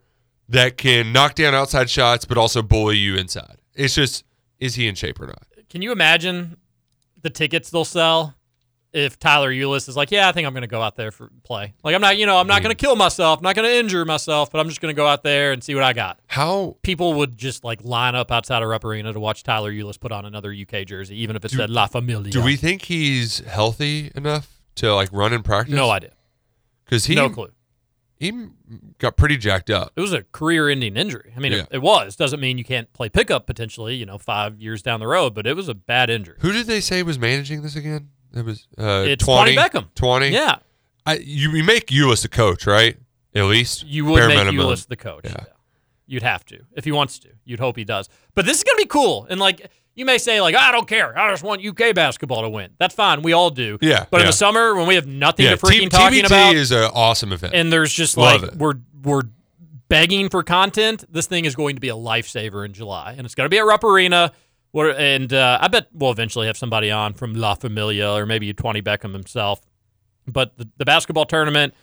[SPEAKER 7] that can knock down outside shots, but also bully you inside. It's just, is he in shape or not?
[SPEAKER 5] Can you imagine the tickets they'll sell if Tyler Eulis is like, yeah, I think I'm gonna go out there for play. Like I'm not, you know, I'm not gonna kill myself, not gonna injure myself, but I'm just gonna go out there and see what I got.
[SPEAKER 7] How
[SPEAKER 5] people would just like line up outside of Rupp Arena to watch Tyler Eulis put on another UK jersey, even if it said La Familia.
[SPEAKER 7] Do we think he's healthy enough to like run in practice?
[SPEAKER 5] No idea.
[SPEAKER 7] Because he
[SPEAKER 5] No clue.
[SPEAKER 7] He got pretty jacked up.
[SPEAKER 5] It was a career-ending injury. I mean,
[SPEAKER 7] Yeah.
[SPEAKER 5] it, it was. Doesn't mean you can't play pickup potentially. You know, five years down the road, but it was a bad injury.
[SPEAKER 7] Who did they say was managing this again? It was uh,
[SPEAKER 5] It's
[SPEAKER 7] 20,
[SPEAKER 5] Tony Beckham.
[SPEAKER 7] Twenty.
[SPEAKER 5] Yeah.
[SPEAKER 7] I, you, you make Euless the coach, right? At least
[SPEAKER 5] You would make Ulis the coach. Yeah. You'd have to if he wants to. You'd hope he does. But this is gonna be cool. And like you may say, like I don't care. I just want UK basketball to win. That's fine. We all do.
[SPEAKER 7] Yeah,
[SPEAKER 5] But in
[SPEAKER 7] yeah.
[SPEAKER 5] the summer when we have nothing
[SPEAKER 7] Yeah,
[SPEAKER 5] to freaking
[SPEAKER 7] T-
[SPEAKER 5] talking
[SPEAKER 7] TBT
[SPEAKER 5] about,
[SPEAKER 7] is an awesome event.
[SPEAKER 5] and there's just
[SPEAKER 7] Love
[SPEAKER 5] like
[SPEAKER 7] it.
[SPEAKER 5] we're we're begging for content. This thing is going to be a lifesaver in July, and it's going to be at Rupp Arena. What- And uh, I bet we'll eventually have somebody on from La Familia or maybe Twenty Beckham himself. But the, the basketball tournament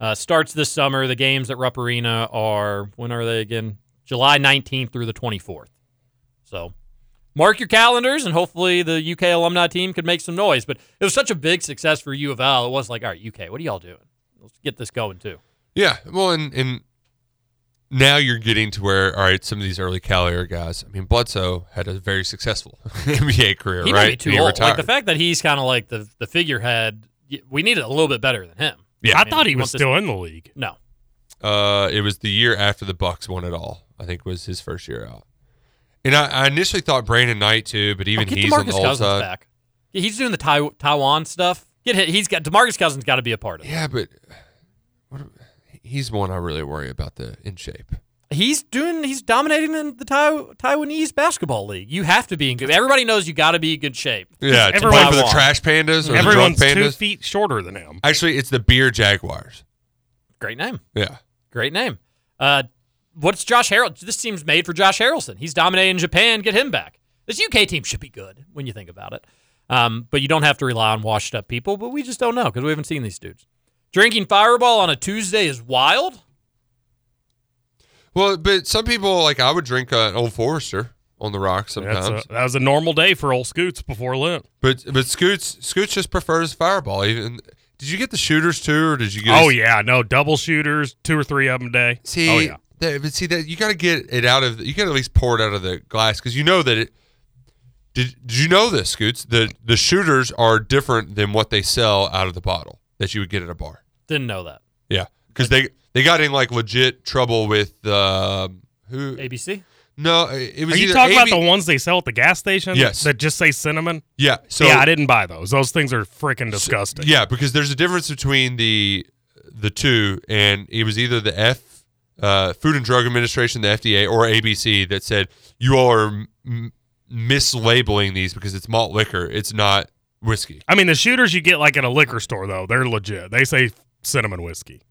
[SPEAKER 5] uh, starts this summer. The games at Rupp Arena are when are they again? July 19th through the 24th. So mark your calendars, and hopefully the UK alumni team could make some noise. But it was such a big success for U of L. It was like, all right, UK, what are y'all doing? Let's get this going too.
[SPEAKER 7] Yeah. Well, and and now you're getting to where all right, some of these early Cal Air guys. I mean, Bledsoe had a very successful NBA career,
[SPEAKER 5] He
[SPEAKER 7] right?
[SPEAKER 5] might be too
[SPEAKER 7] He
[SPEAKER 5] old. Like
[SPEAKER 7] retired.
[SPEAKER 5] the fact that he's kind of like the the figurehead. y- We need it a little bit better than him.
[SPEAKER 7] Yeah. I thought
[SPEAKER 8] he
[SPEAKER 5] you
[SPEAKER 8] was
[SPEAKER 5] want this-
[SPEAKER 8] still in the league.
[SPEAKER 5] No,
[SPEAKER 7] Uh, it was the year after the Bucks won it all. I think was his first year out. And I, I initially thought Brandon Knight too, but even
[SPEAKER 5] get
[SPEAKER 7] he's on the
[SPEAKER 5] Demarcus
[SPEAKER 7] old
[SPEAKER 5] Cousins
[SPEAKER 7] side.
[SPEAKER 5] back. Yeah, He's doing the tai- Taiwan stuff. Get hit. He's got Demarcus Cousins. Got to be a part of it.
[SPEAKER 7] Yeah, but what, he's one I really worry about the in shape.
[SPEAKER 5] He's doing. He's dominating in the tai- Taiwanese basketball league. You have to be in good. Everybody knows you got to be in good shape.
[SPEAKER 7] Yeah, to play for the Trash Pandas or
[SPEAKER 8] Everyone's
[SPEAKER 7] the Drunk
[SPEAKER 8] two
[SPEAKER 7] Pandas.
[SPEAKER 8] feet shorter than him.
[SPEAKER 7] Actually, it's the Beer Jaguars.
[SPEAKER 5] Great name.
[SPEAKER 7] Yeah.
[SPEAKER 5] Great name. Uh, what's Josh Harrell? This team's made for Josh Harrelson. He's dominating Japan. Get him back. This UK team should be good when you think about it. Um, but you don't have to rely on washed up people. But we just don't know because we haven't seen these dudes. Drinking Fireball on a Tuesday is wild.
[SPEAKER 7] Well, but some people like I would drink uh, an Old Forester on the rocks
[SPEAKER 8] That's
[SPEAKER 7] sometimes.
[SPEAKER 8] a, that was a normal day for old Scoots before Lent.
[SPEAKER 7] but but Scoots Scoots just prefers Fireball. Even did you get the shooters too, or did you get?
[SPEAKER 8] Oh yeah, no double shooters, two or three of them a day.
[SPEAKER 7] See,
[SPEAKER 8] oh yeah,
[SPEAKER 7] that, but see that you got to get it out of. You got to at least pour it out of the glass because you know that it. Did, did you know this, Scoots? The the shooters are different than what they sell out of the bottle that you would get at a bar.
[SPEAKER 5] Didn't know that.
[SPEAKER 7] Yeah, because they they got in like legit trouble with um, who
[SPEAKER 5] ABC.
[SPEAKER 7] No, it it was.
[SPEAKER 8] Are you
[SPEAKER 7] either
[SPEAKER 8] talking
[SPEAKER 7] AB
[SPEAKER 8] about the ones they sell at the gas station?
[SPEAKER 7] Yes.
[SPEAKER 8] That just say cinnamon?
[SPEAKER 7] Yeah, so-
[SPEAKER 8] yeah, I didn't buy those. Those things are freaking disgusting.
[SPEAKER 7] Yeah, because there's a difference between the the two, and it was either the F uh, Food and Drug Administration, the FDA, or ABC that said you all are m- mislabeling these because it's malt liquor, it's not whiskey.
[SPEAKER 8] I mean, the shooters you get like at a liquor store, though, they're legit. They say cinnamon whiskey.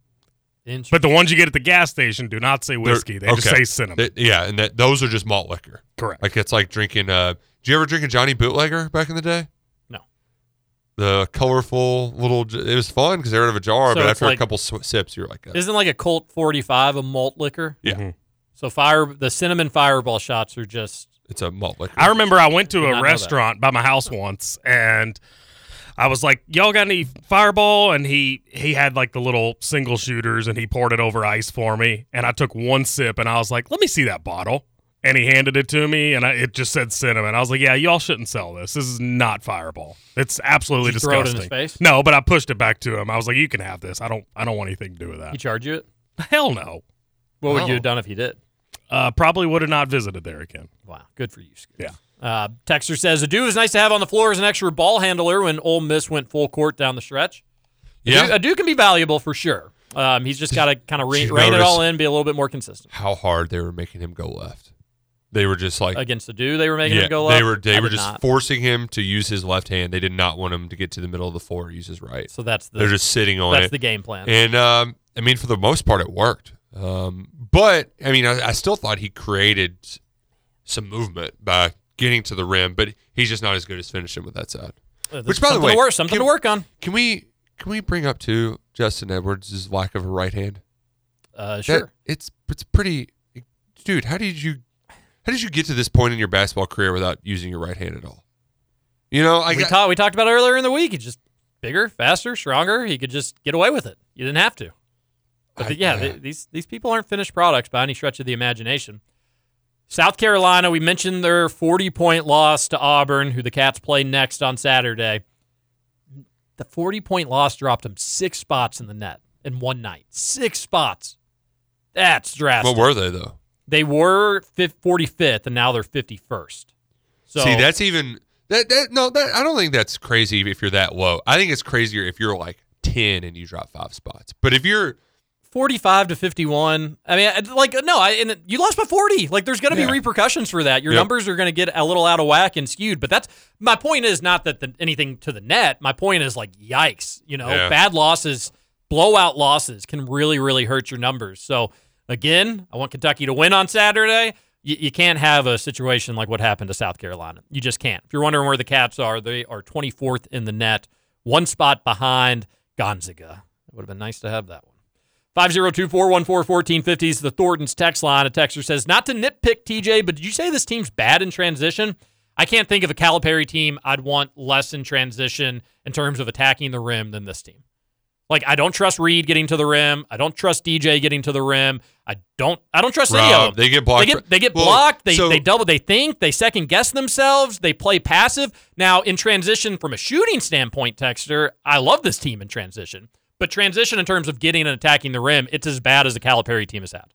[SPEAKER 5] Interesting.
[SPEAKER 8] But the ones you get at the gas station do not say whiskey. They
[SPEAKER 7] They're-
[SPEAKER 8] just
[SPEAKER 7] okay.
[SPEAKER 8] say cinnamon.
[SPEAKER 7] Th- yeah, and that those are just malt liquor.
[SPEAKER 8] Correct.
[SPEAKER 7] Like it's like drinking. Uh, do you ever drink a Johnny Bootlegger back in the day?
[SPEAKER 5] No.
[SPEAKER 7] The colorful little. j- It was fun because they were out of a jar,
[SPEAKER 5] So
[SPEAKER 7] but
[SPEAKER 5] it's
[SPEAKER 7] after
[SPEAKER 5] like-
[SPEAKER 7] a couple sw- sips, you're like, uh,
[SPEAKER 5] Isn't like a Colt 45 a malt liquor?
[SPEAKER 7] Yeah. Mhm.
[SPEAKER 5] So fire the cinnamon fireball shots are just
[SPEAKER 7] it's a malt liquor.
[SPEAKER 8] I remember I went to
[SPEAKER 5] Did not
[SPEAKER 8] a
[SPEAKER 5] know that.
[SPEAKER 8] restaurant by my house once and I was like, "Y'all got any Fireball?" And he he had like the little single shooters and he poured it over ice for me. And I took one sip and I was like, "Let me see that bottle." And he handed it to me and I, it just said cinnamon. I was like, "Yeah, y'all shouldn't sell this. This is not Fireball. It's absolutely
[SPEAKER 5] Did you throw it in
[SPEAKER 8] disgusting."
[SPEAKER 5] his face?
[SPEAKER 8] No, but I pushed it back to him. I was like, "You can have this. I don't I don't want anything to do with that."
[SPEAKER 5] He charged you it?
[SPEAKER 8] Hell no.
[SPEAKER 5] What would
[SPEAKER 8] Oh.
[SPEAKER 5] you have done if he did?
[SPEAKER 8] Uh, probably would have not visited there again.
[SPEAKER 5] Wow. Good for you, Scoots.
[SPEAKER 8] Yeah.
[SPEAKER 5] Uh, Texter says, Adu is nice to have on the floor as an extra ball handler when Ole Miss went full court down the stretch.
[SPEAKER 7] Yeah.
[SPEAKER 5] Adu, Adu can be valuable for sure. Um, he's just got to kind of rein,
[SPEAKER 7] you
[SPEAKER 5] rein it
[SPEAKER 7] notice-
[SPEAKER 5] all in, be a little bit more consistent.
[SPEAKER 7] how hard they were making him go left. They were just like
[SPEAKER 5] Against Adu, they were making
[SPEAKER 7] yeah,
[SPEAKER 5] him go left.
[SPEAKER 7] They were they
[SPEAKER 5] I
[SPEAKER 7] were
[SPEAKER 5] did
[SPEAKER 7] just
[SPEAKER 5] not.
[SPEAKER 7] forcing him to use his left hand. They did not want him to get to the middle of the floor. Use his right.
[SPEAKER 5] So that's the-
[SPEAKER 7] they're just sitting on
[SPEAKER 5] that's
[SPEAKER 7] it.
[SPEAKER 5] the game plan.
[SPEAKER 7] And um, I mean, for the most part, it worked. Um, but I mean, I, I still thought he created s- some movement by getting to the rim, but he's just not as good as finishing with that side.
[SPEAKER 5] Uh,
[SPEAKER 7] Which, by the
[SPEAKER 5] something to
[SPEAKER 7] way,
[SPEAKER 5] work- something
[SPEAKER 7] can-
[SPEAKER 5] to work on.
[SPEAKER 7] Can we can we bring up too Justin Edwards' lack of a right hand?
[SPEAKER 5] Uh,
[SPEAKER 7] That-
[SPEAKER 5] sure.
[SPEAKER 7] it's it's pretty, dude. How did you how did you get to this point in your basketball career without using your right hand at all? You know, I
[SPEAKER 5] we,
[SPEAKER 7] got,
[SPEAKER 5] ta- we talked about it earlier in the week. He's just bigger, faster, stronger. He could just get away with it. You didn't have to. But the- yeah, th- these these people aren't finished products by any stretch of the imagination. South Carolina, we mentioned their 40 point loss to Auburn, who the Cats play next on Saturday. The 40 point loss dropped them six spots in the net in one night. Six spots. That's drastic.
[SPEAKER 7] what were they though?
[SPEAKER 5] They were fif- 45th, and now they're 51st. So
[SPEAKER 7] See, that's even that, that no, that I don't think that's crazy if you're that low. I think it's crazier if you're like 10 and you drop 5 spots. But if you're
[SPEAKER 5] 45 to 51. I mean, I- like, no, I, and you lost by 40. Like, there's going to
[SPEAKER 7] Yeah.
[SPEAKER 5] be repercussions for that. Your
[SPEAKER 7] Yep.
[SPEAKER 5] numbers are going to get a little out of whack and skewed. But that's my point is not that the, anything to the net. My point is, like, yikes. You know,
[SPEAKER 7] Yeah.
[SPEAKER 5] bad losses, blowout losses can really, really hurt your numbers. So, again, I want Kentucky to win on Saturday. You, you can't have a situation like what happened to South Carolina. You just can't. If you're wondering where the Cats are, they are 24th in the net, one spot behind Gonzaga. It would have been nice to have that one. 502-414-1450 is the Thornton's text line. A texter says, not to nitpick TJ, but did you say this team's bad in transition? I can't think of a Calipari team I'd want less in transition in terms of attacking the rim than this team. Like I don't trust Reed getting to the rim. I don't trust DJ getting to the rim. I don't. I don't trust any
[SPEAKER 7] Rob,
[SPEAKER 5] of them.
[SPEAKER 7] they get blocked
[SPEAKER 5] They
[SPEAKER 7] for-
[SPEAKER 5] get, they get
[SPEAKER 7] Well,
[SPEAKER 5] blocked. They
[SPEAKER 7] so-
[SPEAKER 5] they double. They think. They second guess themselves. They play passive. Now in transition from a shooting standpoint, Texter, I love this team in transition. But transition in terms of getting and attacking the rim, it's as bad as the Calipari team has had.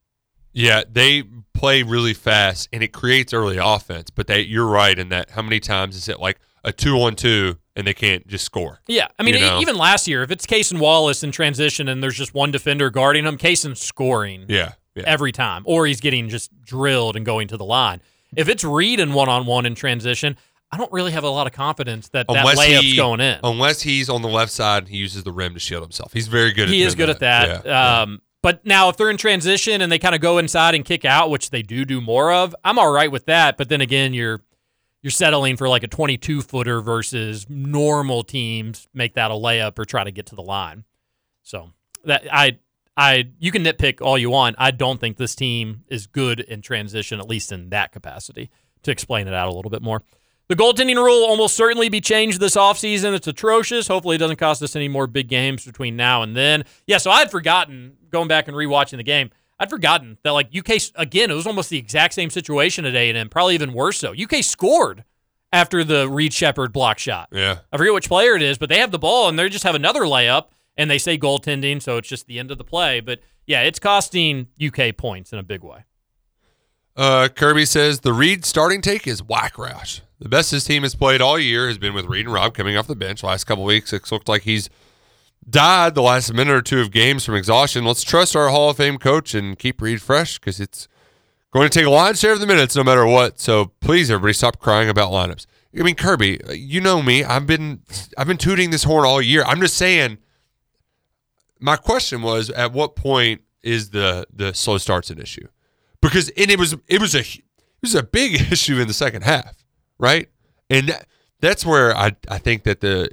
[SPEAKER 7] yeah, they play really fast and it creates early offense, but they you're right in that how many times is it like a 2 on 2 and they can't just score?
[SPEAKER 5] Yeah, I mean,
[SPEAKER 7] You
[SPEAKER 5] e-
[SPEAKER 7] know?
[SPEAKER 5] even last year, if it's Case and Wallace in transition and there's just one defender guarding him, Cason's scoring.
[SPEAKER 7] Yeah, yeah.
[SPEAKER 5] every time, or he's getting just drilled and going to the line. If it's Reed and one on one in transition, I don't really have a lot of confidence that that layup's
[SPEAKER 7] he-
[SPEAKER 5] going in.
[SPEAKER 7] Unless he's on the left side and he uses the rim to shield himself. He's very good at
[SPEAKER 5] He is
[SPEAKER 7] doing
[SPEAKER 5] good at that.
[SPEAKER 7] Yeah.
[SPEAKER 5] um, But now, if they're in transition and they kind of go inside and kick out, which they do do more of, I'm all right with that. But then again, you're you're settling for like a 22 footer versus normal teams make that a layup or try to get to the line. So that I I you can nitpick all you want. I don't think this team is good in transition, at least in that capacity. To explain it out a little bit more. The goaltending rule will almost certainly be changed this offseason. It's atrocious. Hopefully, it doesn't cost us any more big games between now and then. Yeah, so I had forgotten, going back and rewatching the game, I'd forgotten that, like, UK, again, it was almost the exact same situation at A&M, probably even worse so. UK scored after the Reed Shepard block shot.
[SPEAKER 7] Yeah.
[SPEAKER 5] I forget which player it is, but they have the ball and they just have another layup and they say goaltending, so it's just the end of the play. But yeah, it's costing UK points in a big way.
[SPEAKER 7] Uh, Kirby says the Reed starting take is whack Roush. The best his team has played all year has been with Reed and Rob coming off the bench last couple weeks. It's looked like he's died the last minute or two of games from exhaustion. Let's trust our Hall of Fame coach and keep Reed fresh because it's going to take a lion's share of the minutes no matter what. So please, everybody, stop crying about lineups. I mean, Kirby, you know me. I've been I've been tooting this horn all year. I'm just saying my question was at what point is the the slow starts an issue because and it was it was a hu- it was a big issue in the second half right and that, that's where i i think that the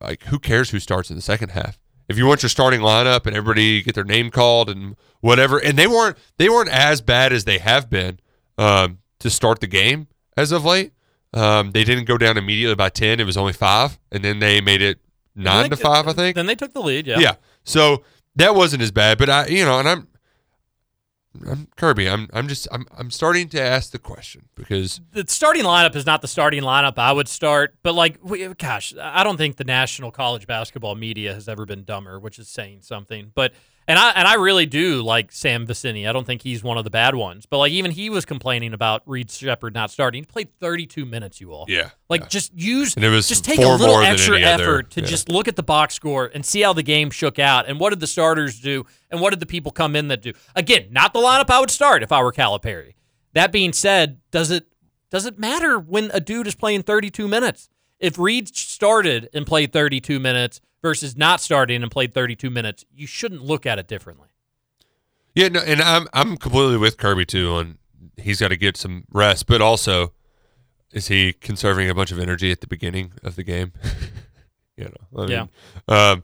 [SPEAKER 7] like who cares who starts in the second half if you want your starting lineup and everybody get their name called and whatever and they weren't they weren't as bad as they have been um, to start the game as of late um, they didn't go down immediately by 10 it was only five and then they made it nine to five i think
[SPEAKER 5] Then they took the lead. Yeah.
[SPEAKER 7] yeah. So that wasn't as bad, but I, you know, and I'm, I'm Kirby. I'm, I'm just, I'm, I'm starting to ask the question because
[SPEAKER 5] The starting lineup is not the starting lineup I would start, but like, we, gosh, I don't think the national college basketball media has ever been dumber, which is saying something. But and I and I really do like Sam Vicini. I don't think he's one of the bad ones, but like even he was complaining about Reed Shepard not starting. He played 32 minutes, you all.
[SPEAKER 7] Yeah,
[SPEAKER 5] Like just use
[SPEAKER 7] And it was
[SPEAKER 5] just take a
[SPEAKER 7] four
[SPEAKER 5] little
[SPEAKER 7] more than
[SPEAKER 5] extra
[SPEAKER 7] any
[SPEAKER 5] effort
[SPEAKER 7] other-
[SPEAKER 5] to
[SPEAKER 7] yeah.
[SPEAKER 5] just look at the box score and see how the game shook out and what did the starters do and what did the people come in that do. Again, not the lineup I would start if I were Calipari. That being said, does it does it matter when a dude is playing 32 minutes? If Reed started and played 32 minutes versus not starting and played 32 minutes, you shouldn't look at it differently.
[SPEAKER 7] yeah, no, and I'm, I'm completely with Kirby too on he's got to get some rest, but also is he conserving a bunch of energy at the beginning of the game? you know, I mean, um,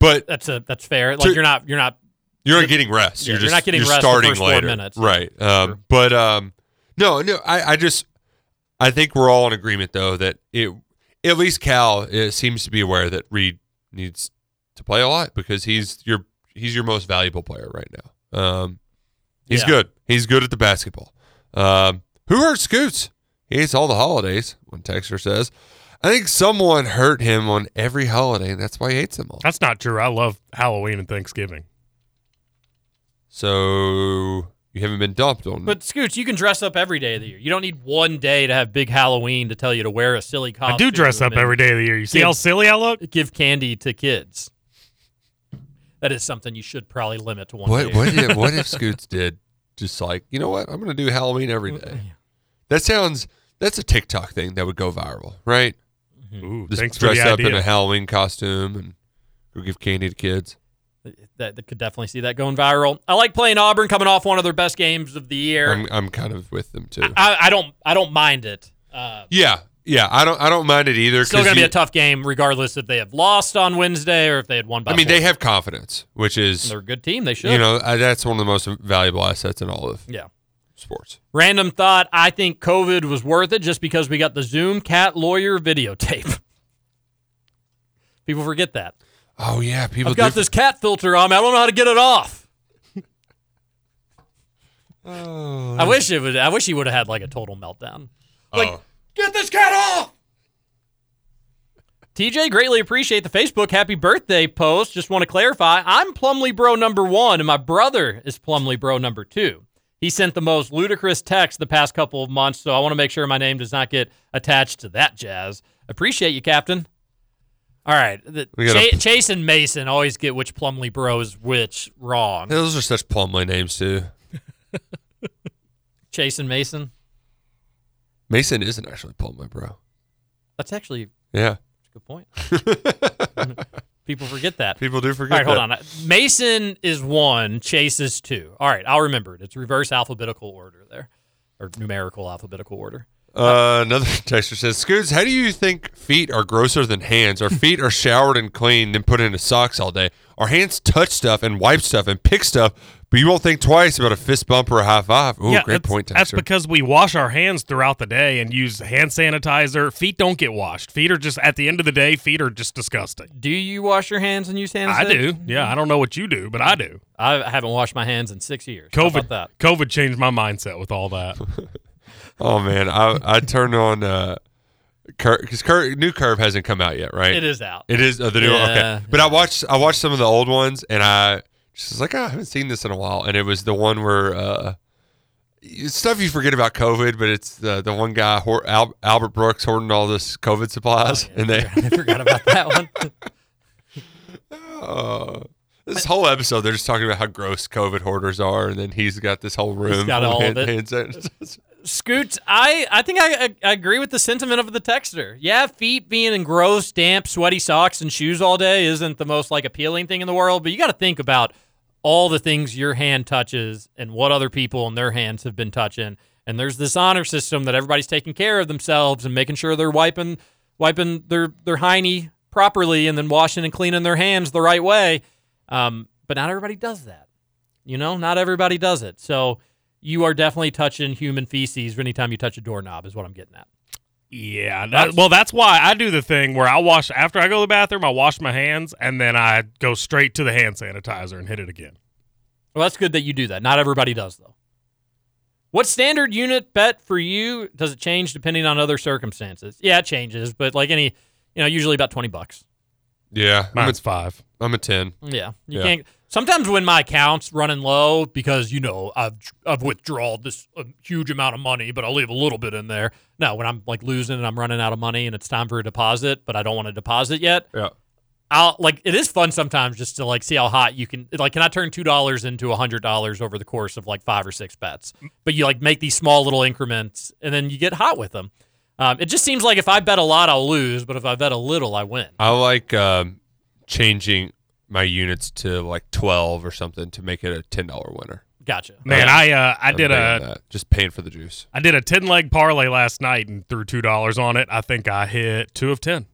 [SPEAKER 7] but
[SPEAKER 5] That's a that's fair. Like
[SPEAKER 7] To-
[SPEAKER 5] you're not you're not
[SPEAKER 7] You're not getting rest.
[SPEAKER 5] Yeah,
[SPEAKER 7] you're
[SPEAKER 5] you're
[SPEAKER 7] just
[SPEAKER 5] not getting
[SPEAKER 7] you're
[SPEAKER 5] rest the
[SPEAKER 7] starting
[SPEAKER 5] first four
[SPEAKER 7] later.
[SPEAKER 5] minutes.
[SPEAKER 7] Right. Um, But um, no, no. I, I just I think we're all in agreement though that it at least Cal uh seems to be aware that Reed needs to play a lot because he's your he's your most valuable player right now. Um, he's
[SPEAKER 5] Yeah.
[SPEAKER 7] good. He's good at the basketball. Um, who hurt Scoots? He hates all the holidays. One texter says. I think someone hurt him on every holiday, and that's why he hates them all.
[SPEAKER 8] That's not true. I love Halloween and Thanksgiving.
[SPEAKER 7] So you haven't been dumped
[SPEAKER 8] Mm-hmm.
[SPEAKER 7] on
[SPEAKER 5] But Scoots, you can dress up every day of the year. You don't need one day to have big Halloween to tell you to wear a silly costume.
[SPEAKER 8] I do dress up
[SPEAKER 5] and
[SPEAKER 8] every day of the year. You see how
[SPEAKER 5] give-
[SPEAKER 8] silly I look?
[SPEAKER 5] Give candy to kids. That is something you should probably limit to one
[SPEAKER 7] What
[SPEAKER 5] day.
[SPEAKER 7] what if, what if Scoots did just like you know what I'm gonna do Halloween every day? That sounds that's a TikTok thing that would go viral, right?
[SPEAKER 8] Ooh,
[SPEAKER 7] just
[SPEAKER 8] thanks for
[SPEAKER 7] dress
[SPEAKER 8] the
[SPEAKER 7] up in
[SPEAKER 8] idea.
[SPEAKER 7] a Halloween costume and go give candy to kids.
[SPEAKER 5] that, that could definitely see that going viral. I like playing Auburn, coming off one of their best games of the year.
[SPEAKER 7] I'm I'm kind of with them too.
[SPEAKER 5] I, I don't I don't mind it. Uh,
[SPEAKER 7] yeah, yeah. I don't I don't mind it either.
[SPEAKER 5] it's still
[SPEAKER 7] 'cause
[SPEAKER 5] going to be
[SPEAKER 7] you-
[SPEAKER 5] a tough game, regardless if they have lost on Wednesday or if they had won by.
[SPEAKER 7] I mean,
[SPEAKER 5] four.
[SPEAKER 7] they have confidence, which is
[SPEAKER 5] They're a good team. They should.
[SPEAKER 7] You know, I, that's one of the most valuable assets in all of
[SPEAKER 5] Yeah.
[SPEAKER 7] sports.
[SPEAKER 5] Random thought. I think COVID was worth it just because we got the Zoom cat lawyer videotape. People forget that.
[SPEAKER 7] Oh yeah, people
[SPEAKER 5] I've got
[SPEAKER 7] do
[SPEAKER 5] this cat filter on me. I don't know how to get it off.
[SPEAKER 7] Oh,
[SPEAKER 5] I wish it would. I wish he would have had like a total meltdown. Like,
[SPEAKER 7] Oh.
[SPEAKER 5] get this cat off. TJ, greatly appreciate the Facebook happy birthday post. Just want to clarify, I'm Plumley Bro number one, and my brother is Plumley Bro number two. He sent the most ludicrous text the past couple of months, so I want to make sure my name does not get attached to that jazz. Appreciate you, Captain. All right. The-
[SPEAKER 7] We gotta-
[SPEAKER 5] Cha- Chase and Mason always get which Plumley Bro is which wrong.
[SPEAKER 7] Those are such plumly names too.
[SPEAKER 5] Chase and Mason.
[SPEAKER 7] Mason isn't actually plumly, bro.
[SPEAKER 5] That's actually
[SPEAKER 7] Yeah.
[SPEAKER 5] That's a good point. People forget that.
[SPEAKER 7] People do forget
[SPEAKER 5] All right, hold
[SPEAKER 7] that.
[SPEAKER 5] on. Mason is one, Chase is two. All right, I'll remember it. It's reverse alphabetical order there, or numerical alphabetical order.
[SPEAKER 7] Uh, another texter says, Scoots, how do you think feet are grosser than hands? Our feet are showered and cleaned and put into socks all day. Our hands touch stuff and wipe stuff and pick stuff, but you won't think twice about a fist bump or a high five. Ooh, great
[SPEAKER 8] that's,
[SPEAKER 7] point,
[SPEAKER 8] That's
[SPEAKER 7] texter.
[SPEAKER 8] because we wash our hands throughout the day and use hand sanitizer. Feet don't get washed. Feet are just at the end of the day. Feet are just disgusting.
[SPEAKER 5] Do you wash your hands and use hand
[SPEAKER 8] I
[SPEAKER 5] sanitizer?
[SPEAKER 8] do. Yeah, I don't know what you do, but I do.
[SPEAKER 5] I haven't washed my hands in six years. How
[SPEAKER 8] COVID
[SPEAKER 5] about that?
[SPEAKER 8] COVID changed my mindset with all that.
[SPEAKER 7] oh, man. I, I turned on, uh, because Cur- new Curve hasn't come out yet, right?
[SPEAKER 5] It is out.
[SPEAKER 7] It is uh, the new one.
[SPEAKER 5] Yeah,
[SPEAKER 7] Okay. But I watched I watched some of the old ones and I just was like, "Ah, I haven't seen this in a while. And it was the one where uh, it's stuff you forget about COVID, but it's the the one guy hor- Al- Albert Brooks hoarding all this COVID supplies, and they
[SPEAKER 5] I forgot about that one.
[SPEAKER 7] Uh, this whole episode, they're just talking about how gross COVID hoarders are, and then he's got this whole room.
[SPEAKER 5] He's got
[SPEAKER 7] full
[SPEAKER 5] all
[SPEAKER 7] of
[SPEAKER 5] of
[SPEAKER 7] hand-
[SPEAKER 5] it.
[SPEAKER 7] hand sanitizer.
[SPEAKER 5] Scoots, I, I think I, I, I agree with the sentiment of the texter. Yeah, feet being in gross, damp, sweaty socks and shoes all day isn't the most like appealing thing in the world, but you got to think about all the things your hand touches and what other people in their hands have been touching. And there's this honor system that everybody's taking care of themselves and making sure they're wiping wiping their their hiney properly and then washing and cleaning their hands the right way. Um, but not everybody does that. You know, not everybody does it. So you are definitely touching human feces anytime you touch a doorknob, is what I'm getting at.
[SPEAKER 8] Yeah. that- well, that's why I do the thing where I wash after I go to the bathroom. I wash my hands and then I go straight to the hand sanitizer and hit it again.
[SPEAKER 5] Well, that's good that you do that. Not everybody does, though. What standard unit bet for you does it change depending on other circumstances? Yeah, it changes, but like any, you know, usually about 20 bucks.
[SPEAKER 7] Yeah,
[SPEAKER 8] Mine's
[SPEAKER 7] I'm a,
[SPEAKER 8] five.
[SPEAKER 7] I'm a ten.
[SPEAKER 5] Yeah. You can't. Sometimes when my account's running low because, you know, I've I've withdrawn this uh, huge amount of money, but I'll leave a little bit in there. No, when I'm like losing and I'm running out of money and it's time for a deposit, but I don't want to deposit yet.
[SPEAKER 7] Yeah.
[SPEAKER 5] I'll like it is fun sometimes just to like see how hot you can like can I turn two dollars into a hundred dollars over the course of like five or six bets? But you like make these small little increments and then you get hot with them. Um, it just seems like if I bet a lot, I'll lose, but if I bet a little, I win.
[SPEAKER 7] I like um, changing my units to like twelve or something to make it a ten dollar winner.
[SPEAKER 5] Gotcha.
[SPEAKER 8] Man, I uh, I
[SPEAKER 7] I'm
[SPEAKER 8] did
[SPEAKER 7] big on
[SPEAKER 8] a
[SPEAKER 7] that. just paying for the juice.
[SPEAKER 8] I did a ten leg parlay last night and threw two dollars on it. I think I hit two of ten.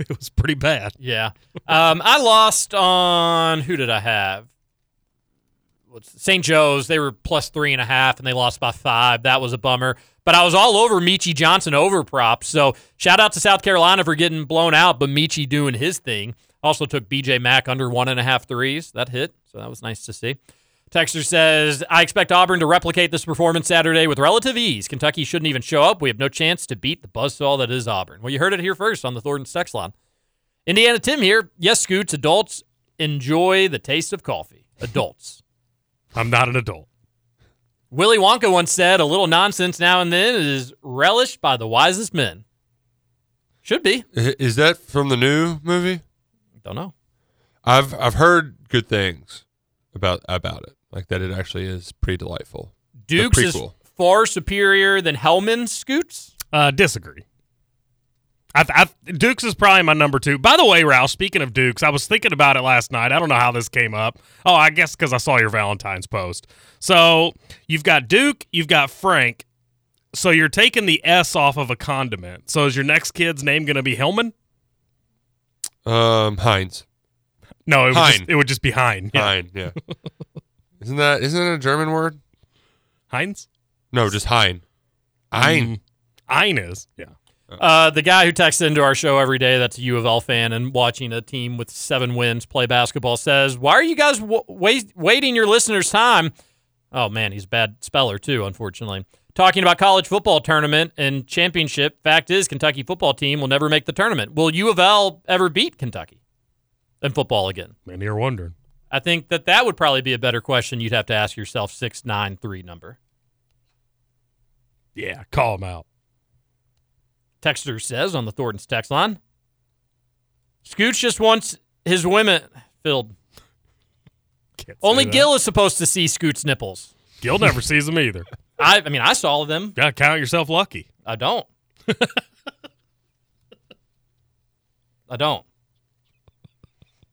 [SPEAKER 8] it was pretty bad.
[SPEAKER 5] Yeah. Um, I lost on who did I have? What's St. Joe's? They were plus three and a half, and they lost by five. That was a bummer. But I was all over Michi Johnson over props. So shout out to South Carolina for getting blown out, but Michi doing his thing. Also took BJ Mack under one and a half threes. That hit. So that was nice to see. Texter says, I expect Auburn to replicate this performance Saturday with relative ease. Kentucky shouldn't even show up. We have no chance to beat the buzzsaw that is Auburn. Well, you heard it here first on the Thornton Sex Line. Indiana Tim here. Yes, Scoots, adults enjoy the taste of coffee. Adults.
[SPEAKER 8] I'm not an adult.
[SPEAKER 5] Willy Wonka once said, a little nonsense now and then is relished by the wisest men. Should be.
[SPEAKER 7] I- Is that from the new movie?
[SPEAKER 5] Don't know.
[SPEAKER 7] I've I've heard good things about about it. Like that, it actually is pretty delightful. The
[SPEAKER 5] Dukes is
[SPEAKER 7] prequel.
[SPEAKER 5] far superior than Hellman Scoots.
[SPEAKER 8] Uh, disagree. I've, I've, Dukes is probably my number two. By the way, Ralph, speaking of Dukes, I was thinking about it last night. I don't know how this came up. Oh, I guess because I saw your Valentine's post. So you've got Duke, you've got Frank. So you're taking the S off of a condiment. So is your next kid's name going to be Hillman?
[SPEAKER 7] Um, Heinz.
[SPEAKER 8] No, it would,
[SPEAKER 7] Hein.
[SPEAKER 8] just, it would just be Hein. Yeah.
[SPEAKER 7] Hein, yeah. isn't that isn't that a German word?
[SPEAKER 8] Heinz?
[SPEAKER 7] No, just Hein. Ein.
[SPEAKER 8] Ein is. Yeah.
[SPEAKER 5] Uh, the guy who texts into our show every day that's a U of L fan and watching a team with seven wins play basketball says, Why are you guys w- wast- waiting your listeners' time? Oh, man, he's a bad speller, too, unfortunately. Talking about college football tournament and championship, fact is, Kentucky football team will never make the tournament. Will U of L ever beat Kentucky in football again?
[SPEAKER 8] Many are wondering.
[SPEAKER 5] I think that that would probably be a better question you'd have to ask yourself 693 number.
[SPEAKER 8] Yeah, call him out.
[SPEAKER 5] Texter says on the Thornton's text line. Scooch just wants his women filled. Only
[SPEAKER 8] that.
[SPEAKER 5] Gil is supposed to see Scoot's nipples.
[SPEAKER 8] Gil never sees them either.
[SPEAKER 5] I, I mean, I saw them.
[SPEAKER 8] Yeah, count yourself lucky.
[SPEAKER 5] I don't. I don't.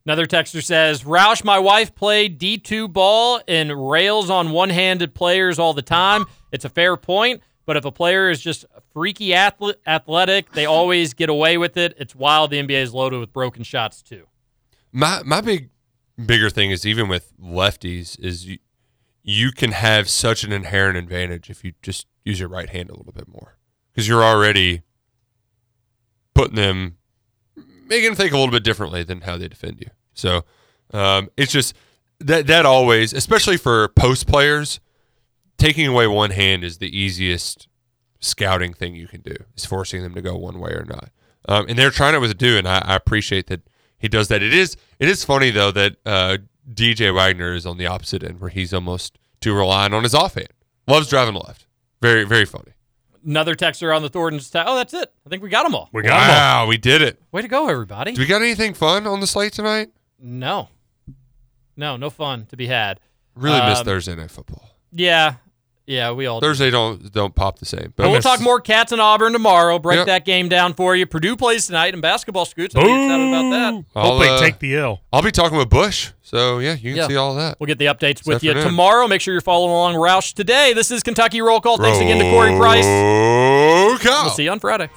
[SPEAKER 5] Another texter says, Roush, my wife played D2 ball and rails on one handed players all the time. It's a fair point, but if a player is just freaky athle- athletic, they always get away with it. It's wild. The NBA is loaded with broken shots, too.
[SPEAKER 7] My my big bigger thing is even with lefties is you, you can have such an inherent advantage if you just use your right hand a little bit more because you're already putting them making them think a little bit differently than how they defend you. So um, it's just that that always, especially for post players, taking away one hand is the easiest scouting thing you can do. Is forcing them to go one way or not. Um, and they're trying it with Dew, and I, I appreciate that he does that. It is it is funny though that uh, DJ Wagner is on the opposite end where he's almost too reliant on his offhand. Loves driving left. Very very funny.
[SPEAKER 5] Another texter on the Thornton's. Te- oh, that's it. I think we got them all.
[SPEAKER 8] We got 'em all.
[SPEAKER 7] Wow, we did it.
[SPEAKER 5] Way to go, everybody.
[SPEAKER 7] Do we got anything fun on the slate tonight?
[SPEAKER 5] No. No, no fun to be had.
[SPEAKER 7] Really miss
[SPEAKER 5] Um,
[SPEAKER 7] Thursday night football.
[SPEAKER 5] Yeah. Yeah, we all do.
[SPEAKER 7] Thursday don't don't pop the same.
[SPEAKER 5] But we'll talk more cats and Auburn tomorrow. Break that game down for you. Purdue plays tonight in basketball. Scoots, I'm excited about that.
[SPEAKER 7] I'll,
[SPEAKER 8] Hope they
[SPEAKER 7] uh,
[SPEAKER 8] take the L.
[SPEAKER 7] I'll be talking with Bush. So yeah, you can
[SPEAKER 5] Yeah.
[SPEAKER 7] see all that.
[SPEAKER 5] We'll get the updates with you
[SPEAKER 7] afternoon.
[SPEAKER 5] tomorrow. Make sure you're following along Roush today. This is Kentucky Roll Call. Thanks again to Corey Price.
[SPEAKER 7] Roll
[SPEAKER 5] We'll see you on Friday.